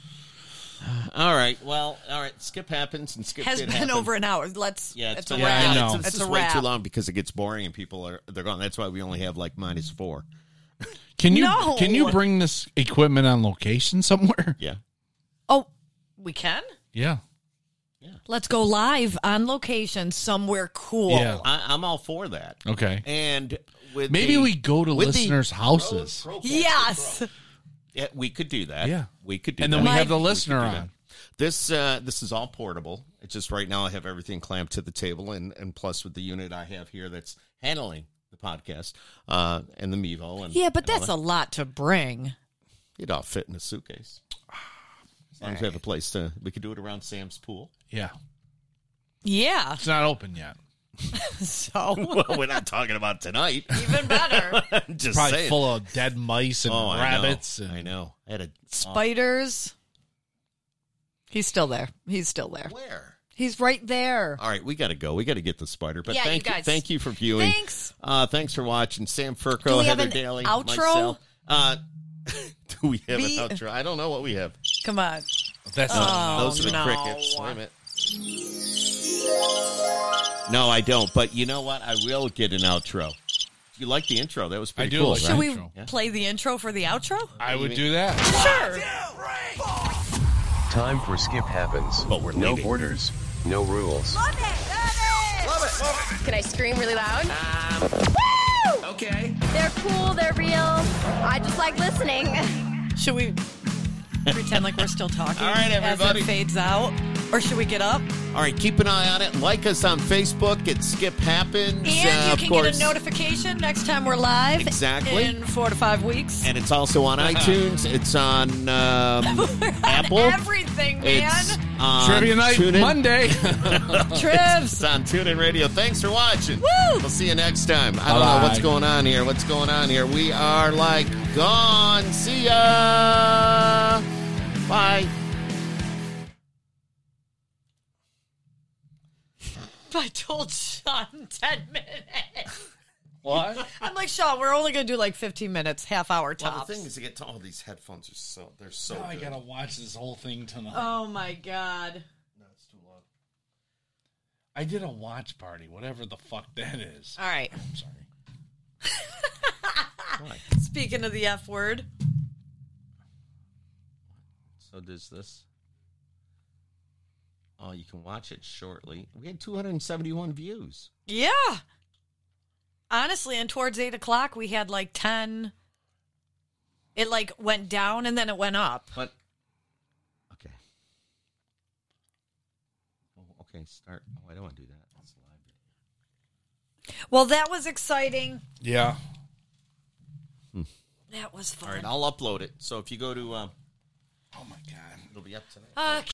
Speaker 1: right. Well, all right. Skip happens and skip
Speaker 2: has
Speaker 1: did
Speaker 2: been
Speaker 1: happen.
Speaker 2: over an hour. Let's.
Speaker 1: Yeah,
Speaker 2: it's a
Speaker 1: been-
Speaker 2: wrap.
Speaker 6: I
Speaker 1: It's,
Speaker 6: know.
Speaker 2: It's
Speaker 1: this
Speaker 2: a
Speaker 1: is way
Speaker 2: wrap.
Speaker 1: too long because it gets boring and people are they're gone. That's why we only have like minus four.
Speaker 6: Can you
Speaker 2: No.
Speaker 6: can you bring this equipment on location somewhere?
Speaker 1: Yeah.
Speaker 2: Oh, we can.
Speaker 6: Yeah.
Speaker 2: Let's go live on location somewhere cool.
Speaker 6: Yeah.
Speaker 1: I, I'm all for that.
Speaker 6: Okay.
Speaker 1: And with
Speaker 6: Maybe
Speaker 1: the-
Speaker 6: we go to
Speaker 1: with the
Speaker 6: listeners' houses.
Speaker 1: pro- pro-
Speaker 2: Yes.
Speaker 1: Yeah, we could do that.
Speaker 6: Yeah.
Speaker 1: we could do.
Speaker 6: And
Speaker 1: that.
Speaker 6: then we
Speaker 2: My-
Speaker 6: have the listener
Speaker 1: do that.
Speaker 6: on.
Speaker 1: This uh, this is all portable. It's just right now I have everything clamped to the table, and and plus with the unit I have here that's handling the podcast uh, and the Mevo and
Speaker 2: Yeah, but
Speaker 1: and all
Speaker 2: that's
Speaker 1: that.
Speaker 2: a lot to bring.
Speaker 1: It'd all fit in a suitcase. As long as we have a place to, we could do it around Sam's pool.
Speaker 6: Yeah.
Speaker 2: Yeah.
Speaker 6: It's not open yet.
Speaker 2: So
Speaker 1: Well, we're not talking about tonight.
Speaker 2: even better.
Speaker 1: I'm just
Speaker 6: probably
Speaker 1: saying.
Speaker 6: full of dead mice and
Speaker 1: oh, I know.
Speaker 6: rabbits.
Speaker 1: I know. I
Speaker 6: and
Speaker 1: had a
Speaker 2: Spiders. He's still there. He's still there.
Speaker 1: where.
Speaker 2: He's right there.
Speaker 1: All right, we got to go. We got to get the spider. But
Speaker 2: Yeah, you
Speaker 1: thank you,
Speaker 2: guys.
Speaker 1: thank you for viewing.
Speaker 2: Thanks.
Speaker 1: Uh, thanks for watching. Sam Furco,
Speaker 2: Do we have
Speaker 1: Heather
Speaker 2: an
Speaker 1: Daly,
Speaker 2: outro?
Speaker 1: myself. Uh, do we have
Speaker 2: Be-
Speaker 1: an outro? I don't know what we have.
Speaker 2: Come on.
Speaker 6: That's
Speaker 1: Those are the
Speaker 2: Oh, no.
Speaker 1: crickets. Wait a minute. No, I don't. But you know what? I will get an outro. You like the intro? That was pretty
Speaker 6: I do
Speaker 1: cool,
Speaker 6: like
Speaker 1: right?
Speaker 2: Should we
Speaker 6: Intro.
Speaker 2: play the intro for the outro?
Speaker 6: I would do that.
Speaker 2: Sure.
Speaker 3: Time for Skip Happens.
Speaker 1: But we're
Speaker 3: no
Speaker 1: leaving.
Speaker 3: borders, no rules.
Speaker 4: Can I scream really loud?
Speaker 5: Okay.
Speaker 4: They're cool, they're real. I just like listening.
Speaker 2: Should we pretend like we're still talking
Speaker 1: All right, everybody.
Speaker 2: as it fades out? Or should we get up?
Speaker 1: All right, keep an eye on it. Like us on Facebook at Skip Happens.
Speaker 2: And
Speaker 1: uh,
Speaker 2: you
Speaker 1: of
Speaker 2: can
Speaker 1: course.
Speaker 2: get a notification next time we're live.
Speaker 1: Exactly.
Speaker 2: In four to five weeks.
Speaker 1: and it's also on
Speaker 2: Uh-huh.
Speaker 1: iTunes. It's on um, Apple.
Speaker 2: Everything, man.
Speaker 1: It's on
Speaker 6: Trivia night
Speaker 1: TuneIn.
Speaker 6: Monday.
Speaker 1: It's
Speaker 2: Trivs.
Speaker 1: on TuneIn Radio. Thanks for watching.
Speaker 2: Woo!
Speaker 1: We'll see you next time. I don't
Speaker 6: Bye-bye.
Speaker 1: know what's going on here. What's going on here? We are like gone. See ya. Bye.
Speaker 2: I told Sean 10 minutes.
Speaker 6: what?
Speaker 2: I'm like, Sean, we're only going to do like 15 minutes, half hour tops.
Speaker 1: is, to get to all these headphones are so they're so
Speaker 6: I gotta watch this whole thing tonight.
Speaker 2: oh my God.
Speaker 6: I did a watch party, whatever the fuck that is.
Speaker 2: All right.
Speaker 6: I'm sorry.
Speaker 2: Speaking of the F word,
Speaker 1: So does this? Oh, you can watch it shortly. We had 271 views.
Speaker 2: yeah. Honestly, and towards 8 o'clock, we had like 10 It like went down and then it went up.
Speaker 1: But okay. Oh, okay, start. Oh, I don't want to do that. That's live.
Speaker 2: Well, that was exciting.
Speaker 6: Yeah.
Speaker 2: That was fun.
Speaker 1: All right, I'll upload it. So if you go to, um,
Speaker 6: Oh my god.
Speaker 1: it'll be up tonight.
Speaker 2: Uh,